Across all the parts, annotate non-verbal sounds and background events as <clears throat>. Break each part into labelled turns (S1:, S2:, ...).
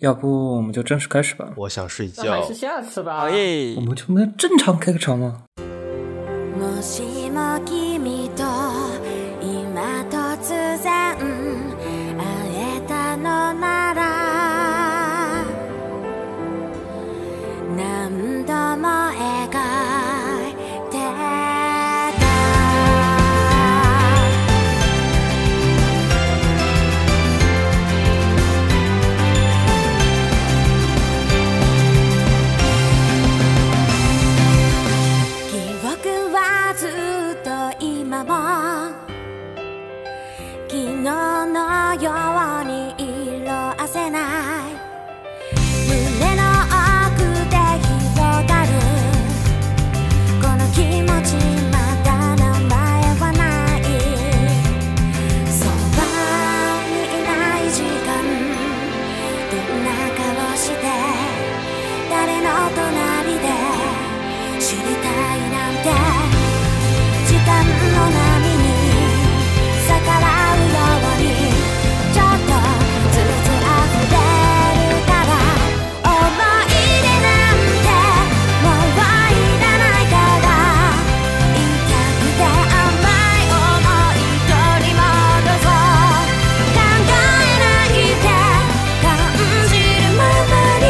S1: 要不我们就正式开始吧？
S2: 我想睡
S3: 那还
S2: 觉
S3: 是。下次吧。
S2: 好耶
S1: 我！们就没有正常开个场吗？
S4: もしも君と今突然会えたのなら何度も描いてた記憶はずっと今も昨日のように色褪せない胸の奥で広がるこの気持ちまだ名前はないそばにいない時間どんな顔して誰の隣で知りたいなんて時間の波に逆らうようにちょっとずつ溢れるから思い出なんてもういらないから痛くて甘い思い取り戻そう考えないで感じるままにあの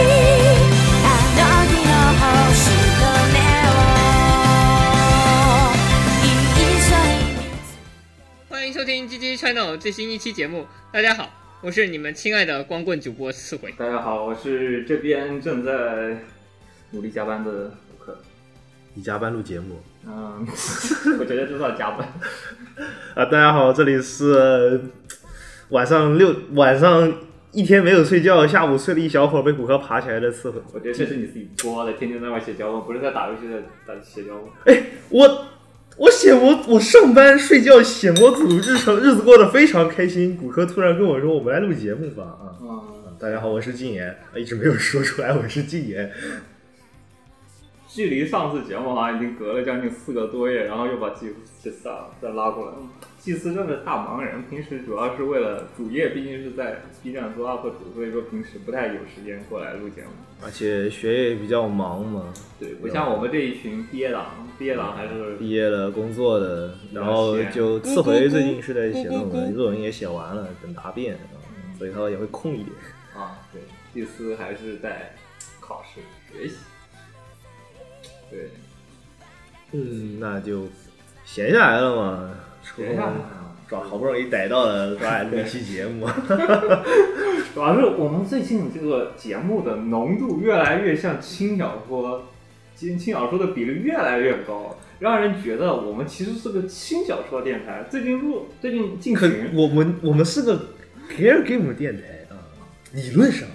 S4: 日の星と目を一緒に
S5: 欢迎收听 GG Channel 最新一期节目。大家好，我是你们亲爱的光棍主播刺回。
S6: 大家好，我是这边正在努力加班的卢克。
S2: 你加班录节目
S6: 嗯， <laughs> 我觉得这算加班。
S2: 啊！大家好，这里是呃晚上六晚上一天没有睡觉，下午睡了一小会儿，被骨科爬起来的刺回。
S6: 我觉得这是你自己播的，天天在外写脚本，不是在打游戏在打写脚本。
S2: 我我写我我上班睡觉写模组，日常日子过得非常开心。骨科突然跟我说：“我们来录节目吧！”啊，
S3: 哦
S6: 嗯，
S2: 大家好，我是禁言，啊一直没有说出来我是禁言。
S6: 距离上次节目好像已经隔了将近四个多月，然后又把祭祭司啊再拉过来。祭司真的大忙人，平时主要是为了主业，毕竟是在 B 站做 UP 主，所以说平时不太有时间过来录节目。
S2: 而且学业比较忙嘛，
S6: 对，不像我们这一群毕业党，毕业党还是
S2: 毕业了，工作了，然后就次回最近是在写论
S5: 嗯
S2: 文，论文也写完了，等答辩，嗯所以他也会空一点。
S6: 啊，对，第四还是在考试学习。对，
S2: 嗯，那就闲下来了嘛，抽
S6: 闲下来
S2: 空
S6: 了
S2: 找好不容易逮到了，抓来录一期节目。
S6: 主要是我们最近这个节目的浓度越来越像轻小说，轻轻小说的比例越来越高，让人觉得我们其实是个轻小说电台。最近入，最近进
S2: <laughs> 可
S6: 群，
S2: 我们我们是个 care game 电台啊，理论上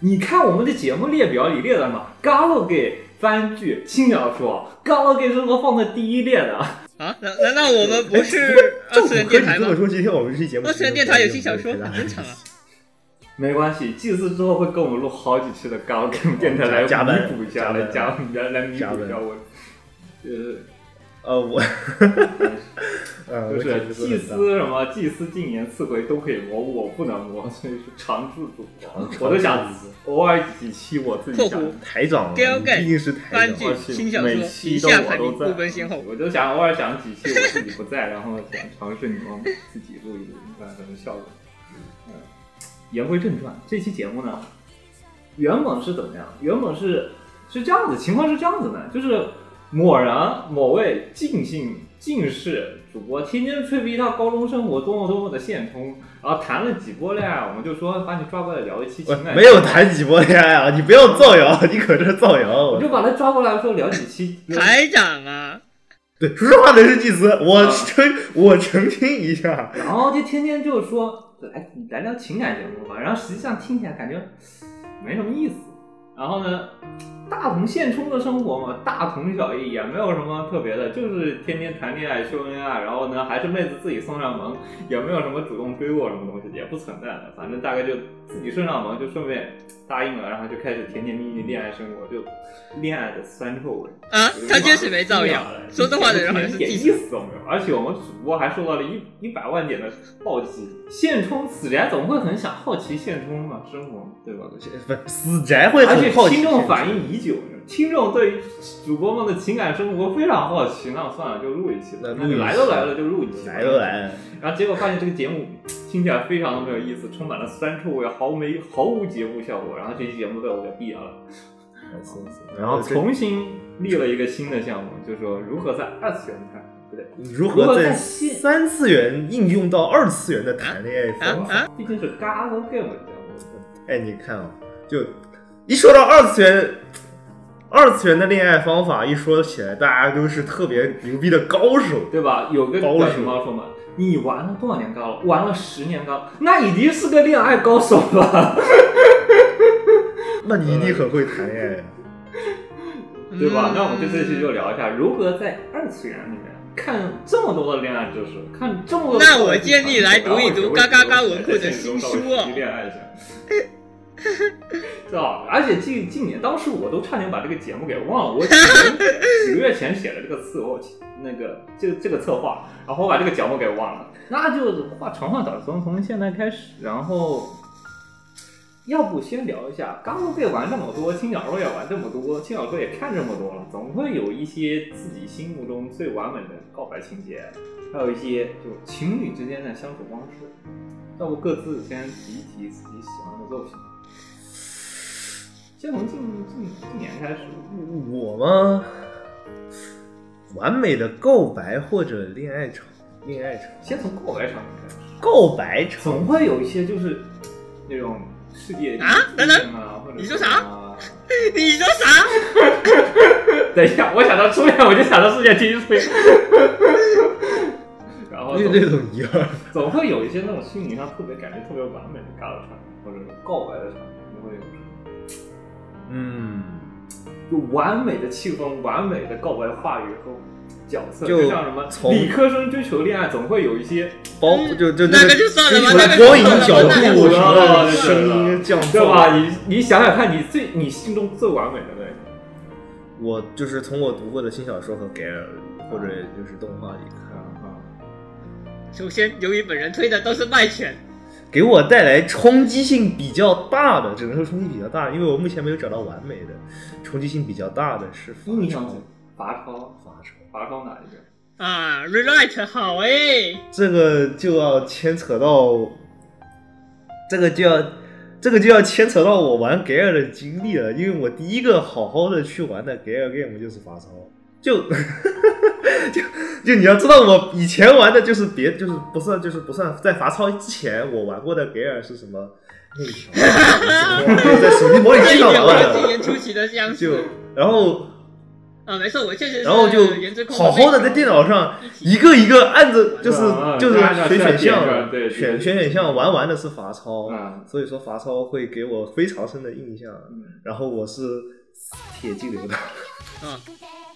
S6: 你看我们的节目列表里列的嘛 g a l a g a 番剧、轻小说 g a l a g a 是我放在第一列的。
S5: 啊，难难道我们不是
S2: 照
S5: 二
S2: 顾
S5: 次
S2: 哥
S5: 元电台
S2: 你这
S5: 吗
S2: 么？说，今天我们这期节目
S5: 二次元电台有轻小说，很正常啊。
S6: 没关系，祭祀之后会跟我们录好几期的高跟电台来
S2: 加加班
S6: 弥补一下，
S2: 加班
S6: 来加来来弥
S2: 加
S6: 补
S2: 班
S6: 一下我。呃，
S2: 呃，我， <laughs> 呃， <laughs>
S6: 就
S2: 我简
S6: 是
S2: 直
S6: 祭
S2: 很大
S6: 司什么祭司禁言次回都可以摸，我不能摸，所以是常驻主播。我都想偶尔几期我自己想
S5: 括，弧
S2: 台长嘛，
S5: Girl
S2: 你
S5: Gang
S2: 毕竟是台
S5: 番
S2: 长
S5: 剧
S6: 而
S2: 嘛，
S6: 且
S5: 轻小说
S6: 每期
S5: 以
S6: 都
S5: 下排
S6: 我都
S5: 名
S6: 在
S5: 不分先
S6: <laughs>
S5: 后
S6: 我就想偶尔想几期我自己不在，然后想尝试你们自己录一录，看什么效果。嗯，言归正传，这期节目呢，原本是怎么样？原本是是这样子，情况是这样子的，就是某人某位尽兴近视主播天天吹逼他高中生活多么多么的现充，然后谈了几波恋爱，我们就说把你抓过来聊一期
S2: 我
S6: 情感。
S2: 呃没有谈几波恋爱啊！你不要造谣，你可这造
S6: 我
S2: 谣。
S6: 就把他抓过来说聊
S2: <laughs>
S6: 几期，
S5: 台长啊，
S2: 对，说实话的是祭司，我
S6: 啊
S2: 澄我澄清一下，
S6: 然后就天天就说来来聊情感节目吧，然后实际上听起来感觉没什么意思。然后呢，大同现充的生活嘛，大同小异，也没有什么特别的，就是天天谈恋爱、秀恩爱，然后呢还是妹子自己送上门，也没有什么主动追过什么东西，也不存在的，反正大概就自己送上门，就顺便答应了，然后就开始甜甜蜜蜜恋爱生活，就恋爱的酸臭味。
S5: 啊，他确实没造谣，说这话的人好像是
S6: 哎一点
S5: 记
S6: 意
S5: 者。
S6: 思都没有。而且我们主播还受到了一一百万点的暴击。现充死宅总会很想好奇现充嘛生活，对吧？
S2: 不是死宅会
S6: 而且
S2: 很好奇，
S6: 听众反应已久，听众对于主播们的情感生活非常好奇。那算了，就录一期吧。
S2: 那
S6: 那
S2: 录一
S6: 就
S2: 期
S6: 来都来了，就录一期。
S2: 来都。来了，
S6: 然后结果发现这个节目听起来非常的没有意思，充满了酸臭味，毫没毫无节目效果。然后这期节目被我给毙
S2: <laughs>
S6: 掉了。
S2: 然后从
S6: 重新立了一个新的项目，就说如何在二次元看，不对，
S2: 如
S6: 如
S2: 何
S6: 何
S2: 在
S6: 在
S2: 三次元应用到二次元的谈恋爱方法？
S6: 毕竟是 g a l game 的项目。
S2: 哎，你看啊，就一说到二次元，二次元的恋爱方法一说起来，大家都是特别牛逼的高手。
S6: 对吧？有个
S2: 啊高手
S6: 叫什么说嘛，你玩了多少年高了？玩了十年高，那已经是个恋爱高手了，
S2: 那你一定很会谈恋爱啊呀。
S6: 对吧？
S5: 嗯
S6: 那我们就这期就聊一下如何在二次元里面看这么多的恋爱知识，看这么多的。
S5: 那我建议来读一读嘎嘎嘎文库的新书哦
S6: 然后我就会在现实中稍微学习恋爱一下。知道，而且近近年，当时我都差点把这个节目给忘了。我几年几个月前写的这个词，我那个这这个策划，然后我把这个节目给忘了。那就画长话短说，从现在开始，然后要不先聊一下，刚刚被玩这么多，轻小说也玩这么多，轻小说也看这么多了，总会有一些自己心目中最完美的告白情节，还有一些就情侣之间的相处方式。要不各自先提一提自己喜欢的作品。先从近近近年开始，
S2: 我吗？完美的告白或者恋爱场，恋爱场，
S6: 先从告白场景开始，
S2: 告白场
S6: 总会有一些就是那种世界
S5: 啊等等
S6: 啊，或者
S5: 你说
S6: 什
S5: 啥
S6: 么啊？
S5: 你说
S6: <laughs>
S5: 啥？
S6: 等一下，我想到初恋，我就想到世界第一次。然后
S2: 绿
S6: 总
S2: 这种一样。
S6: 总会有一些那种心理上特别感觉特别完美的尬的场景，或者告白的场景，你会有什么
S2: 嗯，
S6: 就完美的气氛、完美的告白话语和角色，
S2: 就
S6: 就像什么
S2: 从
S6: 理科生追求恋爱，总会有一些
S2: 包就就
S5: 那个
S2: 个
S5: 就算了
S2: 追
S5: 吧
S2: 求
S5: 那个就
S2: 光影
S5: 算了吧
S2: 角
S5: 那
S6: 个
S2: 度
S6: 就
S2: 什
S6: 算
S2: 么
S6: 了
S2: 声音降
S6: 对
S2: 噪
S6: 吧？你你想想看，你最你心中最完美的那个，
S2: 我就是从我读过的新小说和 g a 或者就是动画里
S6: 嗯
S2: 看，
S5: 首先，由于本人推的都是麦犬，
S2: 给我带来冲击性比较大的，只能说冲击比较大，因为我目前没有找到完美的，冲击性比较大的是法
S6: 印象
S2: 超
S6: 中，拔超，
S2: 法超
S6: 拔超哪一个？
S5: 啊，Relight 好诶，
S2: 这个就要牵扯到，这个就要。这个就要牵扯到我玩 g a 的经历了，因为我第一个好好的去玩的 g a game 就是法超，就 <laughs> 就就你要知道，我以前玩的就是别就是不算就是不算在罚抄之前，我玩过的 g a 是什么内调啊，在手机模拟
S5: 这一
S2: 器上
S5: 点
S2: 玩
S5: 我今
S2: 的，
S5: 年出奇的相
S2: 就
S5: 似
S2: 然后
S5: 啊，没错，我确实是
S2: 然后就
S5: 颜值控
S2: 好好的在电脑上一个一个按着，就是
S6: 啊
S2: 就是
S6: 按照
S2: 选选
S6: 按照
S2: 项，
S6: 对对
S2: 选选选项玩完的是罚抄，
S6: 嗯
S2: 所以说罚抄会给我非常深的印象。
S6: 嗯，
S2: 然后我是铁激 <laughs> 流的，
S5: 啊，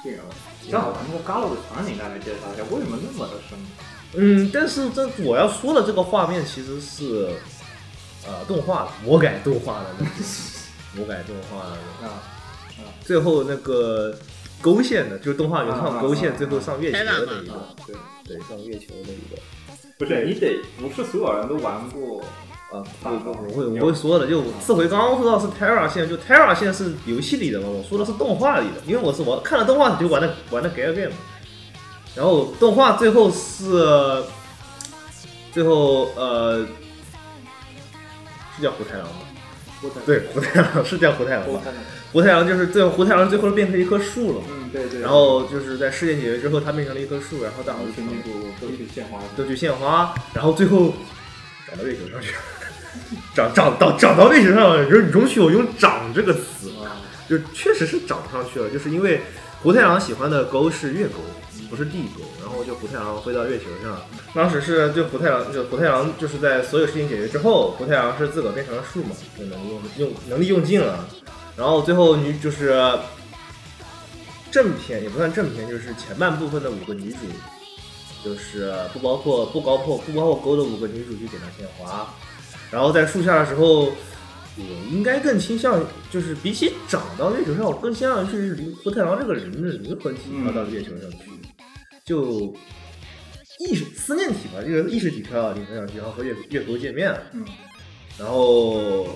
S6: 这个嗯正好把那个嘎鲁的场景大概介绍一下，为什么那么的生动？
S2: 嗯，但是这我要说的这个画面其实是呃动画的魔改动画的那
S6: <laughs>
S2: 种，魔改动画的那种，
S6: 啊，
S2: 最后那个勾线的，就是动画原
S6: 啊
S2: 创
S6: 啊
S2: 勾线，
S6: 啊
S2: 最后上月球的那一
S5: 天
S2: 个
S5: 哪，
S6: 对，
S2: 对，上月球的一个。
S6: 不是你得不是所有人都玩过，
S2: 啊，不不不，我会我会说的，就我次回刚刚说到是 Terra 线，就 Terra 线是游戏里的嘛，我说的是动画里的，因为我是玩看了动画就玩的玩的 Gal Game，然后动画最后是最后呃是叫胡太郎吗？
S6: 我感觉
S2: 对，胡太郎是叫胡太郎
S6: 我
S2: 吧？
S6: 看到，
S2: 胡太郎就是最后胡太郎最后变成一棵树了嘛，
S6: 嗯，对对，
S2: 然后就是在世界解决之后，他变成了一棵树，然后大伙就
S6: 全民主歌曲献花，
S2: 都去献花，然后最后长到月球上去，长长到长到月球上了。容容许我用“长”这个词，
S6: 啊，
S2: 就确实是长上去了，就是因为胡太郎喜欢的沟是月沟，不是地沟，然后就胡太郎飞到月球上。当时是就胡太郎，就胡太郎就是在所有事情解决之后，胡太郎是自个儿变成了树嘛，就能力用用能力用尽了，然后最后女就是。正片也不算正片，就是前半部分的五个女主，就是不包括不包括不包括勾的五个女主去给她献花，然后在树下的时候，我应该更倾向于，就是比起长到月球上，我更倾向于是灵福太郎这个人的灵魂体飘到月球上去，就意识思念体吧，这个意识体飘到灵魂上去，然后和月月球见面，
S6: 嗯，
S2: 然后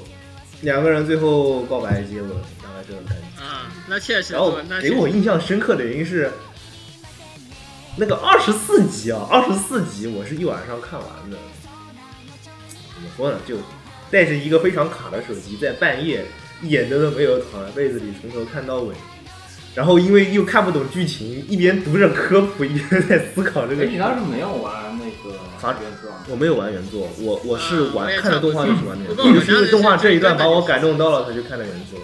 S2: 两个人最后告白接吻，大概这种感觉。
S5: 啊，那确实
S2: 然后
S5: 多，那确
S2: 给我
S5: 实
S2: 印象深刻的原因是，那个二十四集啊，二十四集我是一晚上看完的。怎么说呢？就带着一个非常卡的手机，在半夜一眼灯都没有躺在被子里从头看到尾，然后因为又看不懂剧情，一边读着科普，一边在思考这
S6: 哎，
S2: 个。
S6: 你当时没有玩那个
S2: 啥
S6: 原是吧？
S2: 我没有玩原作，我我是
S5: 啊我
S2: 玩、
S5: 也
S2: 看了
S5: 差不
S2: 动
S5: 多
S2: 画就是玩的原
S5: 不
S2: 作，
S5: 过我
S2: 就是因为动画
S5: 当时
S2: 这一段
S5: 是看
S2: 把我
S5: 的
S2: 感动到了，才去看了原作。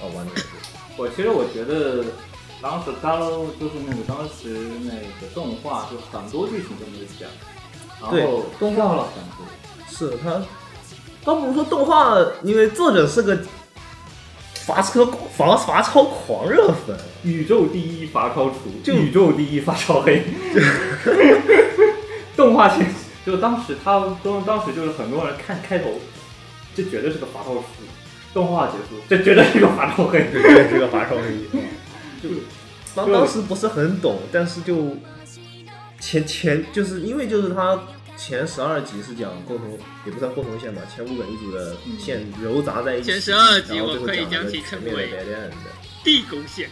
S2: 哦，玩的原作。
S6: 我其实我觉得当时 Galo 就是那个当时那个动画，就很多剧情都没有讲，
S2: 对
S6: 然后动画了很多。
S2: 是他，倒不如说动画，因为作者是个罚车罚罚超狂热粉，
S6: 宇宙第一罚抄厨，宇宙第一罚抄黑，动画形就当时他当当时就是很多人看开头，这绝对是个罚抄厨，动画结束，这绝对是个罚抄黑。
S2: 对这个罚超黑，就 <laughs> 当
S6: 对
S2: 当时不是很懂，但是就前前就是因为就是他前十二集是讲共同，也不算共同线吧，前五本一组的线糅杂在一起，
S5: 嗯前12集
S2: 然后
S5: 我
S2: 最后
S5: 可以
S2: 讲了一
S5: 将
S2: 个
S5: 其
S2: 全
S5: 称
S2: 面的
S5: 为
S2: dead end。
S5: 地狗血，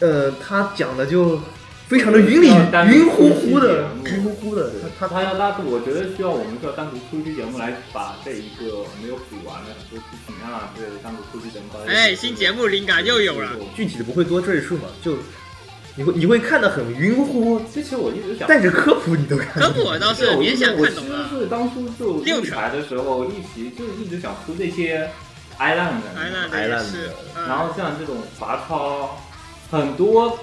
S2: 呃，他讲的就非常的云里
S6: 嗯单
S2: 云乎乎的，
S6: 单
S2: 云乎乎的，他
S6: 他
S2: 他
S6: 要拉，我觉得需要我们需要单独出一期节目来把这一个没有补完的很多剧情啊之类的单独出一期节目。
S5: 哎，新节目灵感又有了。
S2: 具体的不会多赘述嘛，就你会你会看得很晕乎，
S6: 这其实我一直想
S2: 带着科普你都看
S5: 可
S2: 得懂。
S5: 不，我倒是
S6: 我
S5: 勉强看懂
S6: 其
S5: 了。
S6: 实是当初就立牌的时候，一起就一直想出这些 island，的
S5: 哎，
S2: 白
S5: 那那也
S2: 烂
S5: 是
S2: 的，
S5: 嗯
S6: 然后像这种罚抄，很多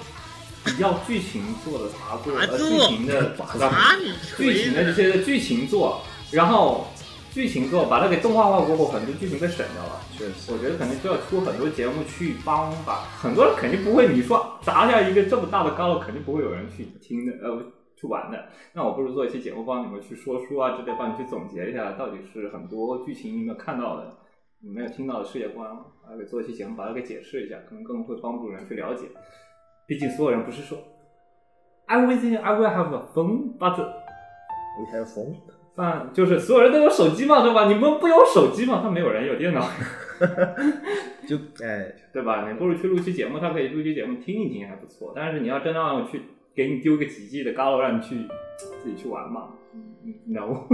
S6: 比较剧情做的罚做，
S5: 罚
S6: 呃，
S5: 做
S6: 剧情的
S5: 把你
S6: 剧
S5: 锤
S6: 情的这
S5: 子，
S6: 些剧情做，然后剧情做把它给动画化过后，很多剧情被省掉了。
S2: 确实，
S6: 我觉得肯定需要出很多节目去帮吧，很多人肯定不会。你说砸下一个这么大的高楼，肯定不会有人去听的，呃，去玩的。那我不如做一期节目，帮你们去说书啊之类，帮你去总结一下，到底是很多剧情你没有看到的，你没有听到的世界观，啊，给做一期节目把它给解释一下，可能更会帮助人去了解。毕竟所有人不是说 everything I will have a phone but
S2: 你还有缝，
S6: 啊，就是所有人都有手机嘛，对吧？你们不有手机吗？他没有人有
S2: <laughs>
S6: 电脑。
S2: 就哎，
S6: 对吧？你不如去录期节目，他可以录期节目听一听还不错。但是你要真让我去给你丢个几 G 的 Galo 让你去自己去玩嘛嗯？No，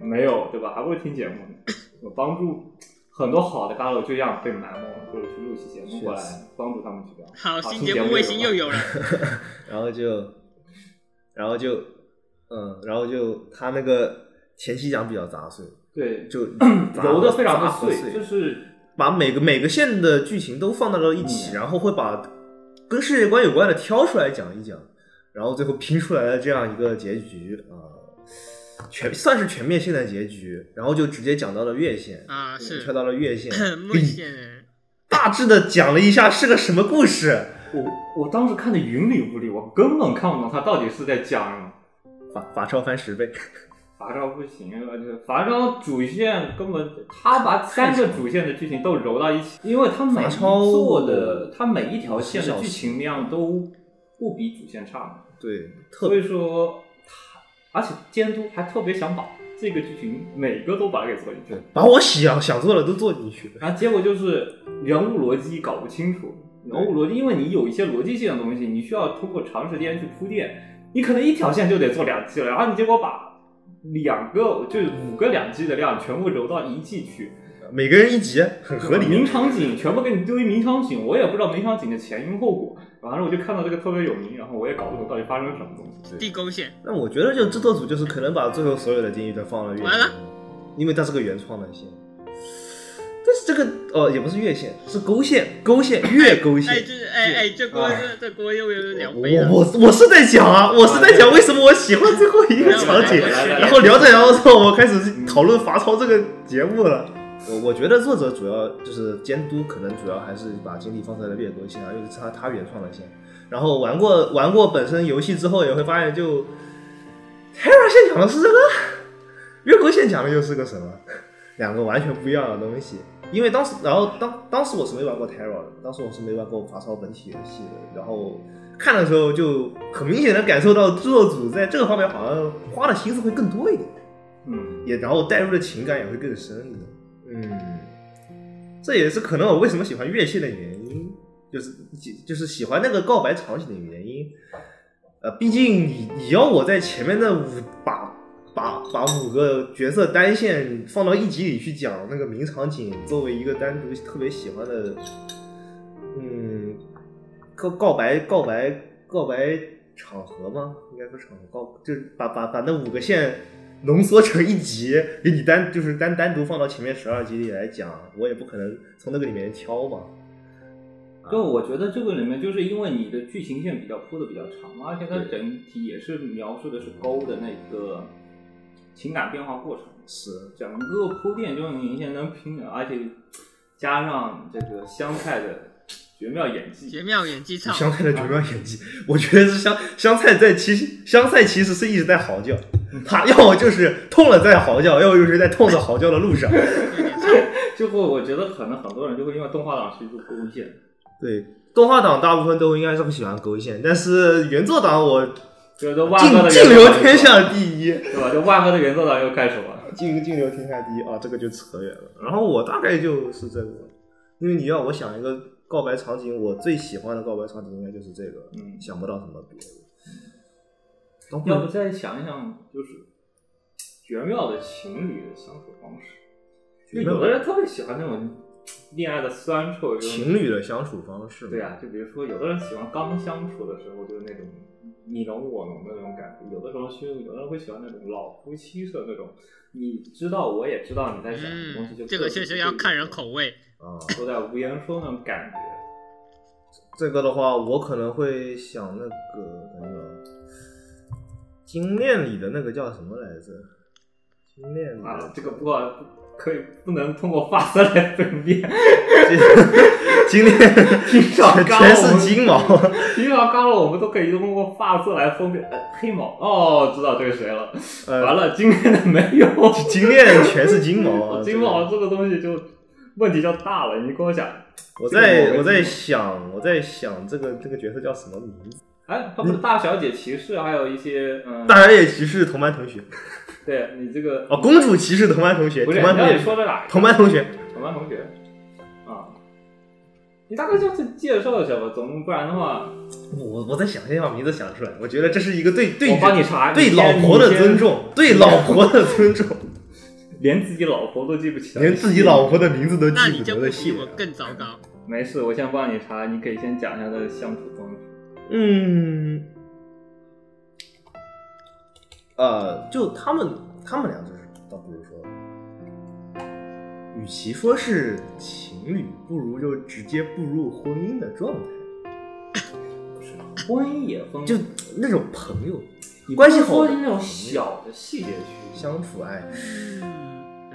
S6: 没有对吧？还不如听节目呢，有帮助很多好的 Galo 就这样被埋没了，不如去录期节目过来
S2: 确
S6: 帮助他们去聊。
S5: 好，
S6: 新
S5: 新节目卫星又有了。
S2: 然后就，然后就，嗯，然后就他那个前期讲比较杂碎，
S6: 对，
S2: 就
S6: 嗯揉的非常的
S2: 杂和
S6: 碎，就是
S2: 把每个每个线的剧情都放到了一起，
S6: 嗯
S2: 然后会把跟世界观有关的挑出来讲一讲，然后最后拼出来的这样一个结局啊、全算是全面性的结局，然后就直接讲到了月线，
S5: 啊，是
S2: 跳到了月
S5: <laughs>
S2: 线，
S5: 目前
S2: 大致的讲了一下是个什么故事，
S6: 我我当时看的云里雾里，我根本看不懂他到底是在讲什么。
S2: 法法超翻十倍，
S6: 伐招不行，啊而且伐招主线根本他把三个主线的剧情都揉到一起，因为他每一
S2: 伐招
S6: 做的他每一条线
S2: 十
S6: 的
S2: 小时
S6: 剧情量都不比主线差嘛，
S2: 对，特
S6: 所
S2: 别
S6: 以说他而且监督还特别想把这个剧情每个都把它给做进去，
S2: 把我想想做的都做进去了，
S6: 然后结果就是人物逻辑搞不清楚，人物逻辑，因为你有一些逻辑性的东西，你需要通过长时间去铺垫，你可能一条线就得做两季了，然后你结果把两个就是五个两季的量全部揉到一季去，
S2: 每个人一集，很合理
S6: 名。场景全部给你丢一名场景，我也不知道名场景的前因后果，反正我就看到这个特别有名，然后我也搞不懂到底发生了什么东西。
S5: 地沟线，
S2: 那我觉得就制作组就是可能把最后所有的监狱都放了月
S5: 完
S2: 线
S5: 了，
S2: 因为它是个原创的线。但是这个呃也不是月线，是勾线，勾
S5: <coughs>
S2: 线月勾线。
S5: 哎，这哎哎，这锅
S6: 哎
S5: 这这锅又有点
S2: 我
S5: 飞了。
S2: 我我是在讲啊，我是在讲为什么我喜欢最后一个场景，
S5: 来来来来来
S2: 然后聊着聊着，我们开始讨论罚抄这个节目了。我我觉得作者主要就是监督，可能主要还是把精力放在了猎狗线上，又是他他原创的线。然后玩过玩过本身游戏之后，也会发现就 Terra 线讲的是这个，月沟线讲的又是个什么？两个完全不一样的东西。因为当时，然后当当时我是没玩过 Terra 的，当时我是没玩过发烧本体的系列，然后看的时候就很明显的感受到制作组在这个方面好像花的心思会更多一点，
S6: 嗯，
S2: 也然后带入的情感也会更深一点。嗯，这也是可能我为什么喜欢乐器的原因，就是就是喜欢那个告白场景的原因。呃，毕竟你你要我在前面的五把把把五个角色单线放到一集里去讲，那个名场景作为一个单独特别喜欢的，嗯，告告白告白告白场合吗？应该说场合告，就是把把把那五个线浓缩成一集，给你单就是单单独放到前面十二集里来讲，我也不可能从那个里面挑嘛。啊
S6: 就我觉得这个里面，就是因为你的剧情线比较铺的比较长嘛，而且它
S2: 对
S6: 整体也是描述的是沟的那个情感变化过程，
S2: 是，
S6: 整个铺垫就明显能拼了，而且加上这个香菜的绝妙演技
S5: 绝，妙演技操，
S2: 香菜的绝妙演技，我觉得是香香菜在其实香菜其实是一直在嚎叫，他要么就是痛了在嚎叫，要么就是在痛着嚎叫的路上。
S5: 有点操，
S6: 就会我觉得可能很多人就会因为动画党是一个勾线，
S2: 对，动画党大部分都应该是会喜欢勾线，但是原作党我
S6: 这都万恶
S2: 尽
S6: 的
S2: 尽
S6: 原作
S2: 留
S6: 党
S2: 天下第一，
S6: 对吧？就万恶的原作党又开始了。
S2: 尽尽留天下第一啊，这个就扯远了。然后我大概就是这个，因为你要我想一个告白场景，我最喜欢的告白场景应该就是这个，
S6: 嗯
S2: 想不到什么别的。然后
S6: 要不再想一想，就是绝妙的情侣的相处方式。就有的人特别喜欢那种恋爱的酸臭，就是
S2: 情侣的相处方式嘛，
S6: 对啊，就比如说有的人喜欢刚相处的时候就是那种你侬我侬的那种感觉，有的时候是有的人会喜欢那种老夫妻式的那种，你知道我也知道你在想什么东西，就
S5: 嗯，这个确实要看人口，味。
S2: 啊，
S6: 都在无言说那种感觉。
S2: 这个的话，我可能会想那个那个金链里的那个叫什么来着？金链里的、
S6: 啊，这个不好可以不能通过发色来分辨，
S2: 金 <laughs> 链
S6: 听上纲
S2: 全是金毛，
S6: 平常啊刚了我们都可以通过发色来分辨。呃黑毛哦，知道这个谁了。完
S2: 呃，
S6: 了，今天的没有。
S2: <laughs> 金链全是金毛
S6: <laughs>
S2: 啊！
S6: 金毛这个东西就问题就大了，你跟我讲，
S2: 我
S6: 这个
S2: 在
S6: 我
S2: 我在
S6: 没
S2: 想，我在想这个这个角色叫什么名字？
S6: 哎，他不是大小姐骑士，还有一些嗯，
S2: 大小姐骑士同班同学
S6: 对你这个
S2: 哦，公主骑士同班同学，
S6: 不
S2: 同
S6: 是，
S2: 班
S6: 你
S2: 同
S6: 到底
S2: 学，
S6: 说的哪一个？
S2: 同班同学，
S6: 同班同学啊，你大概就是介绍一下吧，总不然的话，
S2: 我我在想先把名字想出来，我觉得这是一个对对
S6: 我帮你查。
S2: 对
S6: 你
S2: 老
S6: 先
S2: 婆的
S6: 你先
S2: 尊重，对老婆的尊
S6: <laughs>
S2: 重。
S6: 连自己老婆都记不起来，
S2: 连自己老婆的名字都记
S5: 那你
S2: 不
S5: 这
S2: 得
S5: 不
S2: 的啊
S5: 比
S2: 戏
S5: 我。更糟糕。
S6: 没事，我先帮你查，你可以先讲一下他的相处方式。
S2: 嗯，呃，就他们他们俩就是，倒不如说，与其说是情侣，不如就直接步入婚姻的状态，
S6: 婚姻也分，
S2: 就那种朋友
S6: 你
S2: 关系好
S6: 不能说那种小的细节去
S2: 相处，哎，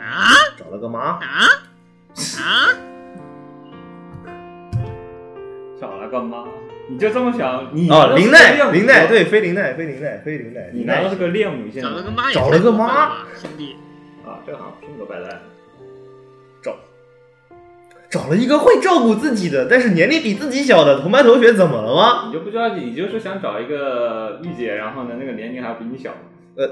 S5: 啊
S2: 找了个妈，
S5: 啊啊！
S6: 找了个妈，你就这么想，你
S2: 哦，林奈，林
S6: 林
S2: 奈，，对，非林奈，非林奈，非林奈，
S6: 你
S2: 林
S6: 难
S2: 奈
S6: 道是个恋母线
S5: 找
S6: 吗？
S5: 了个妈也
S2: 找了个妈
S5: 太过分了吧，兄弟，
S6: 啊，这好像拼个白烂。
S2: 找找了一个会照顾自己的，但是年龄比自己小的同班同学，怎么了吗？
S6: 你就不知道，你就是想找一个御姐，然后呢，那个年龄还比你小，
S2: 呃，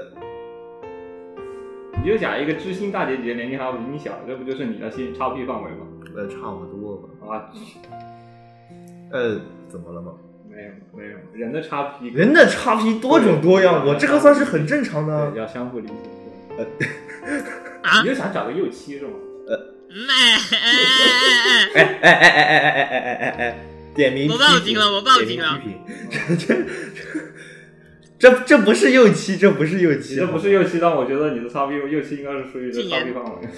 S6: 你就想一个知心大姐姐，年龄还比你小，这不就是你的心差距范围吗？
S2: 呃，差不多吧。
S6: 啊，
S2: 呃，怎么了吗？
S6: 没有没有，人的差距
S2: 人的差评多种多样，我这个算是很正常的呃啊
S6: 对。要相互理解。你就想找个幼妻是吗？
S5: 嗯哎哎哎哎哎！
S2: 哎哎哎哎哎哎哎哎哎哎！点名
S5: 我
S2: 批
S5: 报
S2: 评
S5: 警了我报
S2: 点
S5: 警
S2: 名
S5: 了
S2: 批评这这这不是右七，这不是右
S6: 你
S2: 七，
S6: 这不是幼妻，但我觉得你的差别幼妻应该是属于这
S5: 禁
S6: 差
S5: 言
S6: 别范围。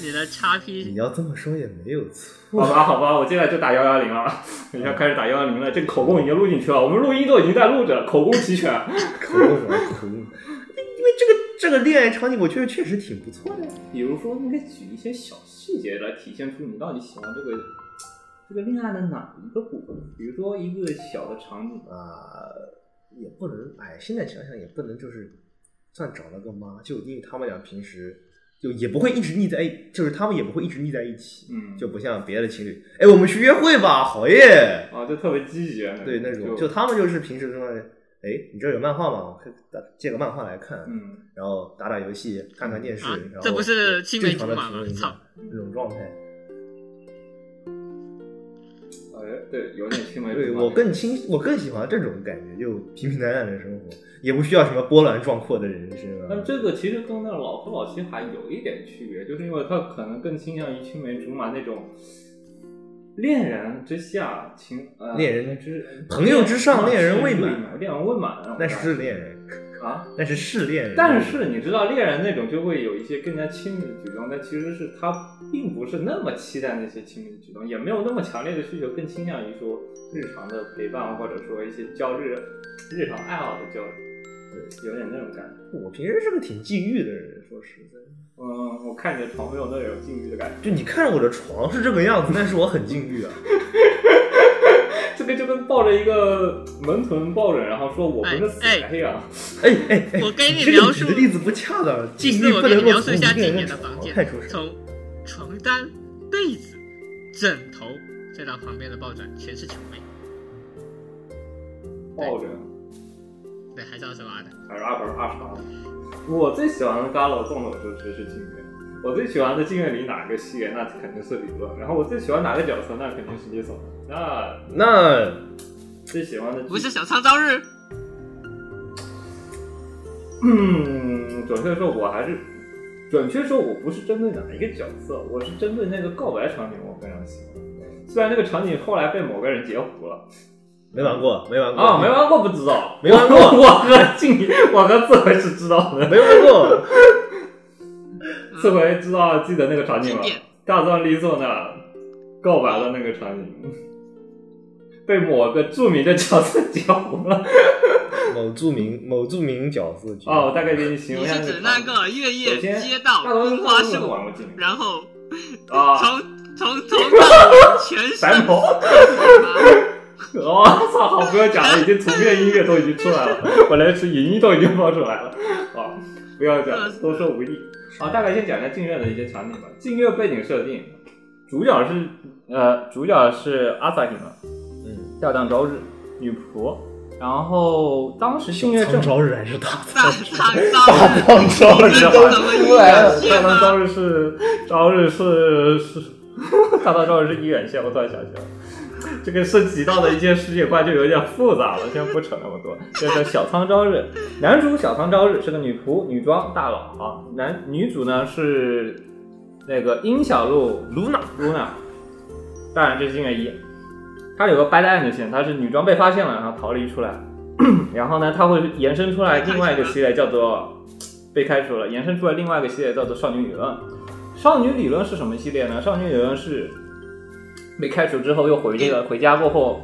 S5: 你的叉
S2: 你
S5: P
S2: 要这么说也没有错。
S6: <laughs> 好吧，好吧，我进来就打幺幺零了， <laughs> 等一下开始打幺幺零了。这个口供已经录进去了，我们录音都已经在录着了，口供齐全。
S2: 口误什么口误？因为这个这个恋爱场景，我觉得确实挺不错的呀。
S6: <laughs> 比如说，应该举一些小细节来体现出你到底喜欢这个这个恋爱的哪一个部分。比如说一个小的场景，
S2: 啊，也不能，哎，现在想想也不能就是算找了个妈，就因为他们俩平时就也不会一直腻在一，就是他们也不会一直腻在一起，
S6: 嗯
S2: 就不像别的情侣，哎，我们去约会吧，好耶，
S6: 啊，就特别积极，
S2: 对那种，就
S6: 就
S2: 他们就是平时说，哎，你这儿有漫画吗？我可以打借个漫画来看，
S6: 嗯，
S2: 然后打打游戏，看看电视，
S5: 啊
S2: 然后
S5: 这不是青梅
S2: 正常的
S5: 竹马
S2: 评论
S5: 吗
S2: 一下
S5: 操
S2: 这种状态。
S6: 哎，对，有点青梅
S2: 对
S6: 竹马
S2: 我更倾，我更喜欢这种感觉，就平平淡淡的生活，也不需要什么波澜壮阔的人生啊。
S6: 但这个其实跟那老夫老妻还有一点区别，就是因为他可能更倾向于青梅竹马那种恋人之下情，呃、
S2: 恋人
S6: 之啊
S2: 朋友之上恋人未满
S6: 满，恋人未满那种
S2: 那是恋人，
S6: 啊。
S2: 那是是恋人。
S6: 但是你知道，恋人那种就会有一些更加亲密的举动，但其实是他并不是那么期待那些亲密的举动，也没有那么强烈的需求，更倾向于说日常的陪伴，或者说一些交日日常爱好的交流，对，有点那种感觉。
S2: 我平时是个挺禁欲的人，说实在，
S6: 嗯，我看你的床没有那种禁欲的感觉，
S2: 就你看我的床是这个样子，但是我很禁欲啊。
S6: 这个就跟抱着一个门臀抱着，然后说我不是死
S5: 哎
S6: 黑啊，
S2: 哎哎哎，
S5: 我给你
S2: 这
S5: 描
S2: 个
S5: 述
S2: 你的例子不恰当，
S5: 其
S2: 禁
S5: 实
S2: 欲
S5: 我
S2: 不
S5: 给你
S2: 能
S5: 描
S2: 够
S5: 述
S2: 从
S5: 一
S2: 一
S5: 下
S2: 个
S5: 经
S2: 人
S5: 典的
S2: 床
S5: 房间
S2: 派
S5: <laughs>
S2: 出，
S5: 从床单、被子、枕头，再到旁边的抱枕，全是球妹。
S6: 抱着
S5: 对，还是二十八的。
S6: 还是阿本阿啥的。我最喜欢的 g a l 动手术是静月，我最喜欢的静月里哪个系列那肯定是理论，然后我最喜欢哪个角色那肯定是李总，那
S2: 那
S6: 最喜欢的剧
S5: 不是小仓昭日，
S6: 嗯，准确地说，我还是，准确地说，我不是针对哪一个角色，我是针对那个告白场景，我非常喜欢。虽然那个场景后来被某个人截胡了
S2: 没玩过，没玩过
S6: 啊，没
S5: 嗯
S6: 玩过不知道，
S2: 没玩过
S6: 我我和静，我和刺回是知道
S5: 嗯
S6: 的，
S2: 没玩过，
S6: 刺回知道记得那个场景吗
S5: 经典？
S6: 大壮利索那告白的那个场景，被某个著名的角色截胡了
S5: 嗯
S2: 某著名某著名角色剧
S6: 啊，我大概给你形容
S5: 你
S6: 一下
S5: 是
S6: 个
S5: 指
S6: 场景。
S5: 那个月
S6: 首
S5: 夜
S6: 先
S5: 街道
S6: 大壮利索
S5: 樱花
S6: 那个
S5: 树，
S6: 玩过静
S5: 然后
S6: 啊，
S5: 从从
S6: <laughs>
S5: 头到尾全是
S6: 白毛。哦，操！好，不要讲了，已经图片、音乐都已经出来了，我连是影音都已经放出来了。好，不要讲了，多说无益。好，大概先讲一下静月的一些场景吧。静月背景设定，主角是呃，主角是阿萨希嘛，
S2: 嗯，
S6: 吊荡朝日女仆。然后当时静月
S2: 苍
S6: 正
S2: 朝日还是大
S6: <laughs>
S5: 大仓昭
S2: 大
S5: 日，
S2: 胖昭日
S5: 你
S6: 知
S5: 们
S6: 道吧
S5: 怎么
S6: 出来
S5: 一
S6: 了，
S5: 线
S6: 大唐
S5: 吗？
S6: 朝日是朝日是是，大唐朝日是一远线，我突然想起来了。这个涉及到的一些世界观就有点复杂了，先不扯那么多。这个小仓朝日，男主小仓朝日是个女仆，女装大佬啊。男女主呢是那个樱小路
S2: 露娜，
S6: Luna，当然这是因为一，她有个 bad end 线，她是女装被发现了，然后逃离出来， <clears throat> 然后呢，她会延伸出来另外一个系列叫做被开除了，延伸出来另外一个系列叫做少女理论。少女理论是什么系列呢？少女理论是被开除之后又回这个回家过后，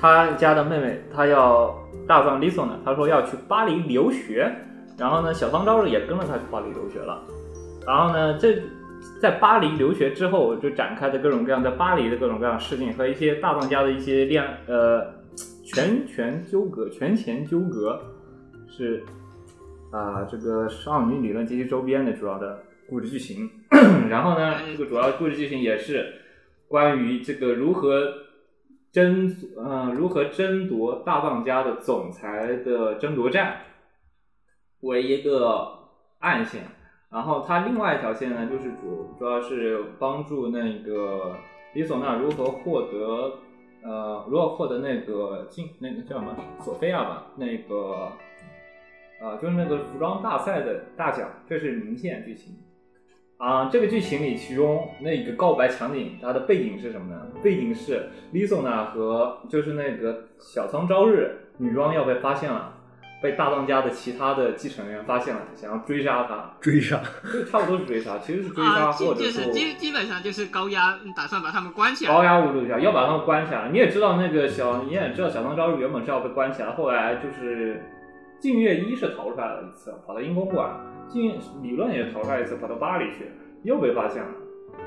S6: 她家的妹妹她要大壮 Lisa 呢，她说要去巴黎留学，然后呢，小方昭日也跟着她去巴黎留学了。然后呢，这在巴黎留学之后，就展开的各种各样在巴黎的各种各样的事情和一些大藏家的一些恋呃权权纠葛、权钱纠葛，是啊、这个少女理论及其周边的主要的故事剧情。 <clears throat> 然后呢，这个主要故事剧情也是关于这个如何争呃如何争夺大藏家的总裁的争夺战为一个暗线。然后它另外一条线呢，就是主主要是帮助那个李索纳如何获得，呃，如何获得那个进那个叫什么索菲亚吧，那个，呃，就是那个服装大赛的大奖，这是明线剧情。啊，这个剧情里，其中那个告白场景，它的背景是什么呢？背景是 Lisa 呢和就是那个小仓昭日女装要被发现了，被大当家的其他的继承人发现了，想要追杀她，
S2: 追上，
S6: <laughs> 就差不多是追杀，其实是追杀、
S5: 啊，
S6: 或
S5: 就
S6: 者
S5: 就是
S6: 说
S5: 基基本上就是高压，嗯打算把他们关起来。
S6: 高压侮辱一下，要把他们关起来。你也知道那个小，你也知道小唐昭日原本是要被关起来，后来就是静月一是逃出来了一次，跑到英公馆；静理论也是逃出来一次，跑到巴黎去，又被发现了，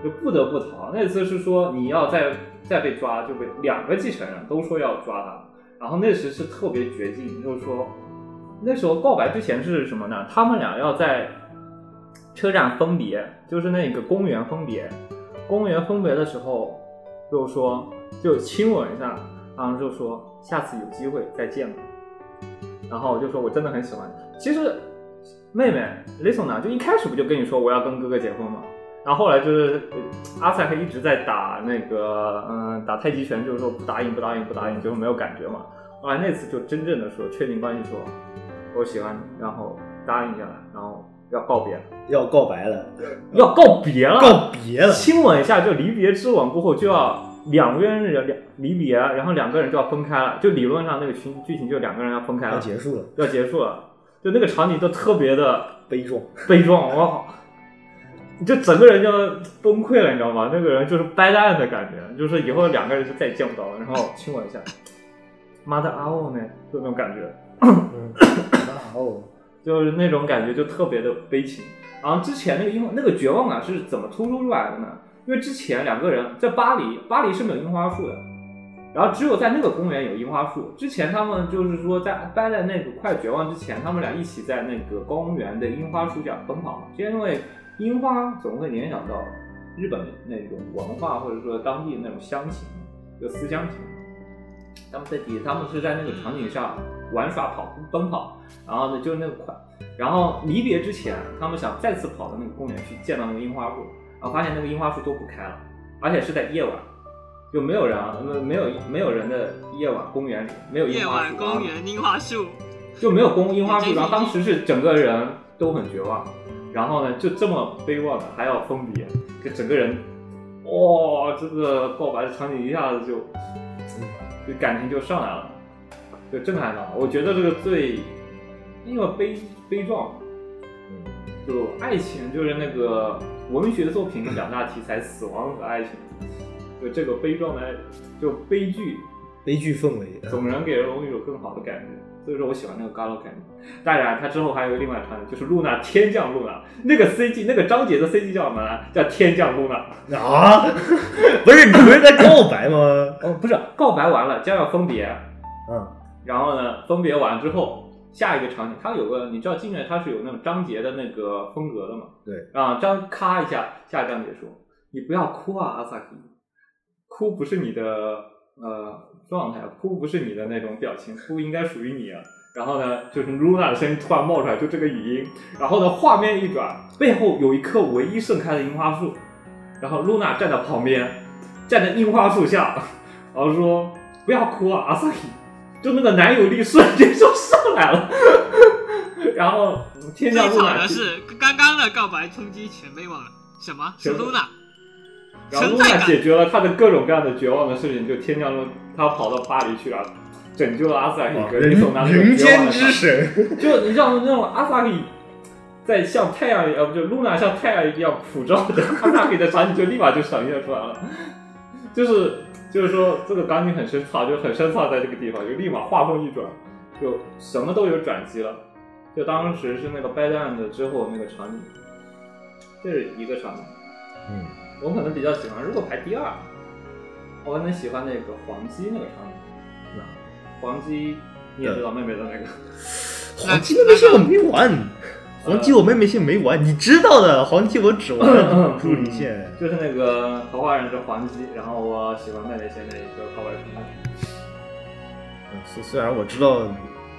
S6: 就不得不逃。那次是说你要再再被抓，就被两个继承人都说要抓他，然后那时是特别绝境，就是说那时候告白之前是什么呢？他们俩要在车站分别，就是那个公园分别。公园分别的时候，就说就亲吻一下，然后就说下次有机会再见吧。然后我就说我真的很喜欢你。其实妹妹 listen 呢，就一开始不就跟你说我要跟哥哥结婚吗？然后后来就是呃阿塞克一直在打那个嗯打太极拳，就是说不答应不答应不答应，就是没有感觉嘛。后来那次就真正的说确定关系说，我喜欢你，然后答应下来，然后要告别了，
S2: 要告白了，
S6: 要告别了，
S2: 告别了，
S6: 亲吻一下就离别之吻过后就要两个人两离别，然后两个人就要分开了，就理论上那个情剧情就两个人要分开
S2: 要
S6: 了，
S2: 结束了，
S6: 要结束了，就那个场景都特别的
S2: 悲壮。
S6: 悲壮，我靠，你就整个人就崩溃了，你知道吗？那个人就是掰蛋的感觉，就是以后两个人就再也见不到了，然后亲吻一下，妈的啊哦呢，就那种感觉。
S2: 嗯 <coughs> 哇哦，
S6: 就是那种感觉就特别的悲情。然后之前那个樱花那个绝望感啊是怎么突出出来的呢？因为之前两个人在巴黎，巴黎是没有樱花树的，然后只有在那个公园有樱花树。之前他们就是说在待在那个快绝望之前，他们俩一起在那个公园的樱花树下奔跑嘛，就因为樱花总会联想到日本的那种文化或者说当地那种乡情，就思乡情。他们在底，他们是在那个场景下玩耍、跑步、奔跑，然后呢，就是那个快，然后离别之前，他们想再次跑到那个公园去见到那个樱花树，然后发现那个樱花树都不开了，而且是在夜晚，就没有人啊，没没有没有人的夜晚公园里没有
S5: 夜
S6: 樱花树
S5: 晚
S6: 啊，
S5: 公园樱花树，
S6: 就没有供樱花树，然后当时是整个人都很绝望，然后呢就这么悲望的还要分别，就整个人，哇、这个告白的场景一下子就，就感情就上来了，就震撼到了。我觉得这个最，因为悲悲壮，嗯就爱情就是那个文学作品的两大题材，死亡和爱情，就这个悲壮的爱，就悲剧
S2: 悲剧氛围，
S6: 总能给人一种更好的感觉，所以说我喜欢那个 Galo 感觉。当然，它之后还有一个另外一场景，就是露娜天降露娜那个 CG，那个章节的 CG 叫什么呢？叫天降露娜。
S2: 啊， <laughs> 不是你不是在告白吗？
S6: 哦，不是，告白完了将要分别，
S2: 嗯，
S6: 然后呢，分别完之后，下一个场景，它有个你知道进来它是有那种章节的那个风格的嘛？
S2: 对，
S6: 啊，章咔一下，下一章节说，你不要哭啊，阿萨克，哭不是你的呃状态，哭不是你的那种表情，哭应该属于你啊。然后呢，就是露娜的声音突然冒出来，就这个语音。然后呢，画面一转，背后有一棵唯一盛开的樱花树，然后露娜站在旁边，站在樱花树下，然后说：“不要哭啊，阿萨克。”就那个男友力瞬间就上来了。然后天
S5: 最
S6: 降露
S5: 惨
S6: 娜
S5: 的
S6: 去，
S5: 是刚刚的告白冲击全被忘了，什么是
S6: 全部
S5: Luna？
S6: 然后露
S5: 存在
S6: 娜
S5: 感
S6: 解决了他的各种各样的绝望的事情，就天降露，他跑到巴黎去了，拯救了阿萨克
S2: 哇
S6: 和一手拿
S2: 啊
S6: 着
S2: 嗯人
S6: 绝
S2: 间
S6: 望的
S2: 之 <laughs> 神，
S6: <laughs> 就你像那种阿萨克在像太阳一样，就露娜像太阳一样普照的阿萨克的场景，就立马就闪现出来了。就是就是说，这个钢琴很深邃，就很深邃在这个地方，就立马画风一转，就什么都有转机了。就当时是那个掰蛋的之后那个场景，这是一个场景。
S2: 嗯，
S6: 我可能比较喜欢，如果排第二，我可能喜欢那个黄鸡那个场景。黄鸡你也知道妹妹的那个。 <laughs>
S2: 黄鸡那边是我没玩，黄鸡我妹妹线没玩，你知道的，黄鸡我只玩助理线。
S6: 就是那个《桃花人之黄鸡》，然后我喜欢麦田线的一个告白场
S2: 虽虽然我知道，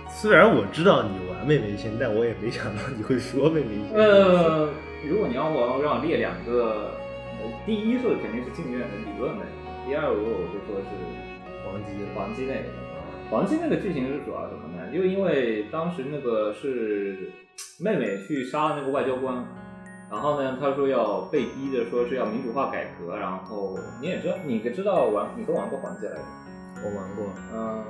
S2: 虽然我知道你玩妹妹线，但我也没想到你会说妹妹线。
S6: 呃，如果你要我让我列两个，呃第一是肯定是静院的理论那个，第二如果我就说是
S2: 黄鸡
S6: 黄鸡那个。黄鸡那个剧情是主要什么呢？就因为当时那个是妹妹去杀了那个外交官，然后呢，他说要被逼着说是要民主化改革，然后你也知道，你知道玩你都玩过黄鸡来着？
S2: 我玩过，
S6: 嗯，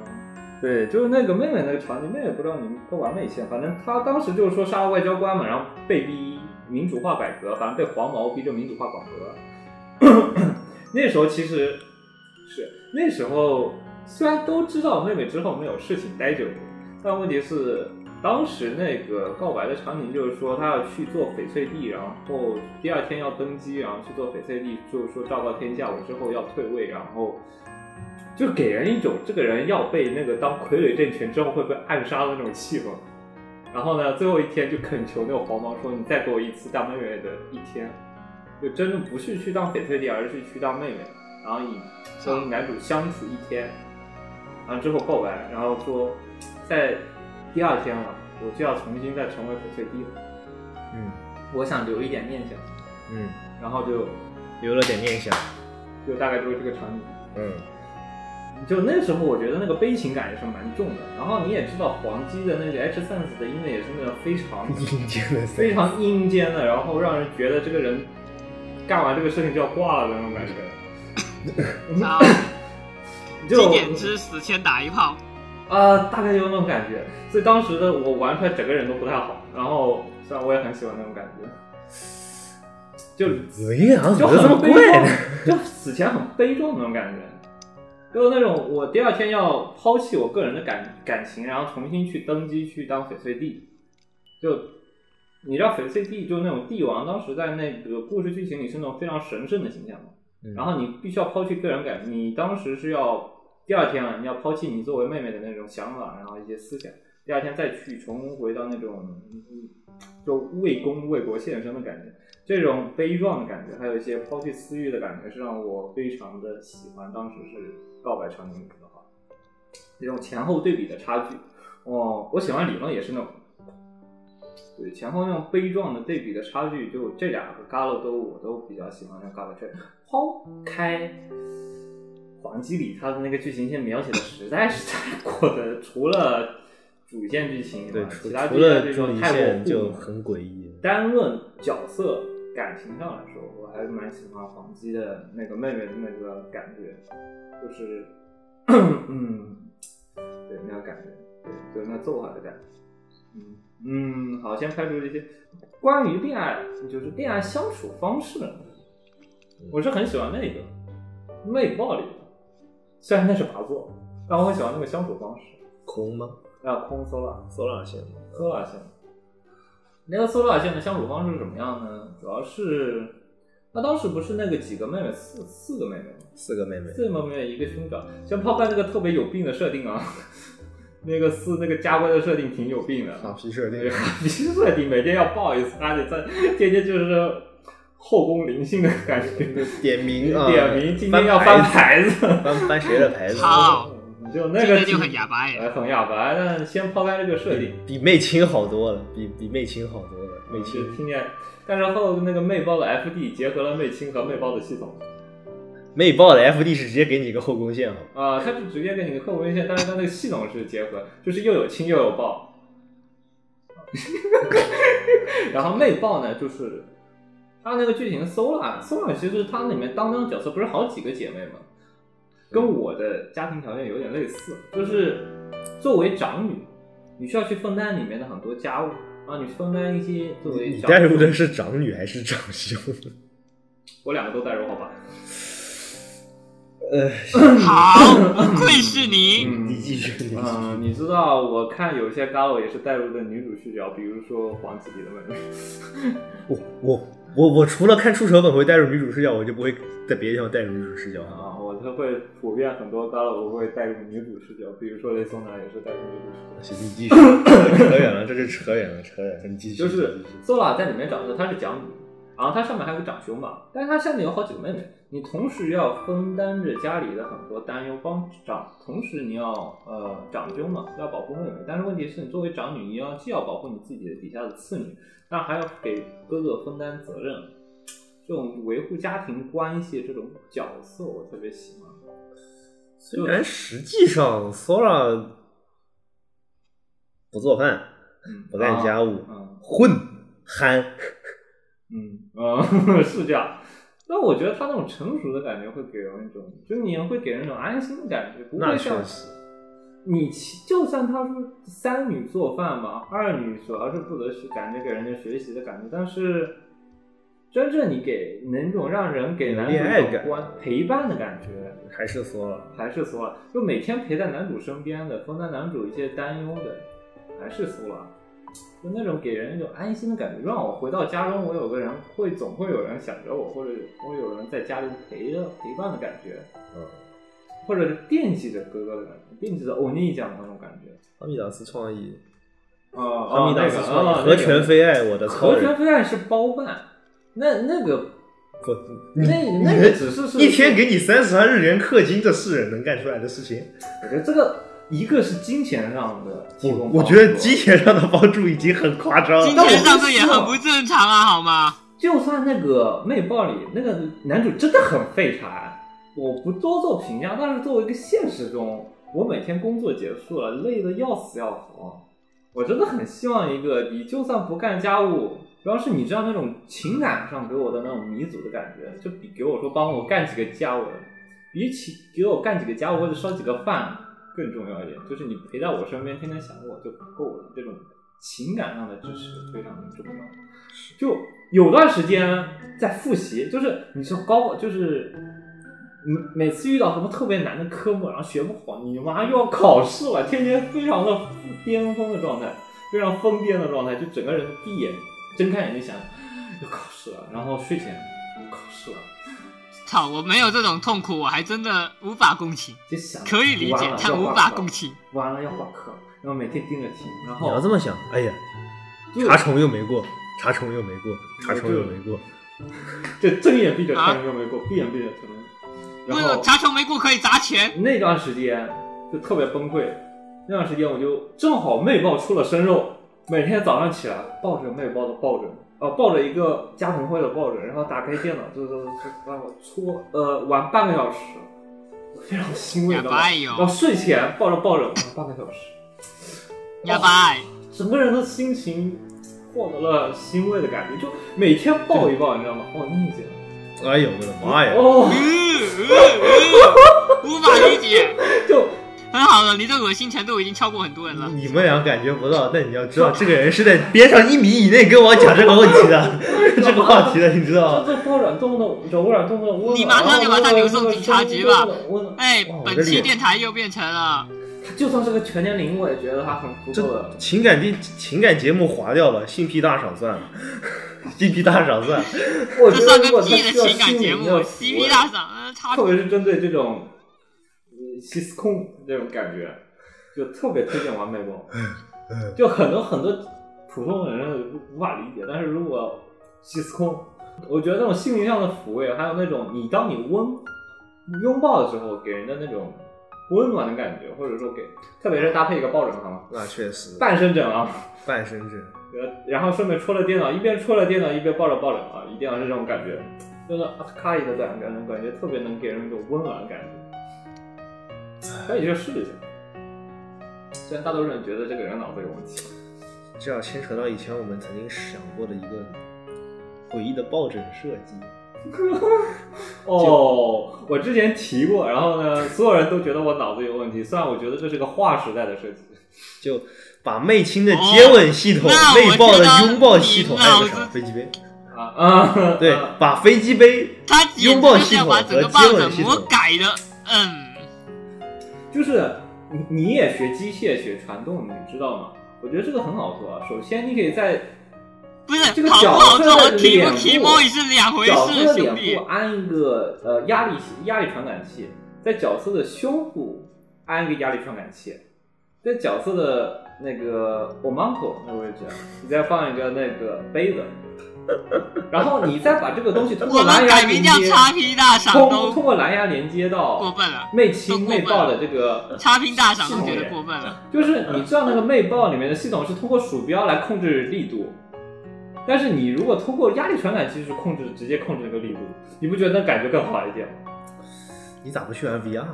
S6: 对，就是那个妹妹那个场景，妹妹不知道你们都玩没线，反正她当时就是说杀了外交官嘛，然后被逼民主化改革，反正被黄毛逼着民主化改革。 <coughs> 那时候其实是那时候虽然都知道妹妹之后没有事情待久，但问题是当时那个告白的场景就是说她要去做翡翠帝，然后第二天要登基，然后去做翡翠帝，就是说昭告天下，我之后要退位，然后就给人一种这个人要被那个当傀儡政权之后会被暗杀的那种气氛。然后呢，最后一天就恳求那个黄毛说：“你再给我一次当妹妹的一天。”就真的不是去当翡翠丽，而是去当妹妹，然后以嗯跟男主相处一天，然后之后告白，然后说在第二天了，我就要重新再成为翡翠丽了，
S2: 嗯
S6: 我想留一点念想，
S2: 嗯，
S6: 然后就
S2: 留了点念想，
S6: 就大概就是这个场景。
S2: 嗯
S6: 就那时候，我觉得那个悲情感也是蛮重的。然后你也知道，黄鸡的那个 H sense 的音乐也是那种非
S2: <laughs>
S6: 常
S2: 阴间的
S6: 非常阴间的，然后让人觉得这个人干完这个事情就要挂了的那种感觉。
S5: 啊，
S6: <laughs> 就
S5: 经典之死先打一炮，
S6: 啊，大概就那种感觉。所以当时的我玩出来，整个人都不太好。然后虽然我也很喜欢那种感觉，就
S2: 紫薇好像
S6: 就
S2: 怎么这么
S6: 很悲
S2: 贵 <laughs>
S6: 壮
S2: 呢？，
S6: 就死前很悲壮的那种感觉，就是那种我第二天要抛弃我个人的感感情，然后重新去登基去当翡翠帝。就你知道翡翠帝就是那种帝王，当时在那个故事剧情里是那种非常神圣的形象嘛。
S2: 嗯
S6: 然后你必须要抛弃个人感，情，你当时是要第二天啊，你要抛弃你作为妹妹的那种想法，然后一些思想，第二天再去重回到那种嗯就为公为国献身的感觉，这种悲壮的感觉，还有一些抛弃私欲的感觉，是让我非常的喜欢。当时是告白场景里的话，这种前后对比的差距，哦，我喜欢理论也是那种。对前后那种悲壮的对比的差距，就这两个 g a l 都我都比较喜欢那 g a l 这抛开黄基里他的那个剧情线描写的实在是太过的，除了主线剧情以
S2: 对，
S6: 外，
S2: 除
S6: 其他
S2: 除
S6: 剧情
S2: 了
S6: 这
S2: 朱
S6: 种
S2: 离
S6: 太过
S2: 线
S6: 糊
S2: 就
S6: 弄了
S2: 很诡异。
S6: 单论角色感情上来说，我还是蛮喜欢黄鸡的那个妹妹的那个感觉，就是 <coughs> 嗯，对那个感觉，对就是那揍他的感觉，嗯嗯，好，先排除这些关于恋爱，就是恋爱相处方式，我是很喜欢那个魅暴力的，虽然那是拔座，但我很喜欢那个相处方式，
S2: 空吗
S6: 啊，空搜了。
S2: ？Solar 线吗？
S6: 搜拉线。那个搜拉线的相处方式是什么样呢？主要是，那当时不是那个几个妹妹，四四个妹妹吗？
S2: 四个妹妹，
S6: 四个妹妹一个兄长，先抛开那个特别有病的设定啊， <laughs> 那个四那个家规的设定挺有病的，
S2: 好皮设
S6: 对， <laughs> 必须设定每天要抱一次，而且在天天就是后宫灵性的感觉，
S2: 点名啊，
S6: 点名今天要翻牌子，
S2: 翻翻谁的牌子？
S5: 操，
S6: 你 <laughs> 就那
S5: 今
S6: 个
S5: 天啊就很哑巴
S6: 哎，
S5: 哎，
S6: 很哑巴。但先抛开这个设定，
S2: 比媚青好多了，比比媚青好多了，媚
S6: 美
S2: 青
S6: 青听见，但是后那个魅包的 FD 结合了魅青和魅包的系统
S2: 媚豹的 FD 是直接给你一个后宫线好吗，
S6: 啊，它是直接给你个客户文献，但是它那个系统是结合，就是又有青又有豹。 <laughs> 然后魅豹呢，就是它那个剧情 Sola，Sola 其实它里面当当角色不是好几个姐妹吗？跟我的家庭条件有点类似，就是作为长女，你需要去分担里面的很多家务，然后你分担一些作为
S2: 你
S6: 长女
S2: 带入的是长女还是长兄？
S6: 我两个都带入好
S2: <laughs>
S6: 吧？
S2: 呃，
S5: 好，不愧是你，
S6: 嗯
S2: 你继续，你继续。
S6: 嗯，你知道，我看有些 GALO 也是带入的女主视角，比如说黄子里的妹妹。
S2: 我我我我除了看出手本会带入女主视角，我就不会在别的地方带入女主视角啊。
S6: 啊，我就会普遍很多 GALO 我会带入女主视角，比如说雷松达也是带入女主视角。
S2: 行，你
S6: <laughs>
S2: 继续，扯远了，这就扯远了，扯远了，你继续。
S6: 就是
S2: 继续
S6: Sola 在里面长的她是长女，然后她上面还有个长兄嘛，但是她下面有好几个妹妹，你同时要分担着家里的很多担忧，帮长，同时你要呃长兄嘛，要保护妹妹，但是问题是你作为长女，你要既要保护你自己的底下的次女，但还要给哥哥分担责任，这种维护家庭关系这种角色我特别喜欢。
S2: 虽然哎实际上 Sora 不做饭、
S6: 嗯，
S2: 不干家务、
S6: 啊，嗯。
S2: 混憨，
S6: 嗯，呃， <laughs> 是这样。但我觉得他那种成熟的感觉会给人一种，就你会给人一种安心的感觉，不
S2: 那
S6: 会
S2: 确
S6: 像
S2: 实。
S6: 你其就算他说三女做饭吧，二女主要是负责学，感觉给人家学习的感觉，但是真正你给能种让人给男主
S2: 恋爱
S6: 一种
S2: 感
S6: 关陪伴的感觉，
S2: 还是 Sora。
S6: 还是苏拉，就每天陪在男主身边的，分担男主一些担忧的，还是苏拉，就那种给人一种安心的感觉，让我回到家中，我有个人会总会有人想着我，或者会有人在家里陪着陪伴的感觉，
S2: 嗯，
S6: 或者是惦记着哥哥的感觉，惦记着欧尼酱那种感觉。
S2: 阿米达斯创意，
S6: 啊啊
S2: 阿，弥达
S6: 那
S2: 斯
S6: 个
S2: 索尼
S6: 啊，
S2: 和权非爱我的
S6: 和
S2: 超人
S6: 权，非爱是包办，那那个
S2: 不，
S6: 那那个只是是
S2: 一天给你三十万日元氪金，这是人能干出来的事情？
S6: 我觉得这个一个是金钱上的提
S2: 我
S6: 供
S2: 我
S6: 帮助
S2: 觉得金钱上的帮助已经很夸张
S6: 嗯
S5: 金
S2: 了。
S5: 钱上这也很不正常啊，好吗？
S6: 就算那个《魅爆》里那个男主真的很废柴，我不多做评价，但是作为一个现实中，我每天工作结束了，累得要死要活，我真的很希望一个你就算不干家务，主要是你知道那种情感上给我的那种弥足的感觉，就比给我说帮我干几个家务，比起给我干几个家务或者烧几个饭更重要一点，就是你陪在我身边，天天想我就够了，这种情感上的支持非常重要。就有段时间在复习，就是你说高，就是你每次遇到什么特别难的科目，然后学不好，你妈又要考试了，天天非常的巅峰的状态，非常疯癫的状态，就整个人闭眼睁开眼睛想 <laughs> 要考试了，然后睡前又考试了，
S5: 操，我没有这种痛苦，我还真的无法共情。
S6: 就想
S5: 可以理解
S6: 完了，
S5: 但
S6: 要
S5: 无
S6: 挂
S5: 法
S6: 科
S5: 共情。
S6: 完了要挂科，然后每天盯着题，然
S2: 你要
S6: 后
S2: 这么想，哎呀，
S6: 就
S2: 查重又没过，查重又没过，查重又没过，
S6: 就睁眼闭着
S5: 啊
S6: 全都没过，闭眼闭着全没过，
S5: 不
S6: 然后
S5: 是查穷没过可以砸钱，
S6: 那段时间就特别崩溃，那段时间我就正好妹报出了生肉，每天早上起来抱着妹报的抱枕，呃，抱着一个家庭会的抱枕，然后打开电脑，就就就让我搓呃玩半个小时，我非常欣慰
S5: 哑
S6: 的，
S5: 巴
S6: 然后
S5: 哟，
S6: 睡前抱着抱枕玩半个小时，
S5: 哑巴。哎
S6: 整个人的心情获得了欣慰的感觉，就每天抱一抱，你知道吗？哦，那一节，
S2: 哎呦我的妈呀！
S6: 哦，
S5: 嗯嗯
S6: <laughs>
S5: 嗯无法理解。
S6: 就
S5: 很好了，你的恶心程度已经超过很多人了。
S2: 你们俩感觉不到，但你要知道，这个人是在边上一米以内跟我讲这个问题的， <laughs> 这个话题的，你知道
S6: 就
S2: 吗？
S6: 这包软动不动柔软动不动温
S5: 你马上就把他留送警察局吧
S6: 温暖
S5: 哎
S2: 哇，我的
S5: 本期
S2: 脸
S5: 电台又变成了
S6: 就算是个全年龄，我也觉得他很不
S2: 这
S6: 错的。
S2: 情感电情感节目划掉了，性癖大赏算了， <laughs> 性癖大赏算了。
S6: 我
S5: 这
S6: 觉
S5: 算
S6: 得如
S5: 个
S6: 果他
S5: 屁的
S6: 需要
S5: 情感
S6: 心
S5: 节
S6: 灵
S5: 目
S6: 的抚慰
S5: ，CP 大赏，嗯，他
S6: 特别是针对这种嗯西斯控这种感觉，就特别推荐完美梦。就很多很多普通人无法理解，但是如果西斯控，我觉得那种心灵上的抚慰，还有那种你当你温拥抱的时候给人的那种温暖的感觉，或者说给，特别是搭配一个抱枕哈，
S2: 那确实，
S6: 半身枕啊。
S2: 半身枕，
S6: 呃，然后顺便戳了电脑，一边戳了电脑一边抱着抱着啊，一定要是这种感觉，真的啊咔一个感觉，感觉特别能给人一种温暖的感觉。可以去试一下，虽然大多数人觉得这个人脑子有问题，
S2: 这要牵扯到以前我们曾经想过的一个诡异的抱枕设计。
S6: 哦，我之前提过，然后呢，所有人都觉得我脑子有问题，虽然我觉得这是个划时代的设计，
S2: 就把媚亲的接吻系统、
S5: 哦那我
S2: 媚抱的拥抱系统，哎
S5: 知道
S2: 还
S5: 你
S2: 有个啥飞机杯？
S6: 啊啊， <laughs>
S2: 对，
S6: 啊
S2: 把飞机杯 <laughs>
S5: 他简
S2: 拥
S5: 直
S2: 抱
S5: 是
S2: 系
S5: 要
S2: 统
S5: 把整
S2: 和
S5: 个抱
S2: 接
S5: 枕
S2: 吻系
S5: 魔
S2: 统，
S5: 改的。嗯，
S6: 就是你你也学机械学传动，你知道吗？我觉得这个很好做啊。首先，你可以在
S5: 不是
S6: 这个
S5: 好不
S6: 角
S5: 好
S6: 色
S5: 做和
S6: 的
S5: key
S6: 脸
S5: 不
S6: 部
S5: key boy 是两回
S6: 角色
S5: 事，
S6: 的
S5: 兄
S6: 脸
S5: 弟
S6: 部。啊安一个呃压力压力传感器，在角色的胸部安一个压力传感器，在角色的那个 omanko 那个位置，你再放一个那个杯子，然后你再把这个东西通
S5: 我
S6: 过蓝
S5: 们
S6: 牙
S5: 改名
S6: 连
S5: 叫
S6: 接，
S5: 叉 P 大赏
S6: 通
S5: 都
S6: 通过蓝牙连接
S5: 过
S6: 到
S5: 分了，
S6: 魅
S5: 都
S6: 亲
S5: 过
S6: 魅
S5: 分了
S6: 爆的这个
S5: 叉 P 大赏
S6: 系
S5: 都
S6: 统
S5: 觉得
S6: 也
S5: 过分了。
S6: 就是你知道那个魅豹里面的系统是通过鼠标来控制力度，但是你如果通过压力传感器去控制，直接控制这个力度，你不觉得那感觉更好一点吗？
S2: 你咋不去啊玩 VR？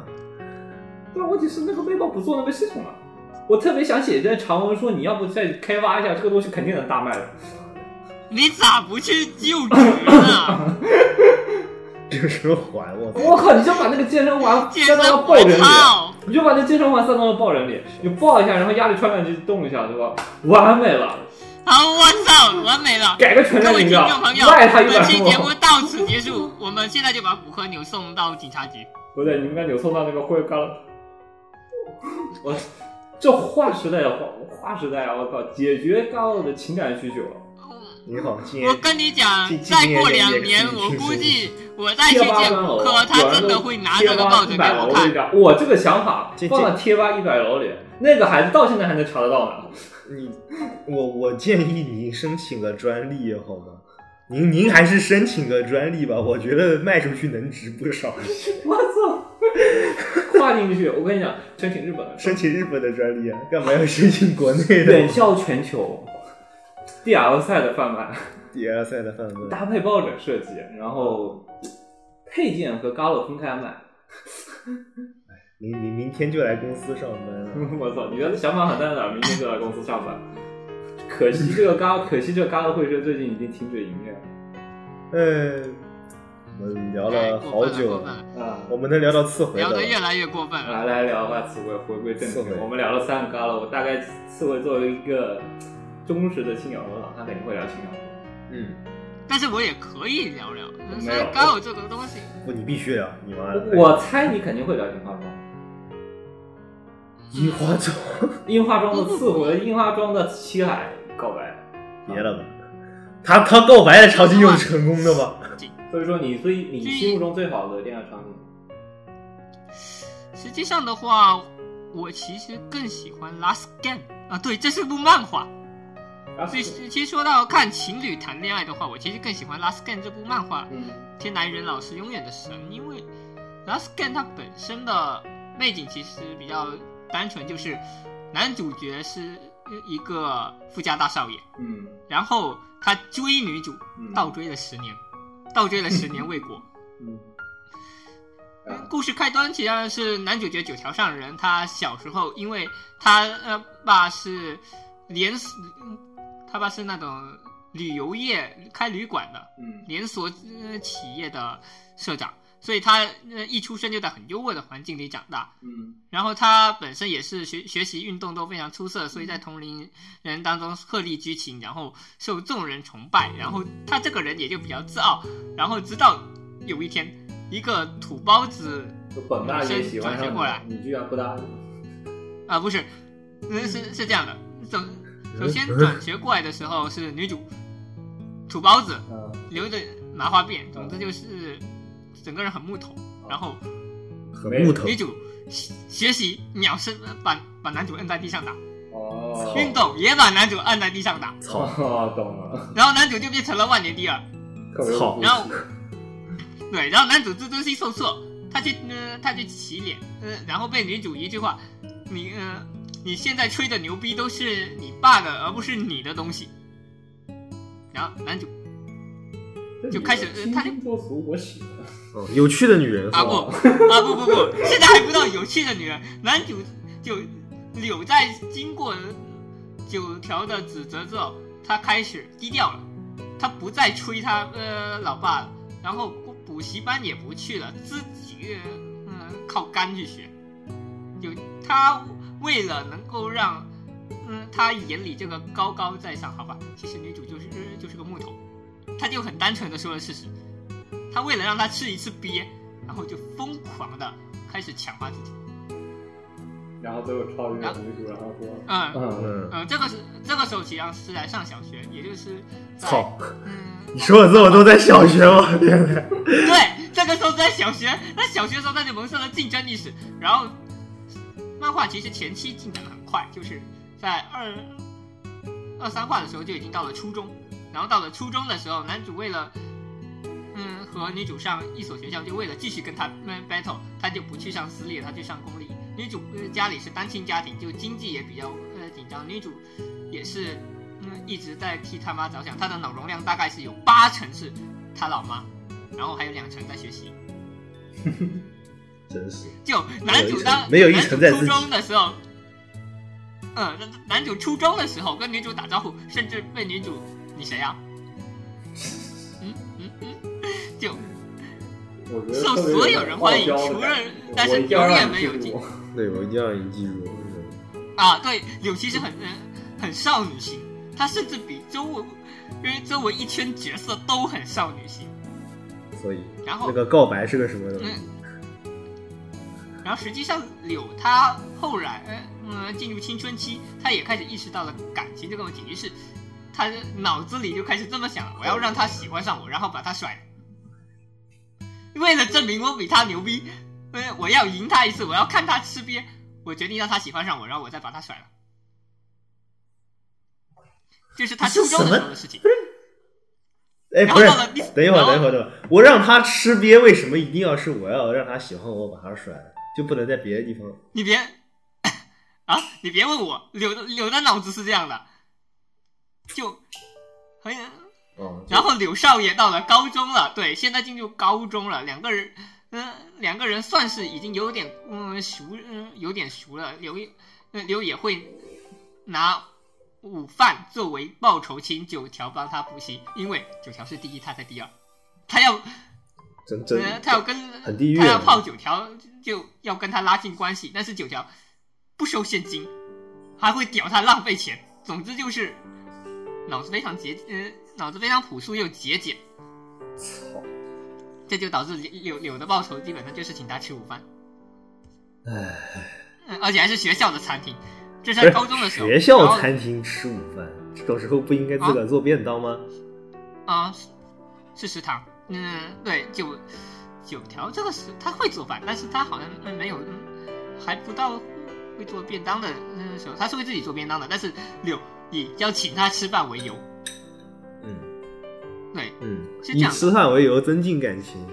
S2: <laughs>
S6: 但问题是那个魅豹不做那个系统啊。我特别想写一段长文说，你要不再开发一下这个东西，肯定能大卖的。
S5: 你咋不去就职
S6: <laughs>
S5: 呢？
S2: 这个时候还我操！
S6: 我靠，你就把那个健身环
S5: 健
S6: 塞到
S5: 身
S6: 了抱
S5: 我
S6: 枕里，
S5: 操！
S6: 你就把那健身环塞到了抱枕里，你抱一下，然后压力传感器动一下，对吧？完美了，
S5: 好，我操，完美了。
S6: 改个全
S5: <laughs> 各
S6: 身
S5: 位
S6: 形
S5: 听
S6: 象
S5: 众朋友，，
S6: 卖他一
S5: 本
S6: 百
S5: 期节目
S6: 多。
S5: 到此结束，我们现在就把骨科牛送到警察局。
S6: 不对，你们该扭送到那个灰缸了。我啊这划时代的划划时代啊！我靠，解决高的情感需求了。
S5: 嗯
S2: 你好，今年
S5: 我跟你讲，
S2: 今今
S5: 再过
S2: 年也
S5: 两
S2: 可以
S5: 年，
S2: 去
S5: 我
S2: 试
S5: 估
S2: 试
S5: 计我再去
S6: 贴吧
S5: 见
S6: 三
S5: 骨
S6: 楼，啊
S5: 科，他真的会拿这个报纸
S6: 一
S5: 给
S6: 百楼
S5: 我
S6: 一
S5: 看。
S6: 张，我这个想法
S2: 这这
S6: 放到贴吧一百楼里，那个孩子到现在还能查得到呢。
S2: 你我我建议您申请个专利好吗？您您还是申请个专利吧，我觉得卖出去能值不少。
S6: <laughs>
S2: <laughs>
S6: 我操！跨进去，我跟你讲，申请日本的，
S2: 申请日本的专利啊，干嘛要申请国内的
S6: 远销全球，DL 赛的贩卖，
S2: DL 赛的范围？
S6: 搭配抱枕设计，然后配件和 Galo 分开卖。
S2: 明明明天就来公司上班了。
S6: 我操，你的想法很大胆，明天就来公司上班。可惜这个 Galo，可惜这个 Galo 会社最近已经停止营业了
S2: 嗯，我们聊了好久
S5: 过分了过分了，
S6: 啊
S2: 我们能聊到次回
S5: 哎聊
S2: 的
S5: 得越
S2: 了。
S5: 来越过分了。
S6: 来来聊吧，刺猬回归正
S2: 刺
S6: 题
S2: 猬。
S6: 我们聊了三个 Galo，我大概刺猬作为一个忠实的青鸟罗党，他肯定会聊青鸟罗。
S2: 嗯，
S5: 但是我也可以聊聊，嗯所
S6: 没
S5: 以
S6: 有
S5: 刚好这个东西，
S2: 不，你必须聊，啊你妈的。
S6: 我猜你肯定会聊樱花庄，
S2: 樱花庄，
S6: 樱花庄的刺回，樱花庄的七海告白。
S2: 别了吧。他他告白的场景有成功的吗？
S6: 所以说你最你心目中最好的恋爱场景，
S5: 实际上的话，我其实更喜欢《Last Game》啊，对，这是部漫画。
S6: 啊
S5: 所以其实说到看情侣谈恋爱的话，我其实更喜欢《Last Game》这部漫画。
S6: 嗯，
S5: 天南人老师永远的神，因为《Last Game》它本身的背景其实比较单纯，就是男主角是一个富家大少爷，
S6: 嗯
S5: 然后他追女主，
S6: 嗯
S5: 倒追了十年，倒追了十年未果。
S6: 嗯，啊
S5: 故事开端其实是男主角九条上人，他小时候因为他呃爸是连锁，嗯他爸是那种旅游业开旅馆的，
S6: 嗯
S5: 连锁呃企业的社长，所以他呃一出生就在很优渥的环境里长大。
S6: 嗯
S5: 然后他本身也是学学习运动都非常出色，所以在同龄人当中鹤立鸡群，然后受众人崇拜。然后他这个人也就比较自傲。然后直到有一天，一个土包子
S6: 就本大爷喜欢
S5: 转身过来
S6: 上你，你居然不答应，
S5: 啊、不是，嗯是是这样的，首首先转学过来的时候是女主土包子，
S6: 啊，
S5: 留着麻花辫，总之就是整个人很木头。然后
S2: 很木头
S5: 女，主学学习秒身把把男主摁在地上打，
S6: 哦，
S5: 运动也把男主摁在地上打，
S2: 操，
S6: 哦，懂了，
S5: 然后男主就变成了万年第二。
S6: 特别
S2: 操
S6: 无辜
S5: 然后对，然后男主自尊心受挫，他去呃他去洗脸，呃，然后被女主一句话，你呃你现在吹的牛逼都是你爸的，而不是你的东西。然后男主就开始
S6: 这女的
S5: 他就
S6: 清新脱俗，我喜欢，
S2: 哦有趣的女人
S5: 啊不啊不不不，现在还不到有趣的女人，男主就柳在经过九条的指责之后，他开始低调了，他不再吹他呃老爸了，然后补补习班也不去了，自己嗯、呃靠肝去学，有他为了能够让嗯他眼里这个高高在上，好吧，其实女主就是呃就是个木头，他就很单纯的说了事实，他为了让他吃一次鳖。然后就疯狂的开始强化自己。
S6: 然后最后超越了女主，然后说，
S5: 嗯
S6: 嗯，
S2: 嗯，
S5: 呃，这个是这个时候其实是在上小学，也就是在
S2: 操，
S5: 嗯，
S2: 你说的这么多在小学吗？原来，
S5: 对，这个时候在小学，那小学的时候他就萌生了竞争意识。然后漫画其实前期进展的很快，就是在二二三话的时候就已经到了初中，然后到了初中的时候，男主为了嗯和女主上一所学校，就为了继续跟他们嗯 battle，他就不去上私立，他去上公立。女主、呃、家里是单亲家庭，就经济也比较呃紧张，女主也是嗯一直在替他妈着想，她的脑容量大概是有八成是她老妈，然后还有两成在学习。
S2: 真是
S5: 就男主当
S2: 没有一层没有一层在自己
S5: 男主初中的时候，嗯，男主初中的时候跟女主打招呼，甚至被女主你谁啊？嗯嗯嗯，就
S6: 我觉得
S5: 受
S6: 特别
S5: 所有人欢迎
S6: 傲娇的
S5: 除了
S6: 感觉
S5: 但是
S6: 我一定要让
S5: 永远
S6: 你
S5: 没
S6: 记
S5: 有
S6: 住
S5: 进
S6: 我
S2: 对我一定要让你记住。
S5: 啊，对，柳七是很呃很少女心，她甚至比周围因为周围一圈角色都很少女心，
S2: 所以
S5: 然后
S2: 那个告白是个什么东西？
S5: 哦嗯，然后实际上柳她后来，呃嗯，进入青春期，她也开始意识到了感情这个问题，于是他就脑子里就开始这么想：我要让他喜欢上我，然后把他甩了。为了证明我比他牛逼，呃我要赢他一次，我要看他吃瘪。我决定让他喜欢上我，然后我再把他甩了。这是他初中的时候的事情。
S2: 哎，
S5: 然
S2: 不
S5: 后
S2: 是
S5: 到，了第，
S2: 等一会儿，
S5: 然后
S2: 等一会儿，等一会儿，我让他吃瘪，为什么一定要是我要让他喜欢我，把他甩了，就不能在别的地方？
S5: 你别啊，你别问我，柳的柳的脑子是这样的，就很。
S2: 哦，就
S5: 然后柳少爷到了高中了，对，现在进入高中了，两个人，嗯、两个人算是已经有点嗯熟，嗯、有点熟了。柳也，呃柳也会拿午饭作为报酬，请九条帮他补习，因为九条是第一，他在第二，他要
S2: 真真
S5: 呃，他要跟
S2: 很地狱
S5: 他要
S2: 啊
S5: 泡九条，就要跟他拉近关系，但是九条不收现金，还会屌他浪费钱。总之就是脑子非常节，呃，脑子非常朴素又节俭，
S2: 操，
S5: 这就导致柳柳柳的报酬基本上就是请他吃午饭，
S2: 哎，
S5: 嗯，而且还是学校的餐厅。这是
S2: 不
S5: 在
S2: 是
S5: 高中的时
S2: <laughs>
S5: 候，
S2: 学校
S5: 然后
S2: 餐厅吃午饭，这种时候不应该自个儿做便当吗？
S5: 啊、是是食堂，嗯，对，九九条这个是他会做饭，但是他好像嗯没有，嗯还不到会做便当的嗯时候，他是会自己做便当的，但是柳以要请他吃饭为由，
S2: 嗯
S5: 对
S2: 嗯，
S5: 啊是这
S2: 以
S5: 样的
S2: 吃饭为由增进感情，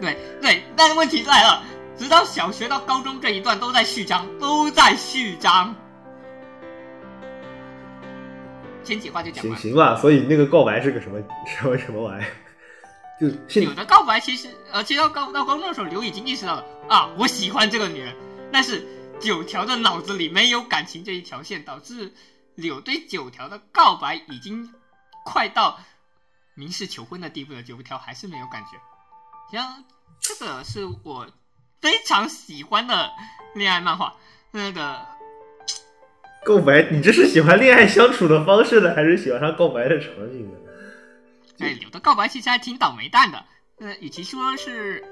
S5: 对对，但问题来了，直到小学到高中这一段都在序章，都在序章。前几话就讲
S2: 行
S5: 完了。
S2: 行吧。所以那个告白是个什么什么什么玩意儿？ <laughs> 就现
S5: 有的告白其实，呃，其实到高到高中的时候，刘已经意识到了啊，我喜欢这个女人，但是九条的脑子里没有感情这一条线，导致柳对九条的告白已经快到明示求婚的地步了，九条还是没有感觉。像这个是我非常喜欢的恋爱漫画，那个
S2: 告白，你这是喜欢恋爱相处的方式呢，还是喜欢上告白的场景呢？
S5: 哎，柳的告白其实还挺倒霉蛋的。呃，与其说是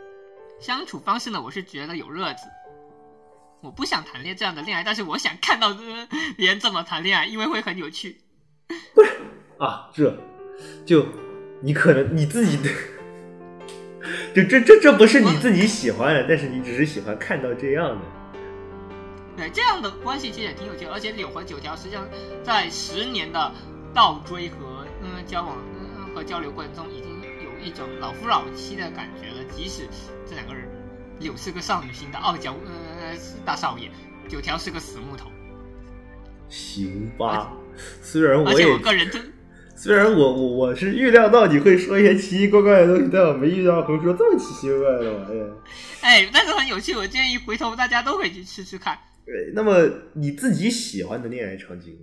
S5: 相处方式呢，我是觉得有乐子。我不想谈恋这样的恋爱，但是我想看到呃别人这么谈恋爱，因为会很有趣。
S2: 啊，这就你可能你自己的，就这这这不是你自己喜欢的，但是你只是喜欢看到这样的。
S5: 对，这样的关系其实也挺有趣的。而且柳和九条实际上在十年的倒追和嗯交往嗯和交流过程中，已经有一种老夫老妻的感觉了。即使这两个人，柳是个少女心的傲娇呃大少爷，九条是个死木头。
S2: 行吧，虽然
S5: 而
S2: 我
S5: 且
S2: 也
S5: 我个人真。
S2: 虽然我我我是预料到你会说一些奇奇怪怪的东西，但我没预料到会说这么奇奇怪怪的玩意儿。
S5: 哎，但是很有趣，我建议回头大家都可以去吃吃看。
S2: 对，呃那么你自己喜欢的恋爱场景，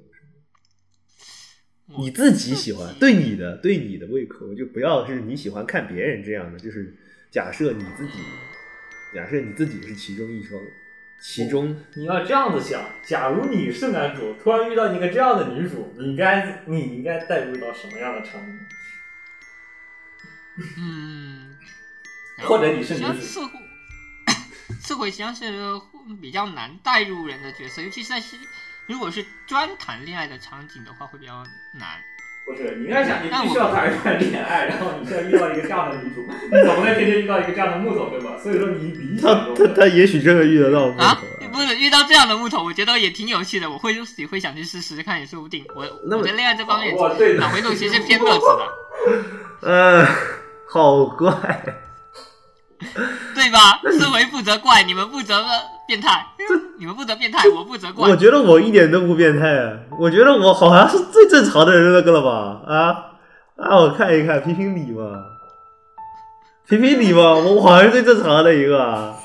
S5: 我
S2: 你自己喜欢，对你的对你的胃口，就不要是你喜欢看别人这样的，就是假设你自己，假设你自己是其中一双，其中
S6: 你要这样子想，假如你是男主，突然遇到一个这样的女主，你应该你应该带入到什么样的场景？
S5: 嗯，
S6: 或者你是女
S5: 像
S6: 主，
S5: <laughs> 刺回，刺回实际上是比较难带入人的角色，尤其是在是如果是专谈恋爱的场景的话，会比较难。
S6: 不是，你应该想你
S5: 那我
S6: 必须要谈一段恋爱，然后你现在遇到一个这样的女主，你总不能天天遇到一个这样的木头对吧？所以说你比
S2: 他
S6: 想
S2: 他
S6: 中的
S2: 他也许真的遇得到木头
S5: 啊
S2: 啊，
S5: 不是遇到这样的木头，我觉得也挺有趣的，我会也会想去试试看，也说不定。我
S2: 那么
S5: 我在恋爱这方面
S6: 哇对的
S5: 脑回路其实偏乐子的，
S2: 嗯、好怪，
S5: 对吧？刺回负责怪，你们负责变态，你们负责变态，我负责怪
S2: 我。觉得我一点都不变态啊，我觉得我好像是最正常的人那个了吧？啊啊，我看一看，评评理嘛，评评理嘛，我我好像是最正常的一个啊，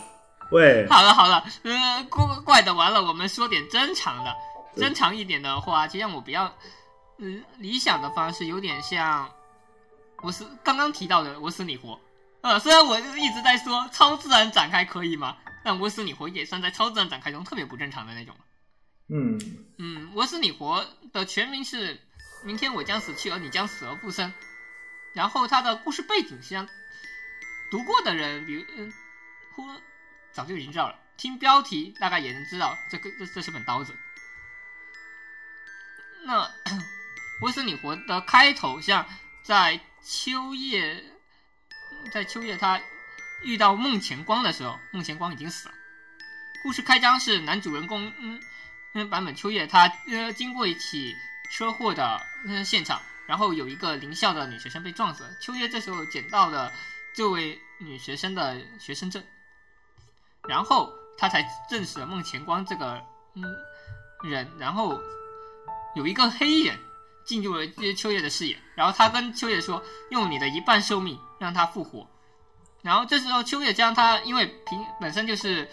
S2: 喂，
S5: 好了好了，呃，怪怪的完了，我们说点正常的，正常一点的话，就让我比较，嗯、理想的方式有点像，我是刚刚提到的我死你活，呃，虽然我一直在说超自然展开可以吗？但我死你活也算在超自然展开中特别不正常的那种。
S6: 嗯，
S5: 嗯，我死你活的全名是“明天我将死去，而你将死而复生”。然后它的故事背景实际上，读过的人，比如嗯，忽早就已经知道了，听标题大概也能知道这个这这是本刀子。那 <clears throat> 我使你活》的开头，像在秋叶，在秋叶他遇到孟前光的时候，孟前光已经死了。故事开张是男主人公嗯嗯版本秋叶他呃经过一起车祸的嗯现场，然后有一个林校的女学生被撞死了，秋叶这时候捡到了这位女学生的学生证，然后他才认识了孟前光这个嗯人，然后有一个黑衣人进入了秋叶的视野，然后他跟秋叶说，用你的一半寿命让他复活。然后这时候秋叶将他，因为平本身就是，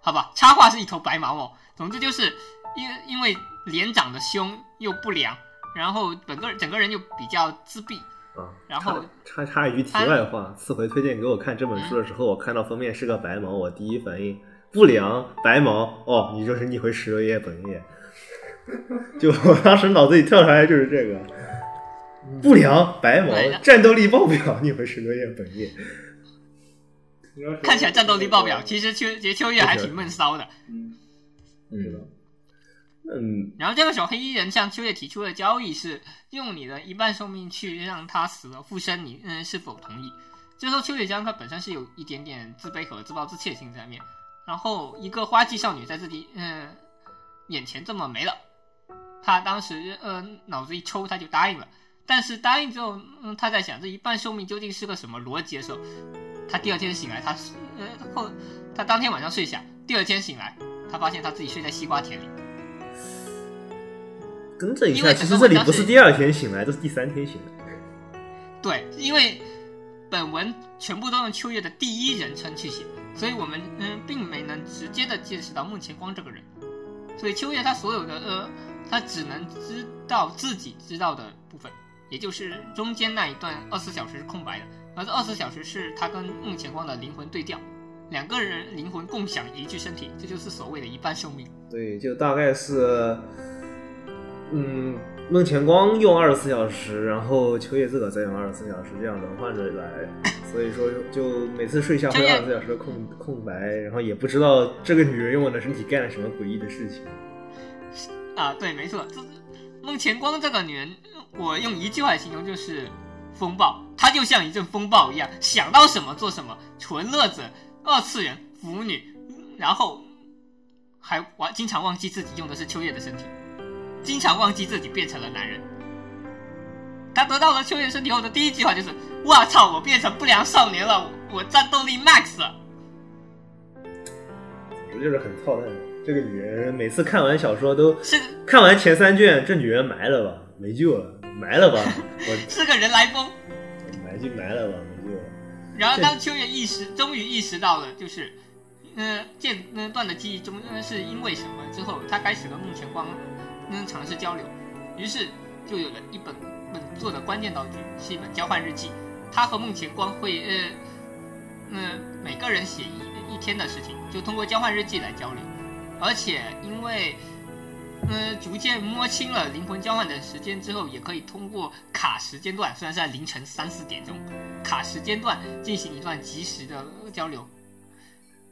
S5: 好吧，插画是一头白毛哦。总之就是因因为脸长得凶又不良，然后整个整个人又比较自闭，
S2: 啊，
S5: 然后哎
S2: 插插插一句题外话，次回推荐给我看这本书
S5: 嗯
S2: 的时候，我看到封面是个白毛，我第一反应不良白毛，哦，你就是逆回十六页本页，就我当时脑子里跳出来就是这个。不良白毛
S5: 对的，
S2: 战斗力爆表， <laughs> 逆回十六页本页。
S6: 你要是
S5: 看起来战斗力爆表，其实秋节秋叶还挺闷骚的。
S6: 嗯，
S2: 嗯嗯，
S5: 然后这个时候黑衣人向秋叶提出的交易是用你的一半寿命去让他死了附身你，嗯，是否同意？这时候秋叶江他本身是有一点点自卑和自暴自弃的心在面，然后一个花季少女在自己嗯、眼前这么没了，他当时呃脑子一抽他就答应了，但是答应之后，嗯，他在想这一半寿命究竟是个什么逻辑的时候，他第二天醒来，他是呃后他当天晚上睡下，第二天醒来，他发现他自己睡在西瓜田里。
S2: 更正一
S5: 因为
S2: 下，
S5: 整
S2: 其
S5: 个
S2: 实这里不
S5: 文章是
S2: 是第二天醒来，这是第三天醒来。
S5: 对，因为本文全部都用秋叶的第一人称去写，所以我们嗯并没能直接的见识到孟前光这个人。所以秋叶他所有的呃，他只能知道自己知道的部分，也就是中间那一段二十四小时是空白的，而这二十四小时是他跟孟前光的灵魂对调，两个人灵魂共享一具身体，这就是所谓的一半寿命。
S2: 对，就大概是，嗯，孟前光用二十四小时，然后秋叶自个再用二十四小时，这样轮换着来。所以说，就每次睡下会
S5: 秋叶
S2: 二十四小时的空空白，然后也不知道这个女人用我的身体干了什么诡异的事情。
S5: 啊，对，没错，这孟前光这个女人，我用一句话来形容就是风暴，她就像一阵风暴一样，想到什么做什么，纯乐子，二次元腐女，然后还忘经常忘记自己用的是秋叶的身体，经常忘记自己变成了男人。她得到了秋叶身体后的第一句话就是：“哇操，我变成不良少年了，我我战斗力 max 了。”
S2: 总之就是很操蛋。这个女人每次看完小说都
S5: 是
S2: 看完前三卷，这女人埋了吧，没救了，埋了吧，我
S5: 是个人来疯。
S2: 埋就埋了吧，没救了。
S5: 然后当秋叶意识，终于意识到了，就是，嗯，间那段的记忆中，嗯，是因为什么之后，他开始和孟前光，嗯，尝试交流，于是就有了一本呃本作的关键道具，是一本交换日记。他和孟前光会，呃，嗯，每个人写一一天的事情，就通过交换日记来交流。而且因为，呃，逐渐摸清了灵魂交换的时间之后，也可以通过卡时间段，虽然是在凌晨三四点钟，卡时间段进行一段及时的交流，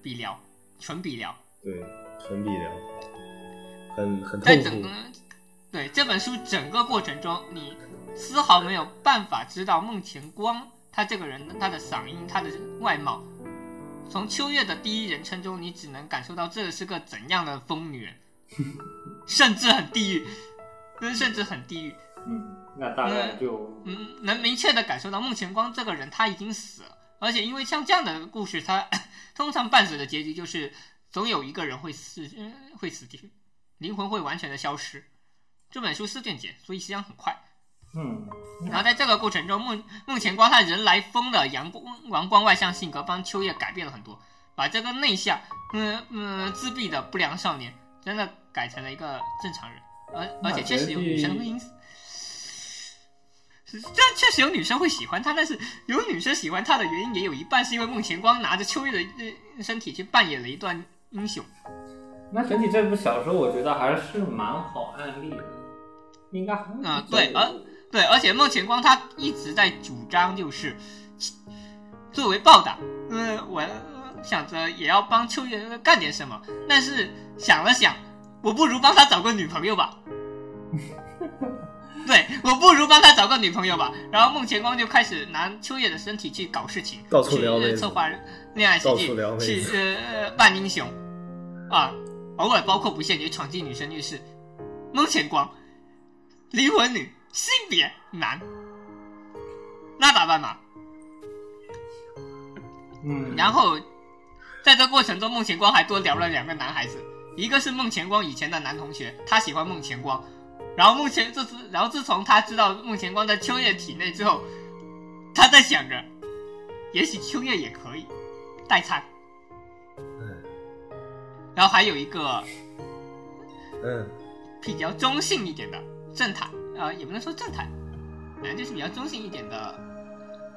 S5: 笔聊，纯笔聊。
S2: 对，纯笔聊，很很
S5: 在
S2: 痛
S5: 整
S2: 苦
S5: 个。对这本书整个过程中，你丝毫没有办法知道孟前光他这个人、他的嗓音、他的外貌。从秋月的第一人称中，你只能感受到这是个怎样的疯女人，甚至很地狱，嗯，甚至很地狱。
S6: 嗯，那大概就
S5: 嗯，能明确的感受到孟前光这个人他已经死了，而且因为像这样的故事，它 <coughs> 通常伴随的结局就是总有一个人会死，呃会死去，灵魂会完全的消失。这本书四卷结，所以实际上很快。
S6: 嗯，
S5: 然后在这个过程中，孟孟前光他人来疯的阳光阳光外向性格帮秋叶改变了很多，把这个内向、嗯嗯自闭的不良少年，真的改成了一个正常人，而而且确实有女生会因此，这确实有女生会喜欢他，但是有女生喜欢他的原因也有一半是因为孟前光拿着秋叶的、呃、身体去扮演了一段英雄。
S6: 那整体这部小说，我觉得还是蛮好案例的，应该很
S5: 嗯对而对，而且孟前光他一直在主张，就是作为报答，嗯、我想着也要帮秋叶呃干点什么，但是想了想，我不如帮他找个女朋友吧。对，我不如帮他找个女朋友吧。然后孟前光就开始拿秋叶的身体去搞事情，
S2: 到处撩妹
S5: 去
S2: 子
S5: 策划恋爱
S2: 到
S5: 实
S2: 处
S5: 际
S2: 撩妹，
S5: 去
S2: 子
S5: 呃扮英雄啊，偶尔包括不限于闯进女生浴室。孟前光，离婚女，性别男，那咋办嘛？
S6: 嗯，
S5: 然后在这过程中，孟前光还多聊了两个男孩子，一个是孟前光以前的男同学，他喜欢孟前光。然后孟前这次，然后自从他知道孟前光在秋叶体内之后，他在想着，也许秋叶也可以代餐。然后还有一个
S2: 嗯，
S5: 比较中性一点的正太，呃，也不能说正太，反正就是比较中性一点的，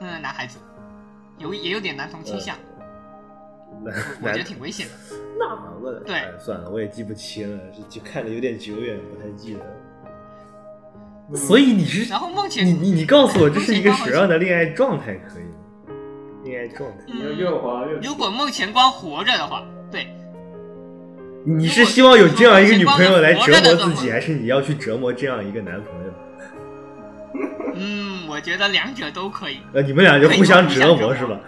S5: 嗯、男孩子，有也有点男同倾向，
S2: 男
S5: 我觉得
S2: 男
S5: 挺危险的。
S2: 哪个？
S5: 对
S2: 哎算了，我也记不清了，就看着有点久远，不太记得。
S6: 嗯
S2: 所以你是
S5: 然后孟前
S2: 你你你告诉我这是一个
S5: 孟
S2: 什
S5: 前
S2: 么样的恋爱状态可以吗？恋爱状态，
S6: 你就越滑越
S5: 嗯如果孟前光活着的话，对，
S2: 你是希望有这样一个女朋友来折磨自己，还是你要去折磨这样一个男朋友？
S5: 嗯，我觉得两者都可以。
S2: 呃，你们俩就互相折磨是吧？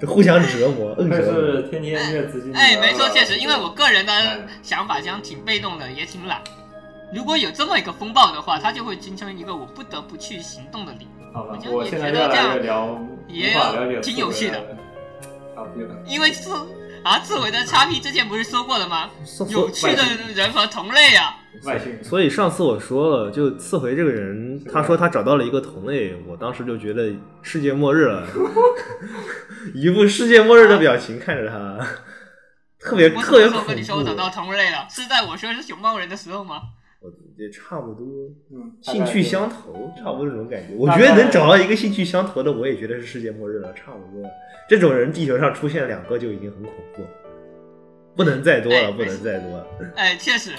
S2: 就 <laughs> 互相折磨，硬
S6: 但
S2: 折
S6: 是
S2: 磨。
S6: 天天越自信。
S5: 哎，没错，确实，因为我个人的
S6: 嗯
S5: 想法将挺被动的，也挺懒。如果有这么一个风暴的话，它就会形成一个我不得不去行动的理由。
S6: 好吧
S5: 我觉，得
S6: 我现在越来越聊，
S5: 也
S6: 无法了解
S5: 挺有趣的
S6: 思维了。差不多了
S5: 因为刺啊，刺猬的叉 P 之前不是说过了吗？有趣的人和同类啊，
S6: 外星人，
S2: 所以上次我说了，就刺回这个人，他说他找到了一个同类，我当时就觉得世界末日 <laughs> 了，一副世界末日的表情看着他，特别
S5: 我
S2: 特别
S5: 什么时
S2: 恐
S5: 候跟你说我找到
S2: 怖。
S5: 同类了？是在我说是熊猫人的时候吗？
S2: 我也差不多，
S6: 嗯，
S2: 兴趣相投，差不多这种感觉。我觉得能找到一个兴趣相投的，我也觉得是世界末日了，差不多。这种人地球上出现两个就已经很恐怖了，不能再多
S5: 哎
S2: 了，不能再多了。
S5: 哎，确实，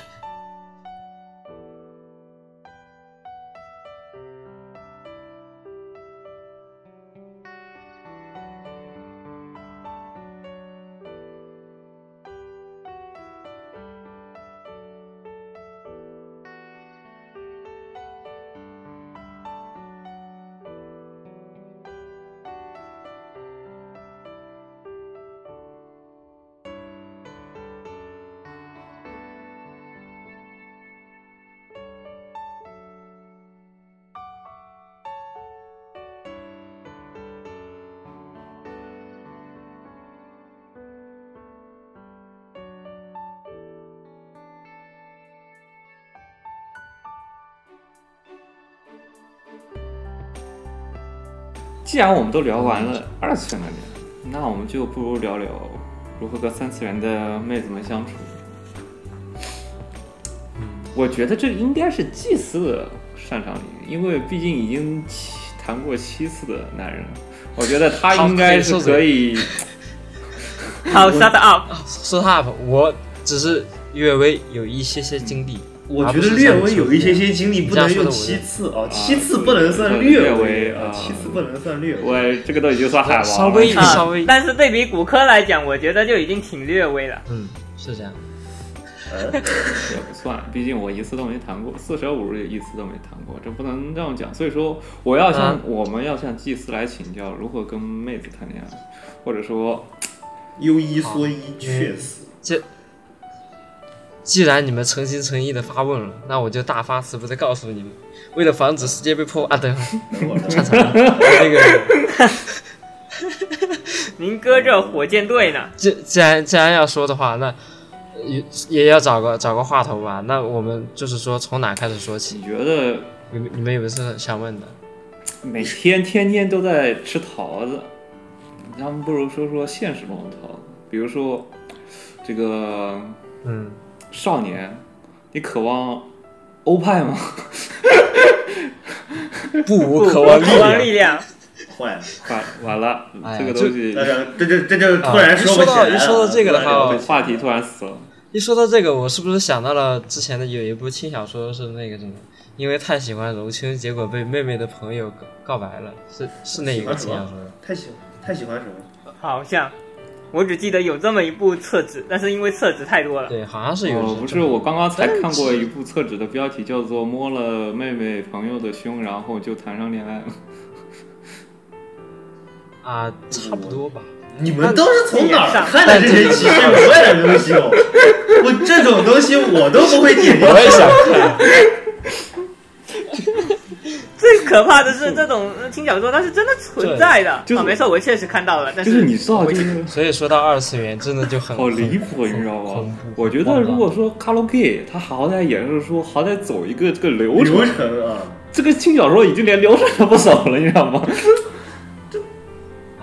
S6: 既然我们都聊完了二次元的恋爱，那我们就不如聊聊如何和三次元的妹子们相处。我觉得这应该是祭司的擅长领域，因为毕竟已经七谈过七次的男人了，我觉得他应该是可
S3: <laughs>
S6: 以。
S5: 好，shut up。
S3: Shut up！我只是略微有一些些经历，
S2: 我
S3: 而
S2: 觉
S3: 不
S2: 得
S3: 是
S2: 略
S3: 像你
S2: 微
S3: 说
S2: 有
S3: 的
S2: 一些
S3: 那样
S2: 些经历不
S3: 你这样
S2: 能用
S3: 说的我
S2: 七
S3: 就
S2: 次哦，
S6: 啊
S2: 七次不能算
S6: 对
S2: 略
S6: 略
S2: 微
S6: 微
S2: 啊，
S6: 啊
S2: 七次不能算略微。
S6: 我这个都已经算海王了，
S3: 稍微
S5: 啊
S3: 稍微，
S5: 但是对比骨科来讲，我觉得就已经挺略微了。
S3: 嗯，是这样。
S6: 也不算，毕竟我一次都没谈过，四舍五入也一次都没谈过，这不能这样讲。所以说，我要向、
S3: 啊
S6: 我们要向祭司来请教如何跟妹子谈恋爱，或者说，
S2: 优一说一，确实。
S3: 既然你们诚心诚意的发问了，那我就大发慈悲的告诉你们，为了防止世界被破啊，等一会儿
S2: 等会儿
S3: <laughs> 看啥？那个，
S5: 您哥这火箭队呢？
S3: 既既然既然要说的话，那也也要找个找个话头吧。那我们就是说从哪开始说
S6: 你
S3: 起？
S6: 觉得
S3: 你们你们有没有是想问的？
S6: 每天天天都在吃桃子，咱们不如说说现实中的桃子，比如说这个
S3: 嗯，
S6: 少年，你渴望欧派吗？
S3: 不无可望力
S5: 光
S3: 量。
S5: 力量，
S2: 坏了，
S6: 完完了
S3: 哎，呀
S6: 这个东西
S2: 但是这就这就突然
S3: 啊
S2: 说不起来了。
S3: 一说到一说到这个的话
S2: 突然说不
S3: 哦
S2: 起来
S6: 话题突然死了。
S3: 一说到这个，我是不是想到了之前的有一部轻小说是那个什么？因为太喜欢柔青，结果被妹妹的朋友啊
S2: <laughs>
S3: 告告白了，是是那一个轻小说吗？
S2: 太喜太喜欢什么？
S5: 好像我只记得有这么一部厕纸，但是因为厕纸太多了，
S3: 对，好像是有
S6: 哦，
S3: 人
S6: 不是，我刚刚才看过一部厕纸的标题叫做“摸了妹妹朋友的胸，然后就谈上恋爱了
S3: 啊，差不多
S6: <laughs>
S3: 吧。
S2: 你们都是从哪儿看的这些奇奇怪怪的东西哦？我这种东西我都不会解决。
S3: 也想看，
S5: 最可怕的是这种呃轻小说它是真的存在的。
S6: 对就是
S5: 啊，没错，我确实看到了，”，但
S6: 就是你知道，就是
S3: 所以说到二次元真的就很
S6: 好离
S3: 很
S6: 谱，你知道吗
S3: 恐？怖
S6: 我觉得如果说卡拉 OK，它好歹也是说好歹走一个这个流程，
S2: 程啊，
S6: 这个轻小说已经连流程都不走了，你知道吗？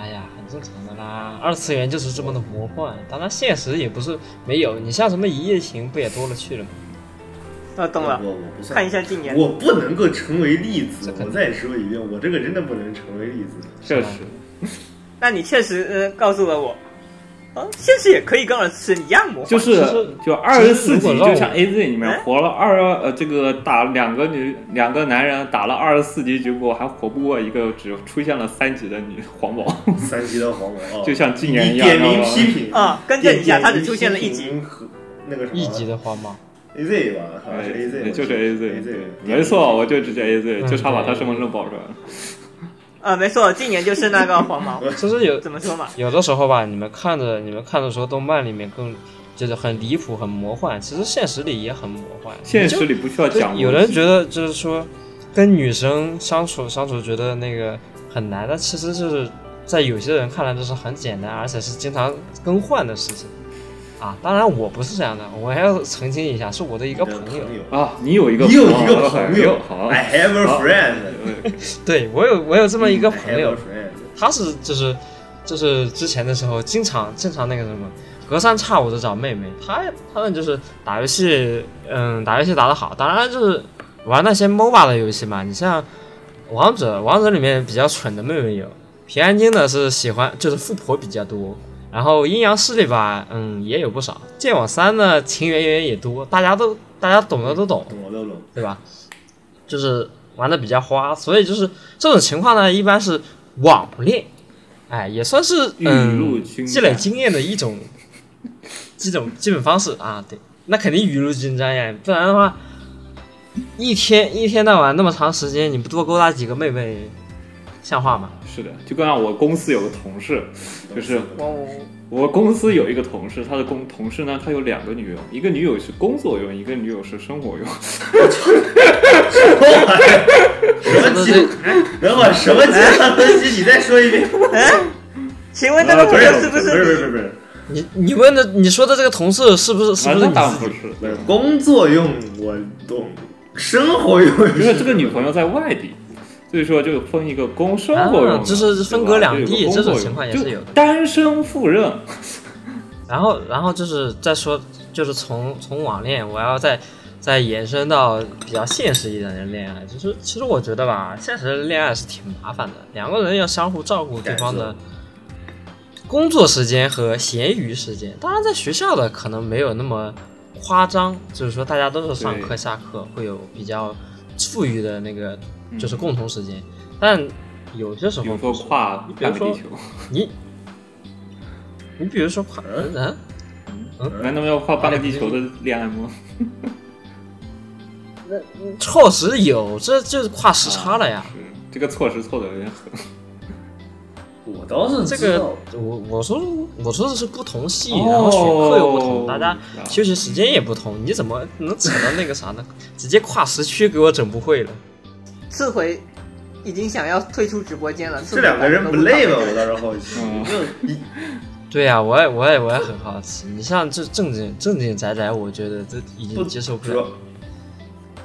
S3: 哎呀，很正常的啦。二次元就是这么的魔幻，当然现实也不是没有。你像什么一夜情不也多了去了吗？
S5: 啊，懂了。
S2: 我我不算
S5: 看一下禁言，
S2: 我不能够成为例子
S3: 这，肯定
S2: 我再说一遍，我这个真的不能成为例子。
S6: 确
S3: 吧
S6: 实，
S5: 那你确实呃告诉了我，啊，现实也可以跟二次元一样魔幻。
S6: 就是
S3: 其实
S6: 就二十四
S3: 如果
S6: 集，
S3: 让
S6: 就
S3: 我
S6: 像 A Z 里面
S5: 哎
S6: 活了二呃这个打两个女两个男人打了二十四集，结果还活不过一个只出现了三集的女 <laughs> 黄毛，
S2: 三级的黄毛，哦
S6: 就像禁言
S2: 你
S6: 一样。
S2: 点名
S6: 然后
S2: 批评
S5: 啊更正一下他只出现了一集
S2: 集和那个什么
S3: 一级的花猫，
S2: A Z 吧，好像是 A
S6: 哎对
S2: Z，
S6: 就是 A Z，
S2: Z，
S6: <laughs> 没错，我就直接 A Z，
S3: 嗯
S6: 就差把他身份证报出来了。
S7: 呃
S5: 啊，没错，禁言就是那个黄毛，
S3: 其实有
S5: 怎么说嘛？
S3: 有的时候吧，你们看着你们看着说动漫里面更就是很离谱、很魔幻，其实现实里也很魔幻。
S6: 现实里不需要
S3: 就
S6: 讲逻辑，
S3: 有人觉得就是说跟女生相处相处觉得那个很难，但其实就是在有些人看来就是很简单，而且是经常更换的事情。啊，当然我不是这样的，我还要澄清一下，是我的一个朋友。
S2: 友，
S6: 啊，你有一个
S2: 你有一个
S6: 朋哎
S2: 朋友哎
S6: 好，呃
S2: ，I have a
S6: 好
S2: friend，
S3: 对我有我有这么一个
S2: I have
S3: 朋
S2: a
S3: 友，
S2: friend，
S3: 他是就是就是之前的时候，经常经常那个什么，隔三差五的找妹妹。他他们就是打游戏，嗯，打游戏打得好，当然就是玩那些 MOBA 的游戏嘛。你像王者，王者里面比较蠢的妹妹有，平安京的是喜欢就是富婆比较多。然后阴阳师里吧，嗯，也有不少。剑网三呢，情缘缘也多，大家都大家懂的都懂。
S2: 懂我都懂。
S3: 对吧？就是玩的比较花，所以就是这种情况呢，一般是网恋，哎，也算是
S6: 雨露
S3: 嗯
S6: 均沾
S3: 积累经验的一种这种基本方式啊。对，那肯定雨露均沾呀，不然的话，一天一天到晚那么长时间，你不多勾搭几个妹妹，像话吗？
S6: 是的，就跟像我公司有个同事，就是
S5: 哦，
S6: 我公司有一个同事，他的公同事呢，他有两个女友，一个女友是工作用，一个女友是生活用。
S2: 什么鸡？
S3: 哎
S2: 等会儿什么鸡蛋东西？你再说一
S3: <laughs>
S2: 遍。
S5: 请问这
S7: 呃
S5: 个朋友是不
S2: 不是不
S5: 是
S2: 是不是
S3: 你你问的你说的这个同事是不是是不是
S6: 啊
S3: 你
S6: 那当然
S3: 自
S6: 不
S3: 己？
S6: 是，
S2: 不是，工作用我懂，生活用
S6: 因为这个女朋友在外地，所以说就分一个公生活用的，
S3: 啊就是分隔两地
S6: 对吧就有个工作
S3: 这
S6: 用
S3: 种情况也是有的嗯
S6: 就单身赴任，
S3: 然后，然后就是再说，就是从从网恋，我要再再延伸到比较现实一点的恋爱。就是其实我觉得吧，现实的恋爱是挺麻烦的，两个人要相互照顾对方的
S2: 感
S3: 工作时间和闲余时间。当然，在学校的可能没有那么夸张，就是说大家都是上课
S6: 对
S3: 下课会有比较富裕的那个
S6: 嗯
S3: 就是共同时间，但有些时
S6: 比
S3: 候
S6: 如说
S3: 不是
S6: 跨
S3: 你比
S6: 半
S3: 如
S6: 个
S3: 说
S6: 地球，
S3: 你你比如说跨
S2: 嗯
S3: 嗯。
S6: 难道要跨半个地球的恋爱吗？
S3: 错时有，这就是跨时差了呀。
S6: 是这个措施错的有点狠。
S2: 我倒是
S3: 这
S2: 知道
S3: 个哦我哦我说我说的是不同系，啊然后学科又不同，
S6: 哦
S3: 大家休息时间也不同，你怎么能扯到那个啥呢？直接跨时区给我整不会了。
S5: 次回已经想要退出直播间了？
S2: 这两个人不累吗？我倒是好奇。
S6: 嗯
S2: 没有你
S3: 对呀、我也我也我也很好奇。你像这正经正经宅宅，我觉得这已
S2: 不
S3: 经接受不
S2: 主要
S3: 了。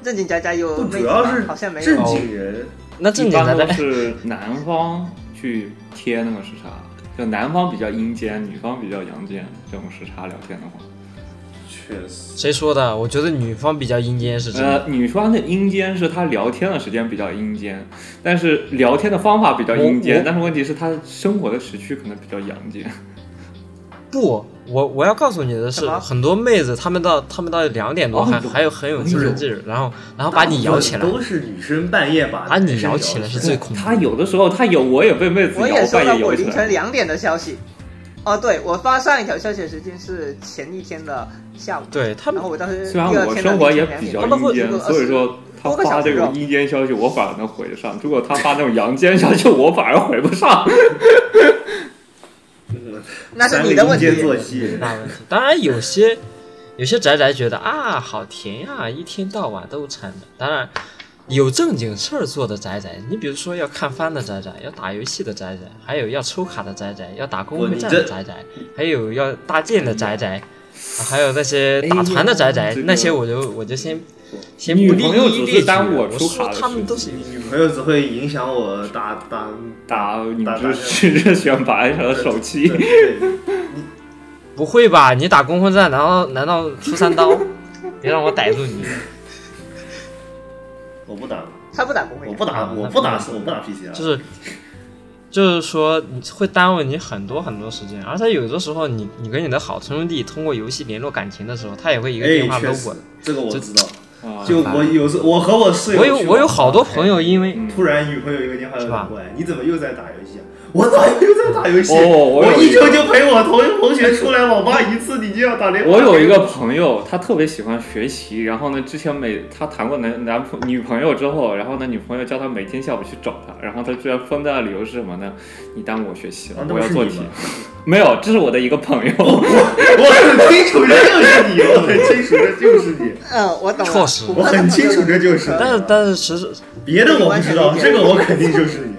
S5: 正经宅宅有
S2: 不
S5: 妹
S2: 主
S5: 子
S2: 要
S5: 吗
S2: 是
S5: 好像没有
S2: 正
S3: 哦
S2: 经人，
S3: 那
S6: 一
S3: 正经
S6: 般
S3: 宅
S6: 都
S3: 宅，
S6: 是男方去贴那个时差，就男方比较阴间，女方比较阳间，这种时差聊天的话，
S2: 确实
S3: <laughs> 谁说的？我觉得女方比较阴间是真的。
S6: 呃，女方的阴间是她聊天的时间比较阴间，但是聊天的方法比较阴
S3: 我
S6: 间
S3: 我，
S6: 但是问题是她生活的时区可能比较阳间。
S3: 不，我我要告诉你的
S5: 什
S3: 是，
S5: 么
S3: 很多妹子她们到她们到两点多
S6: 哦
S3: 还、
S6: 有
S3: 还有哎很有精神劲儿，然后然后把你摇起来，
S2: 都是女生半夜把
S3: 把你
S2: 男生
S3: 摇
S2: 摇
S3: 起来是
S2: 来
S3: 最恐怖的。
S6: 她有的时候她有，我也被妹子
S5: 我
S6: 摇
S5: 也收
S6: 半
S5: 到
S6: 夜
S5: 过
S6: 摇起
S5: 凌晨
S6: 来。
S5: 两点的消息，
S7: 哦，对我发上一条消息的时间是前一天的下午，
S3: 对他
S7: 然
S3: 们
S7: 后我当时
S6: 虽然
S7: 第二
S6: 我
S7: 天的
S6: 生活
S7: 凌
S6: 也
S7: 晨两
S6: 比
S7: 点
S6: 较
S7: 他们
S6: 阴
S7: 会有
S6: 间，
S7: 个呃
S6: 所以说他
S7: 多个
S6: 发
S7: 小
S6: 这
S7: 时啊
S6: 种
S7: 吧
S6: 阴间消息我反而能回得上，如果他发那种阳间消息我反而回不上。
S7: 那是你的问
S2: 三个阴间作
S7: 题。
S2: 息，
S3: 大问题。当然有些有些宅宅觉得啊，好甜呀、一天到晚都缠着。当然有正经事儿做的宅宅，你比如说要看番的宅宅，要打游戏的宅宅，还有要抽卡的宅宅，要打公会战的宅宅，还有要搭建的宅宅。啊还有那些打团的宅宅，
S6: 哎呀
S3: 那些我就我就先先
S6: 女
S3: 不列
S6: 朋友
S3: 一
S6: 只
S3: 列
S6: 是
S3: 举
S6: 耽误
S3: 了
S6: 我
S3: 我
S6: 出
S3: 说
S6: 卡的
S3: 他们
S6: 时
S3: 都是
S2: 女朋友只会影响我打打
S6: 打女
S2: 打
S6: 知识选拔一下的手气，
S2: 对对
S3: 不会吧？你打公会战，难道难道出三 <laughs> 刀？别让我逮住你！
S2: 我不打，
S7: 他不打工会
S2: 我
S7: 呀，
S2: 不打，
S3: 啊
S2: 我不打，我不打 PC 啊，
S3: 就是就是说你会耽误你很多很多时间，而且有的时候你你跟你的好兄弟通过游戏联络感情的时候，他也会一个电话
S2: 哎，
S3: 搂
S2: 确实
S3: 过来。，
S2: 这个我知道。
S6: 啊
S2: 就我有时我和我室友，
S3: 我有我有好多朋友，因为
S6: 嗯
S2: 突然女朋友一个电话就是
S3: 吧
S2: 打过来，你怎么又在打游戏啊？ <laughs> 我哪有又在打游戏？
S6: 哦我
S2: 我
S6: 有一
S2: 一周就陪我同同学出来网吧一次，你就要打电话。
S6: 我有一个朋友，他特别喜欢学习，然后呢，之前每他谈过男男朋女朋友之后，然后呢，女朋友叫他每天下午去找他，然后他居然疯掉的理由是什么呢？你耽误我学习了
S2: 啊，，那
S6: 我
S2: 不
S6: 要
S2: 是
S6: 做
S2: 你
S6: 题
S2: 吗。？
S6: 没有，这是我的一个朋友，
S2: <laughs> 我很清楚这就是你，我很清楚这就是你，
S7: 嗯，我懂了。
S3: 确实
S7: 我
S2: 我很清楚这
S6: <laughs>
S2: 就是你。
S3: 但是但是其实
S2: 别的我不知道，这个我肯定就是
S6: <laughs>
S2: 你。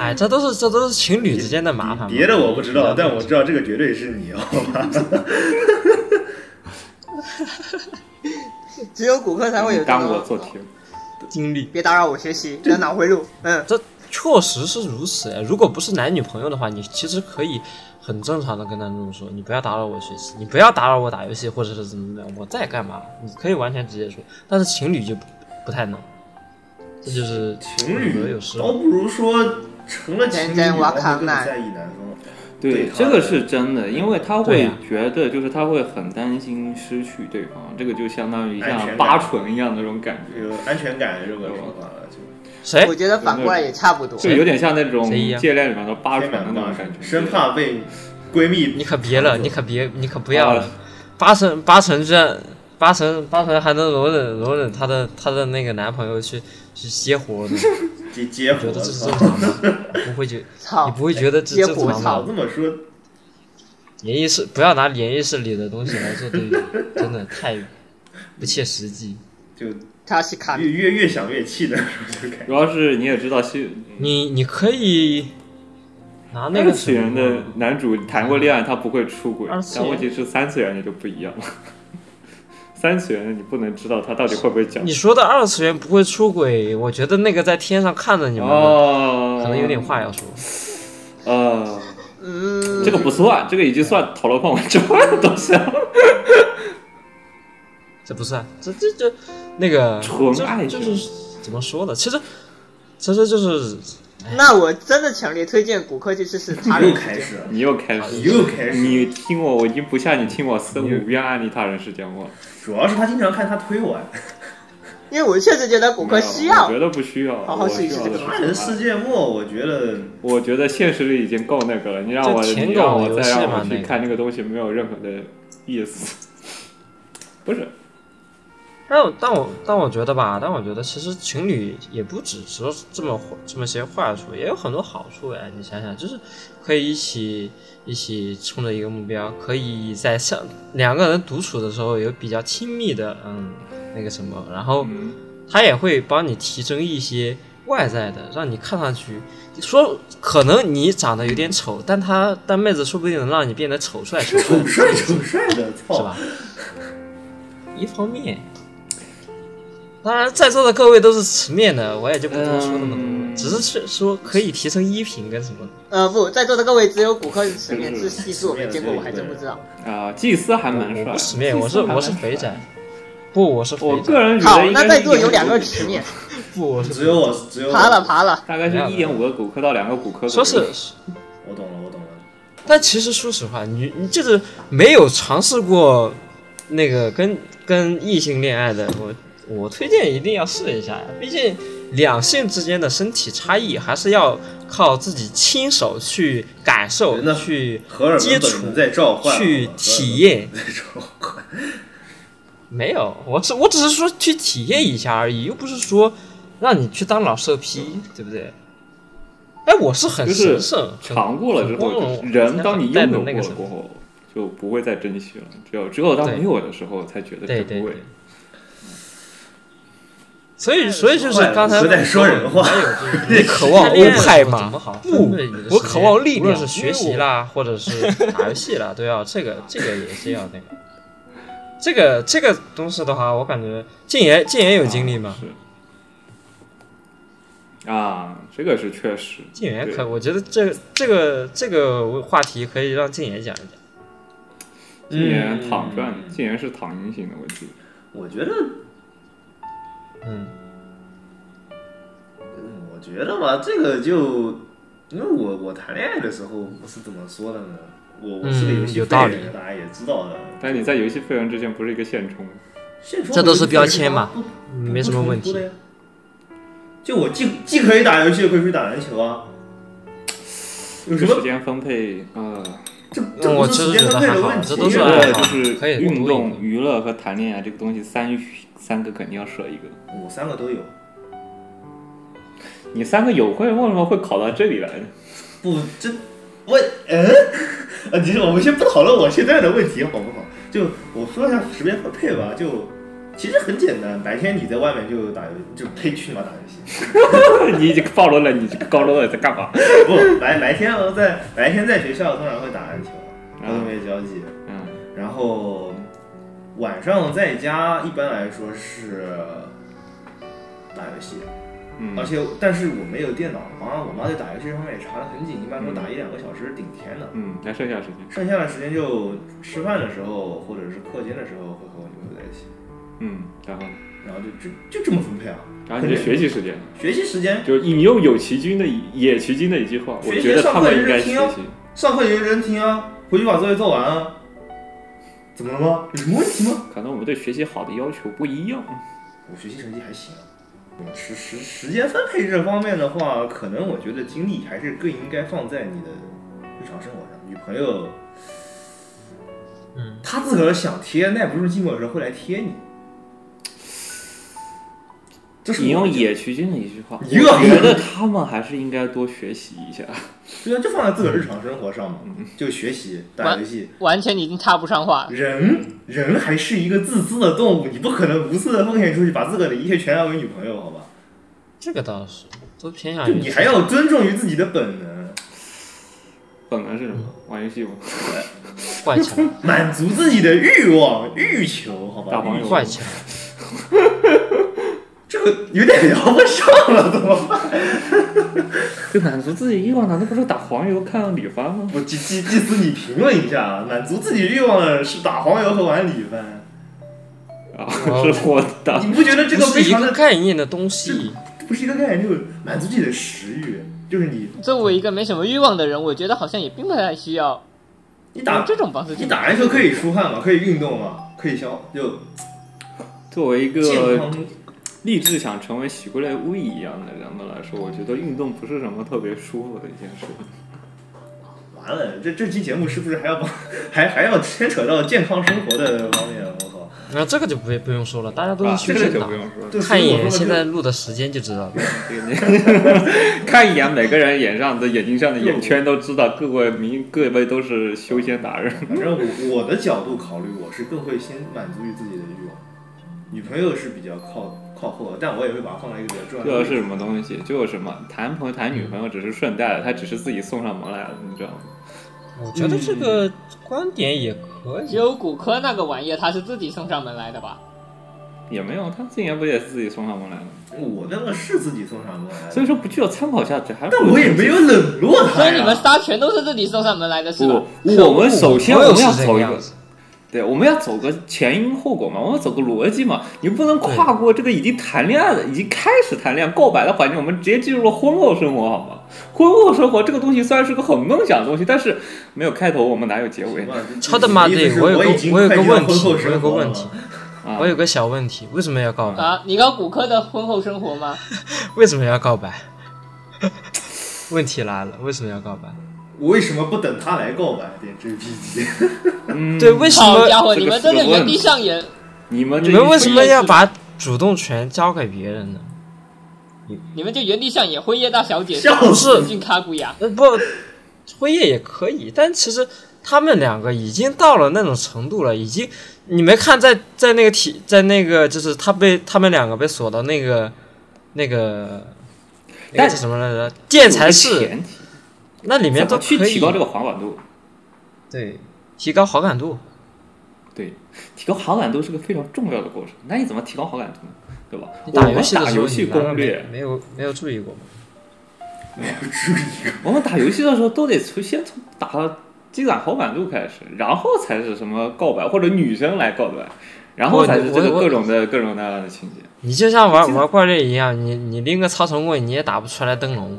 S3: 哎，这都是这都是情侣之间的麻烦嘛。
S2: 别的我不知道，但我知道这个绝对是你，好吧？
S7: 只有骨科才会有这
S6: 耽误我
S7: 种
S6: 做题。
S3: 经历。
S7: 别打扰我学习的脑回路。嗯，
S3: 这确实是如此呀。如果不是男女朋友的话，你其实可以很正常的跟他这么说，你不要打扰我学习，你不要打扰我打游戏，或者是怎么怎么样，我在干嘛？你可以完全直接说。但是情侣就不不太能，这就是
S2: 情
S3: 有得
S2: 侣
S3: 有失。
S2: 倒不如说成了情侣，
S7: 人间
S2: 然
S7: 瓦
S2: 后
S7: 坎
S2: 更
S7: 奈
S2: 在意男方。
S6: 对
S2: 对，
S6: 这个是真的，因为他
S3: 对
S6: 会
S3: 啊呀
S6: 觉得，就是他会很担心失去对方，这个就相当于
S2: 安
S6: 像
S2: 全感
S6: 八纯一样的那种感觉，
S2: 有安全感这个说法了，就
S3: 谁
S7: 我？觉得反过来也差不多。
S6: 就有点像那种
S3: 谁呀
S6: 戒恋里面的八
S2: 天
S6: 纯的
S2: 然
S6: 那种
S2: 挂
S6: 感觉， <laughs>
S2: 生怕被闺蜜
S3: 你可别了，你可别，你可不
S6: 不
S3: 要了。八成八成居然八成八成还能容忍容忍她的她的那个男朋友去去接活呢？
S2: 结结
S3: 你觉
S2: 婚
S3: 得这
S2: 了。
S3: 是
S2: 是
S3: 正
S2: <laughs> 吧
S3: 常吗？不会觉，
S7: 操
S3: 你不会觉得这
S7: 接
S3: 正
S7: 活
S3: 常
S7: 操
S3: 吗
S2: 我？这么说，
S3: 演艺室不要拿演艺室里的东西来做对比，真的太不切实际。
S2: 就
S7: 他是卡
S2: 越越越想越气的时候就感觉。
S6: 主要是你也知道西
S3: 你你可以拿那
S6: 二
S3: 个
S6: 次
S3: 什么
S6: 元的男主谈过恋爱，他不会出轨
S3: 二，次
S6: 但
S3: 元
S6: 问题是三次元的就不一样了。三次元的你不能知道他到底会不会讲
S3: 你说的二次元不会出轨，我觉得那个在天上看着你们的，
S6: 哦，
S3: 可能有点话要说。
S6: 呃，
S7: 嗯，
S6: 这个不算，这个已经
S3: 嗯
S6: 算讨论范围 <laughs> 之外的东西了。
S3: 这不算，这这这那个
S6: 纯
S3: 这
S6: 爱
S3: 就
S6: 情
S3: 是怎么说呢？其实其实就是
S7: 那我真的强烈推荐骨科去试
S5: <laughs>
S7: 试他人
S2: 又
S7: 世界
S2: 开始，了，
S6: 你又开始，
S2: 啊你又开始了。
S6: 你听我，我已经不像你听我四五遍案例他人事件过了。
S2: 主要是他经常看他推
S6: <laughs>
S2: 我，
S7: 因为我确实觉得骨科需要
S6: 我觉得不需要。
S7: 好好
S6: 我
S7: 试一
S6: 需
S7: 试
S6: 要
S7: 这个
S6: 的是
S2: 他人世界末，我觉得
S6: 我觉得现实里已经够那个了，你让我，
S3: 就舔
S6: 你
S3: 狗
S6: 让我
S3: 游
S6: 再
S3: 戏
S6: 让
S3: 嘛
S6: 我去
S3: 那个
S6: 看那个东西，没有任何的意思。 <laughs> 不是，
S3: 但我但我但我觉得吧，但我觉得其实情侣也不只是这么这么些坏处，也有很多好处哎。你想想，就是可以一起一起冲着一个目标，可以在上两个人独处的时候有比较亲密的嗯那个什么，然后
S6: 嗯
S3: 他也会帮你提升一些外在的，让你看上去说可能你长得有点丑，但他但妹子说不定能让你变得丑帅丑帅 <laughs>
S2: 丑帅丑帅的，
S3: 是
S2: 操
S3: 吧！？一方面，当然在座的各位都是直面的，我也就不多说那么多，
S6: 嗯
S3: 只是是说可以提升衣品跟什么的。
S7: 呃不，在座的各位只有骨科是十面，这系数我没见过，我还真不知道。
S6: 啊，祭司还蛮
S3: 我
S6: 帅。
S3: 不直面，我是
S6: 祭司还蛮
S3: 我是
S6: 帅
S3: 肥。宅，不，我是肥宅，
S6: 我个
S5: 嗯
S6: 人觉
S7: 好
S6: 得，应该
S7: 那
S6: 是
S7: 在座有
S6: 1.5
S7: 两个十面，
S3: 不，我是
S2: <laughs> 只有我，只
S5: 嗯
S2: 有我
S7: 爬了，爬了，
S6: 大概是一点五个骨科到两个骨科。
S3: 说是，
S2: 我懂了，我懂了。
S3: 但其实说实话，你你就是没有尝试过那个跟跟异性恋爱的，我我推荐一定要试一下呀，毕竟两性之间的身体差异还是要靠自己亲手去感受
S2: 人呢、
S3: 去
S2: 荷尔蒙
S3: 接
S2: 本
S3: 触
S2: 能、在召唤，
S3: 去
S2: 好吧
S3: 体验。
S2: <laughs> 在召唤。
S3: 没有，我只我只是说去体验一下而已，又不是说让你去当老色批，对不对？哎，我是很
S1: 就是
S3: 神圣，很
S1: 尝过了之后，
S3: 很光
S1: 就
S3: 荣
S1: 是人当你
S3: 代表
S1: 拥有过
S3: 那个什
S1: 了
S3: 么
S1: 过后，就不会再珍惜了。只有只有当没有的时候，才觉得
S3: 对
S1: 珍
S3: 对
S1: 贵
S3: 对。。所以，所以就是刚才
S2: 不带说人话
S3: <laughs> 你渴望欧派吗？不，我渴望力
S5: 无
S3: 量。
S5: 论是
S3: 学
S5: 学
S3: 习
S5: 习
S3: 啦，或者是打游戏啦， <laughs> 都要这个，这个也是要那个。这个这个东西的话，我感觉静言静言有经历吗？
S1: 是啊，这个是确实。
S3: 静言
S1: 对
S3: 可，我觉得这个这个这个话题可以让静言讲一讲。
S1: 禁言躺赚
S2: 嗯，
S1: 禁言是躺赢型的问题。
S2: 我觉得，
S3: 嗯，
S2: 嗯我觉得吧，这个就因为我我谈恋爱的时候我是怎么说的呢？我我是个游
S3: 嗯
S2: 戏
S3: 有
S2: 废
S3: 道
S2: 人
S3: 理
S2: 大家也知道的。
S1: 但你在游戏费用之前不是一个现充，
S2: 现实
S3: 这都是标签
S2: 嘛
S3: 嘛，嗯没什么问题
S2: 不冲突的呀。就我既既可以打游戏，又可以去打篮球啊。有什
S1: 这时
S2: 么？
S1: 间分配呃，
S2: 这这
S3: 嗯我
S2: 不
S3: 其
S2: 是时
S3: 实
S2: 间分
S3: 觉得
S2: 配
S3: 还
S2: 的
S3: 好，
S2: 问题，
S3: 这都是
S2: 因为
S3: 爱
S1: 对，
S3: 好
S1: 就，
S3: 可
S1: 是
S3: 以
S1: 运
S3: 多一
S1: 动、
S3: 点
S1: 娱乐和谈恋爱这个东西，三三个肯定要舍一个。
S2: 我三个都有。
S1: 你三个有会，为什么会考到这里来呢？
S2: 不，这我嗯， <laughs> 啊，其实我们先不讨论我现在的问题好不好？就我说一下时间分配吧，就其实很简单，白天你在外面就打游，就呸，去你妈打游戏！ <laughs>
S1: 你已经暴露了你这个高中到底在干嘛？
S2: 不，白白天我在白天在学校通常会打篮球，和同学交际，
S1: 嗯，
S2: 然后晚上在家一般来说是打游戏，而且但是我没有电脑，我妈我妈对打游戏方面也查得很紧，一般都打一两个小时顶天的。
S1: 嗯，还剩下时间，
S2: 剩下的时间就吃饭的时候，或者是课间的时候会和我女朋友在一起，
S1: 嗯，然后
S2: 然后就就就这么分配啊。
S1: 然后你的学习时间，
S2: 学习时间，
S1: 就是引用有其君的野其君的一句话，我
S2: 学习
S1: 觉得他们应该学
S2: 上课
S1: 习。
S2: 上课有人听啊，回去把作业做完啊。怎么了吗？有什么问题吗？
S1: 可能我们对学习好的要求不一样。
S2: 我学习成绩还行啊。嗯时时时间分配这方面的话，可能我觉得精力还是更应该放在你的日常生活上。女朋友，
S3: 嗯，
S2: 她自个儿想贴，耐不住寂寞的时候会来贴你。这是我
S1: 引用
S2: 觉得
S1: 野其君的一句话，我
S2: 一个
S1: 觉得他们还是应该多学习一下。
S2: 对啊，就放在自个儿日常生活上嘛，
S1: 嗯
S2: 就学习、打游戏。
S5: 完全已经插不上话了。
S2: 人人还是一个自私的动物，你不可能无私的奉献出去，把自个儿的一切全让给女朋友，好吧？
S3: 这个倒是都偏向
S2: 就
S3: 于
S2: 你还要尊重于自己的本能，
S1: 本能是什么？玩游戏吗？
S3: 怪强，
S2: 满足自己的欲望、欲求，好
S1: 大
S2: 吧？
S1: 黄
S2: 欲
S1: 油
S3: 怪
S1: <laughs>
S3: 强，
S2: 这个有点聊不上了，怎么办？
S1: 就满足自己欲望，难道不是打黄油看李帆吗？
S2: 我祭祭祭司，你评论一下啊，满足自己欲望的是打黄油和玩李帆，
S1: 啊，是我打
S2: 你不觉得这
S3: 这
S2: 个
S3: 啊是
S2: 非
S3: 一
S2: 常
S3: 个
S2: 的
S3: 概念的东西。
S2: 不是一个概念？就是满足自己的食欲，就是你
S5: <laughs> 作为一个没什么欲望的人，我觉得好像也并不太需要
S2: 你打
S5: 用
S3: 嗯
S5: 这种方式去
S2: 你打篮球可以出汗嘛，可以运动嘛，可以消就
S1: <laughs> 作为一
S2: 健
S1: 个
S2: 康。
S1: 立志想成为喜归来巫一样的人们来说，我觉得运动不是什么特别舒服的一件事。
S2: 完了，这这期节目是不是还要帮 <laughs> 还还要牵扯到健康生活的方面？我靠，
S3: 那这个就不不用说了，大家都
S1: 啊，
S3: 是
S1: 这
S3: 去
S1: 个
S3: 健
S1: 就
S3: 脑
S1: 不，用说了，
S2: 对，所
S3: 看
S2: 以
S3: 一
S2: 我
S3: 眼
S2: 说
S3: 现
S2: 的
S3: 在录的时间就知道了。
S1: 这个你 <laughs> 看一眼每个人眼上的眼睛上的眼圈，都知道各位名各位都是修仙达人。
S2: <laughs> 就，反正我我的角度考虑，我是更会先满足于自己的欲望。女朋友是比较靠靠后的，但我也会把它放在一个比较重要
S1: 这
S2: 的位
S1: 个
S2: 置。
S1: 啊是什么东西？就是什么谈朋友谈女朋友只是顺带的，他只是自己送上门来的，你知道吗？
S3: 我觉得这个观点也可以。
S5: 有骨科那个玩意儿，他是自己送上门来的吧？
S1: 也没有，他自己不也是自己送上门来的吗？
S2: 我那个是自己送上门来的，
S1: 所以说不具有参考价值，还是
S2: 但我也没有冷落他
S5: 所
S2: 呀。
S5: 以你们仨全都是自己送上门来的，是吧
S1: 不？，我们首先
S3: 我
S1: 我
S3: 有
S1: 们要
S3: 是这
S1: 走
S3: 个
S1: 一
S3: 样
S1: 个，
S3: 子，
S1: 对，我们要走个前因后果嘛，我们要走个逻辑嘛，你不能跨过这个已经谈恋爱的、已经开始谈恋爱告白的环境，我们直接进入了婚后生活，好吗？婚后生活这个东西虽然是个很梦想的东西，但是没有开头，我们哪有结尾呢？
S3: 他的妈的
S2: 你意思是
S3: 我有个
S2: 已经
S3: 我有个
S2: 快进入
S3: 问题
S2: 婚后生
S3: 我有个
S2: 活了
S3: 问题
S2: 吗
S1: 啊
S3: 我，有个小问题，为什么要告白？
S5: 啊，你搞骨科的婚后生活吗？
S3: 为什么要告白？ <laughs> 问题来了，为什么要告白？
S2: 为什么不等他来告白？点这 <laughs> P G，
S1: 嗯
S3: 对，为什
S5: 好家
S3: 么
S5: 伙，
S1: 这个
S5: 你们真的
S1: 死问
S5: 原地上演，
S1: 你们这
S3: 你
S1: 一
S3: 们为
S1: 说
S3: 什么要把主动权交给别人呢？
S5: 你们就原地上演辉夜大小姐
S2: 笑死
S5: 走进卡古雅，
S3: 呃，不，辉夜也可以，但其实他们两个已经到了那种程度了，已经你没看在在那个体在那个就是他被他们两个被锁到那个那个那
S1: 但
S3: 个叫什么来着建材
S1: 有个
S3: 室
S1: 前提
S3: 那里面都
S1: 怎么去
S3: 可以
S1: 提高这个好感度？
S3: 对提高好感度，
S1: 对，提高好感度是个非常重要的过程。那你怎么提高好感度呢？对吧？
S3: 你
S1: 我
S3: 打
S1: 们
S3: 游戏的
S1: 打
S3: 时候
S1: 游
S3: 你
S1: 戏
S3: 难道
S1: 攻略
S3: 没，没有没有注意过吗？
S1: 我们打游戏的时候都得从先从打积攒好感度开始，然后才是什么告白或者女生来告白，然后
S3: 我
S1: 才是这个
S3: 我我
S1: 各种的各种那样的情节。
S3: 你就像玩玩怪猎一样，你你拎个超神棍你也打不出来灯笼。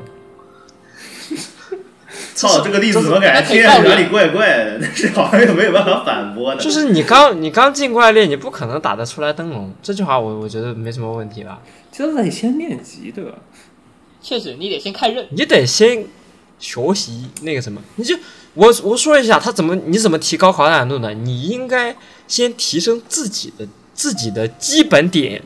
S2: 操，这个例子怎么
S5: 那
S2: 感觉
S5: 可以
S2: 听上去
S5: 告
S2: 哪
S5: 你
S2: 里怪怪的？但是好像又没有办法反驳呢。
S3: 就是你刚你刚进怪猎，你不可能打得出来灯笼。这句话我我觉得没什么问题吧。
S1: 这得先练级，对吧？
S5: 确实你得先看刃，
S3: 你得先学习那个什么，你就我我说一下，他怎么你怎么提高好感度呢？你应该先提升自己的自己的基本点，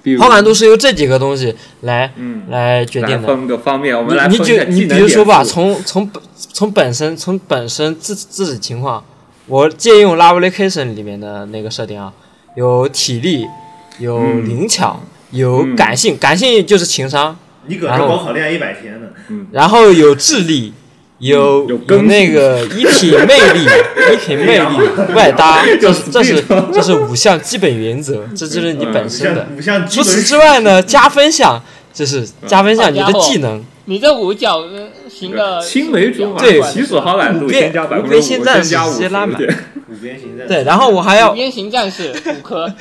S1: 比如
S3: 好感度，是由这几个东西来、
S1: 嗯，
S3: 来决
S1: 来
S3: 定的。
S1: 分个方面，我们来
S3: 你你
S1: 分一
S3: 就
S1: 下
S3: 你
S1: 技能
S3: 比如说吧，
S1: 点数
S3: 从从本从本身从本身自自己情况，我借用 Lovecation 里面的那个设定啊，有体力，有
S1: 嗯
S3: 灵巧，有
S1: 嗯
S3: 感性，感性就是情商，
S2: 你搁这
S3: 然后
S2: 高考练一百天呢？
S3: 然后有智力，有、
S1: 嗯有
S3: 有
S1: 根哎
S3: 那个一
S1: <laughs>
S3: 品魅力，一品魅力外搭，这是这是这是五项基本原则，这就是
S1: 嗯
S3: 你本
S2: 五
S3: 身的。
S2: 项五项基
S3: 除
S2: 本
S3: 此之外呢，加分项就是加分项，
S5: 好
S3: 你
S5: 家
S3: 的
S5: 伙
S3: 技能
S5: 你这五角呃行的
S1: 青梅竹马，
S3: 对
S1: 其所好
S3: <laughs>
S1: 感
S3: 五
S1: 度
S3: 边
S1: 添加百
S3: 五
S1: 分之
S3: 边
S1: 五，
S3: 先
S1: 添
S3: 战
S1: 加
S3: 士
S1: 五
S3: 直接
S1: 十
S3: 拉满
S1: 点。
S2: 五边形战
S3: 对，然后我还
S5: 五
S3: 要
S5: 边形战士五
S3: <laughs>
S5: 颗，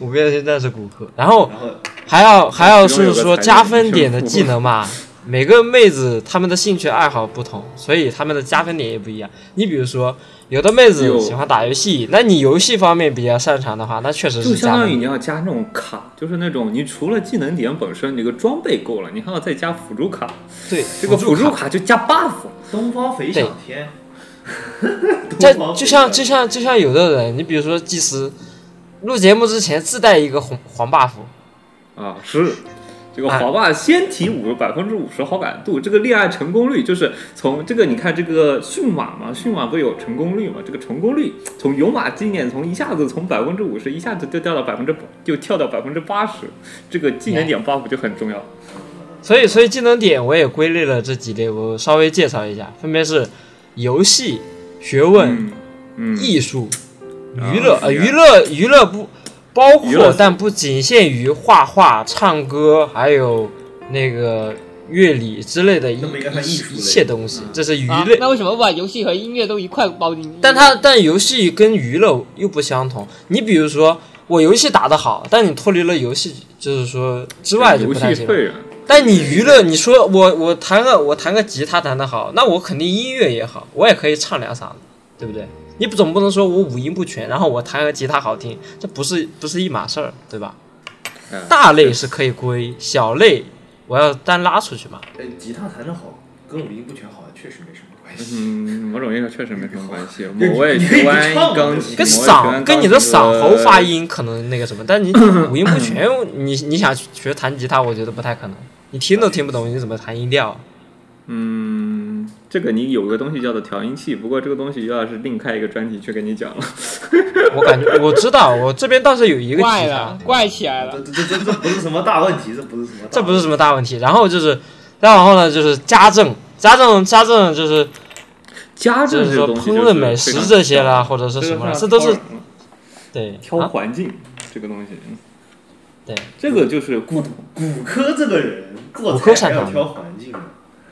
S3: 五边先战士骨科，然后
S2: 然后
S3: 还要还要
S1: 其中
S3: 是
S1: 有个
S3: 说
S1: 才
S3: 加
S1: 女
S3: 分
S1: <laughs> 生
S3: 点的
S1: 服
S3: 技能嘛，每个妹子她们的兴趣爱好不同，所以她们的加分点也不一样。你比如说，有的妹子
S1: 有
S3: 喜欢打游戏，那你游戏方面比较擅长的话，那确实
S1: 就是相
S3: 加
S1: 当于
S3: 分
S1: 你。要加那种卡，就是那种你除了技能点本身，你个装备够了，你还要再加辅助卡。
S3: 对，
S1: 这个辅助
S3: 卡，
S1: 卡就加 buff，
S2: 东方飞翔
S3: <laughs>
S2: 天，
S3: 这
S2: 东方
S3: 就
S2: 飞
S3: 像
S2: 翔
S3: 就像就像有的人，你比如说祭司，录节目之前自带一个红黄 buff，
S1: 啊，是这个华爸先提五百分之五十好感度，这个恋爱成功率就是从这个你看这个驯马嘛，驯马不有成功率嘛？这个成功率从有马经验从一下子从百分之五十一下子就掉到百分之就跳到百分之八十，这个技能点 buff 就很重要。
S3: 所以，所以技能点我也归类了这几类，我稍微介绍一下，分别是游戏、学问、
S1: 嗯嗯，
S3: 艺术、
S1: 啊
S3: 娱乐，呃，
S1: 是啊
S3: 娱乐娱乐不包
S1: 娱乐
S3: 括，但不仅限于画画、唱歌，还有那个乐理之类的一
S2: 那么应该算艺术
S3: 一
S2: 类
S3: 一切东西，这是娱
S5: 啊
S3: 乐。
S5: 那为什么不把游戏和音乐都一块包进去？
S3: 但它但游戏跟娱乐又不相同。你比如说，我游戏打得好，但你脱离了游戏，就是说之外就
S1: 游
S3: 不太
S1: 戏
S3: 行。
S1: 会啊员。
S3: 但你娱乐，你说我我弹个我弹个吉他弹得好，那我肯定音乐也好，我也可以唱两嗓子，对不对？你不总不能说我五音不全，然后我弹个吉他好听，这不是不是一码事儿，对吧？
S1: 嗯
S3: 大类是可以归，小类我要单拉出去嘛。
S2: 哎，吉他弹得好，跟五音不全好像确实没什么关系。
S1: 嗯，某种意义上确实没什么关系。
S2: 你
S1: 某位
S2: 你
S1: 学
S2: 你
S1: 完
S2: 唱啊
S1: 钢琴，
S3: 跟
S1: 某位学
S3: 嗓跟
S1: 完钢
S3: 你的
S1: 琴
S3: 嗓喉发
S1: 和
S3: 音可能那个什么，但你五音不全，你你想学弹吉他，我觉得不太可能。你听都听不懂，你怎么弹音调？
S1: 嗯，这个你有个东西叫做调音器，不过这个东西又要是另开一个专题去跟你讲了。
S3: 我感觉我知道，我这边倒是有一个
S5: 怪
S3: 吉他
S5: 了，，怪起来了
S2: 这。这这这不是什么大问题，这不是什么大问题，
S3: 嗯这不是什么大问题。然后就是，再往后呢就是家政，家政家政就是
S1: 家
S3: 就
S1: 政
S3: 是
S1: 这个
S3: 说
S1: 东西
S3: 烹饪美食这些啦，，或者是
S1: 这
S3: 什么啦，这都是对
S1: 挑
S3: 啊
S1: 环境这个东西，嗯
S3: 对
S1: 这个就是孤独。
S2: 骨科这个人做
S3: 骨科
S2: 菜还要
S3: 擅长吗
S2: 挑环境啊，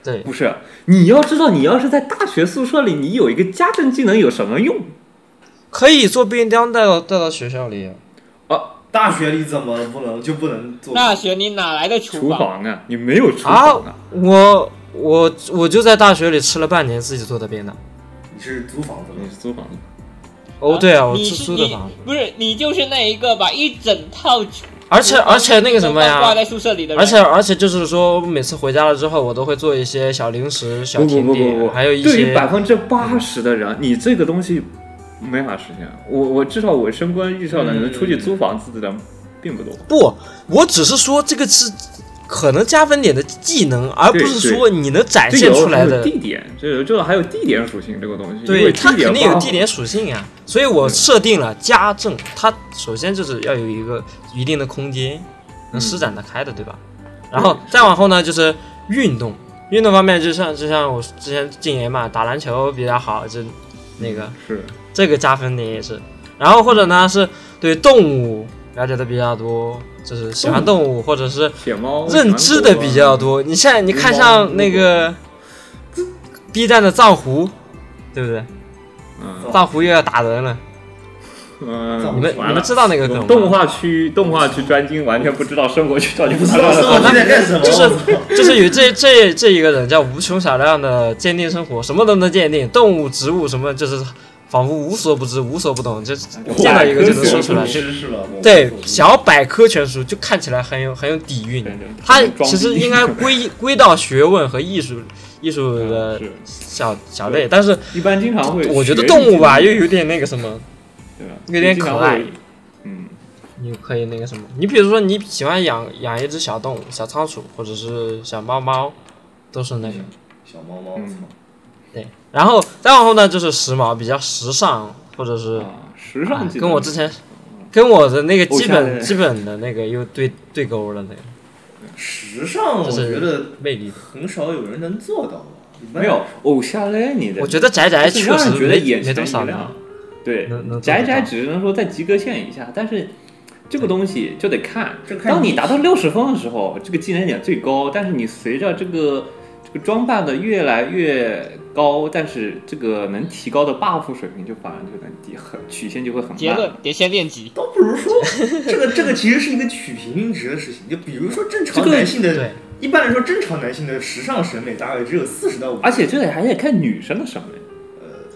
S3: 对
S1: 不是，你要知道，你要是在大学宿舍里，你有一个家政技能有什么用？
S3: 可以做便当带到带到学校里啊。
S2: 大学里怎么不能就不能做？
S5: 大学你哪来的
S1: 厨
S5: 厨房？
S1: 房啊，你没有厨
S3: 啊
S1: 房啊，
S3: 我我我就在大学里吃了半年自己做的便当。
S2: 你是租房子
S1: 你
S2: 吗？
S1: 是租房子。
S3: 哦，对啊，我
S5: 你
S3: 出
S5: 是
S3: 租的
S5: 你
S3: 房子。
S5: 不是你就是那一个把一整套厨
S3: 而且而且那个什么呀
S5: 都挂在宿舍里的人，
S3: 而且而且就是说，每次回家了之后，我都会做一些小零食、小
S1: 不不
S3: 甜
S1: 不不
S3: 点，
S1: 不，
S3: 还有一
S1: 对于
S3: 些嗯
S1: 百分之八十的人，你这个东西没法实现。我我至少我升官遇上的
S3: 嗯
S1: 能出去租房子的人并不多。
S3: 不，我只是说这个是可能加分点的技能，而不
S1: 对
S3: 是
S1: 对
S3: 说你能展
S1: 这
S3: 现
S1: 有
S3: 出来
S1: 还有
S3: 的。
S1: 地点，这这还有地点属性这个东西，因
S3: 对，
S1: 为
S3: 它
S1: 地点嗯
S3: 肯定有
S1: 包
S3: 地点属性呀、所以我设定了家政，它首先就是要有一个一定的空间
S1: 嗯
S3: 能施展得开的，对吧？然后再往后呢，就是运动，运动方面就像就像我之前禁言嘛，打篮球比较好，
S1: 嗯
S3: 就那个
S1: 是
S3: 这个加分点也是。然后或者呢是对动物了解的比较多，就是喜欢动物或者是
S1: 铁猫
S3: 认知的比较。多。你现在你看像那个 B 站的藏狐，对不对？
S1: 嗯
S3: 藏狐又要打人了，
S1: 嗯，
S3: 你们
S1: 完了
S3: 你们知道那个梗吗？
S1: 动画区动画区专精，完全不知道生活区到底
S2: 不
S1: 发
S2: 知
S1: 生
S2: 道生活
S1: 了。
S2: 区在干什么，
S3: 就是就是有这这这一个人叫无穷小亮的鉴定生活，什么都能鉴定，动物、植物什么就是仿佛无所不知、无所不懂，就见到一个就能说出来。就
S2: 识了，我
S3: 对，小百科全书就看起来很有很有底蕴
S1: 对对，
S3: <laughs> 它
S1: 很装
S3: 其实
S1: 逼 <laughs>
S3: 应该归归到学问和艺术艺术的
S1: 是
S3: 小小类，但是
S1: 一般经常会，
S3: 我觉得动物吧，又有点那个什么，
S1: 对吧
S3: 有点可爱。
S1: 经常会嗯，
S3: 你可以那个什么，你比如说你喜欢养养一只小动物，小仓鼠或者是小猫猫，都是那个。
S2: 小猫猫
S1: 嗯
S3: 对，然后再往后呢，就是时髦，比较时尚，或者是、
S1: 啊时
S3: 啊
S1: 尚技能
S3: 跟我之前跟我的那个
S1: 偶
S3: 基
S1: 像
S3: 本
S1: 类
S3: 基本的那个又对对勾了那个
S2: 时尚，我
S3: 就是
S2: 觉得
S3: 魅力。
S2: 很少有人能做到吧，一般
S1: 没有偶像类，你的
S3: 我觉得宅宅
S1: 就是
S3: 确
S1: 让
S3: 实
S1: 人觉得
S3: 没
S1: 眼
S3: 没
S1: 前
S3: 多少
S1: 一
S3: 人
S1: 亮。。对
S3: 能能做，
S1: 宅
S3: 得
S1: 宅
S3: 到
S1: 只能说在及格线以下，但是这个东西就得看
S2: 这。看
S1: 当你
S2: 你
S1: 达到六十分的时候，这个技能点最高，但是你随着这个这个装扮的越来越高，但是这个能提高的 buff 水平就反而就能低，很曲线就会很
S5: 结论
S1: 慢。
S5: 得先练级。
S2: 倒不如说，这个这个其实是一个取平均值的事情。就比如说正常
S1: 这个
S2: 男性的，
S3: 对
S2: 一般来说正常男性的时尚审美大概只有四十到五，
S1: 而且这得还得看女生的审美，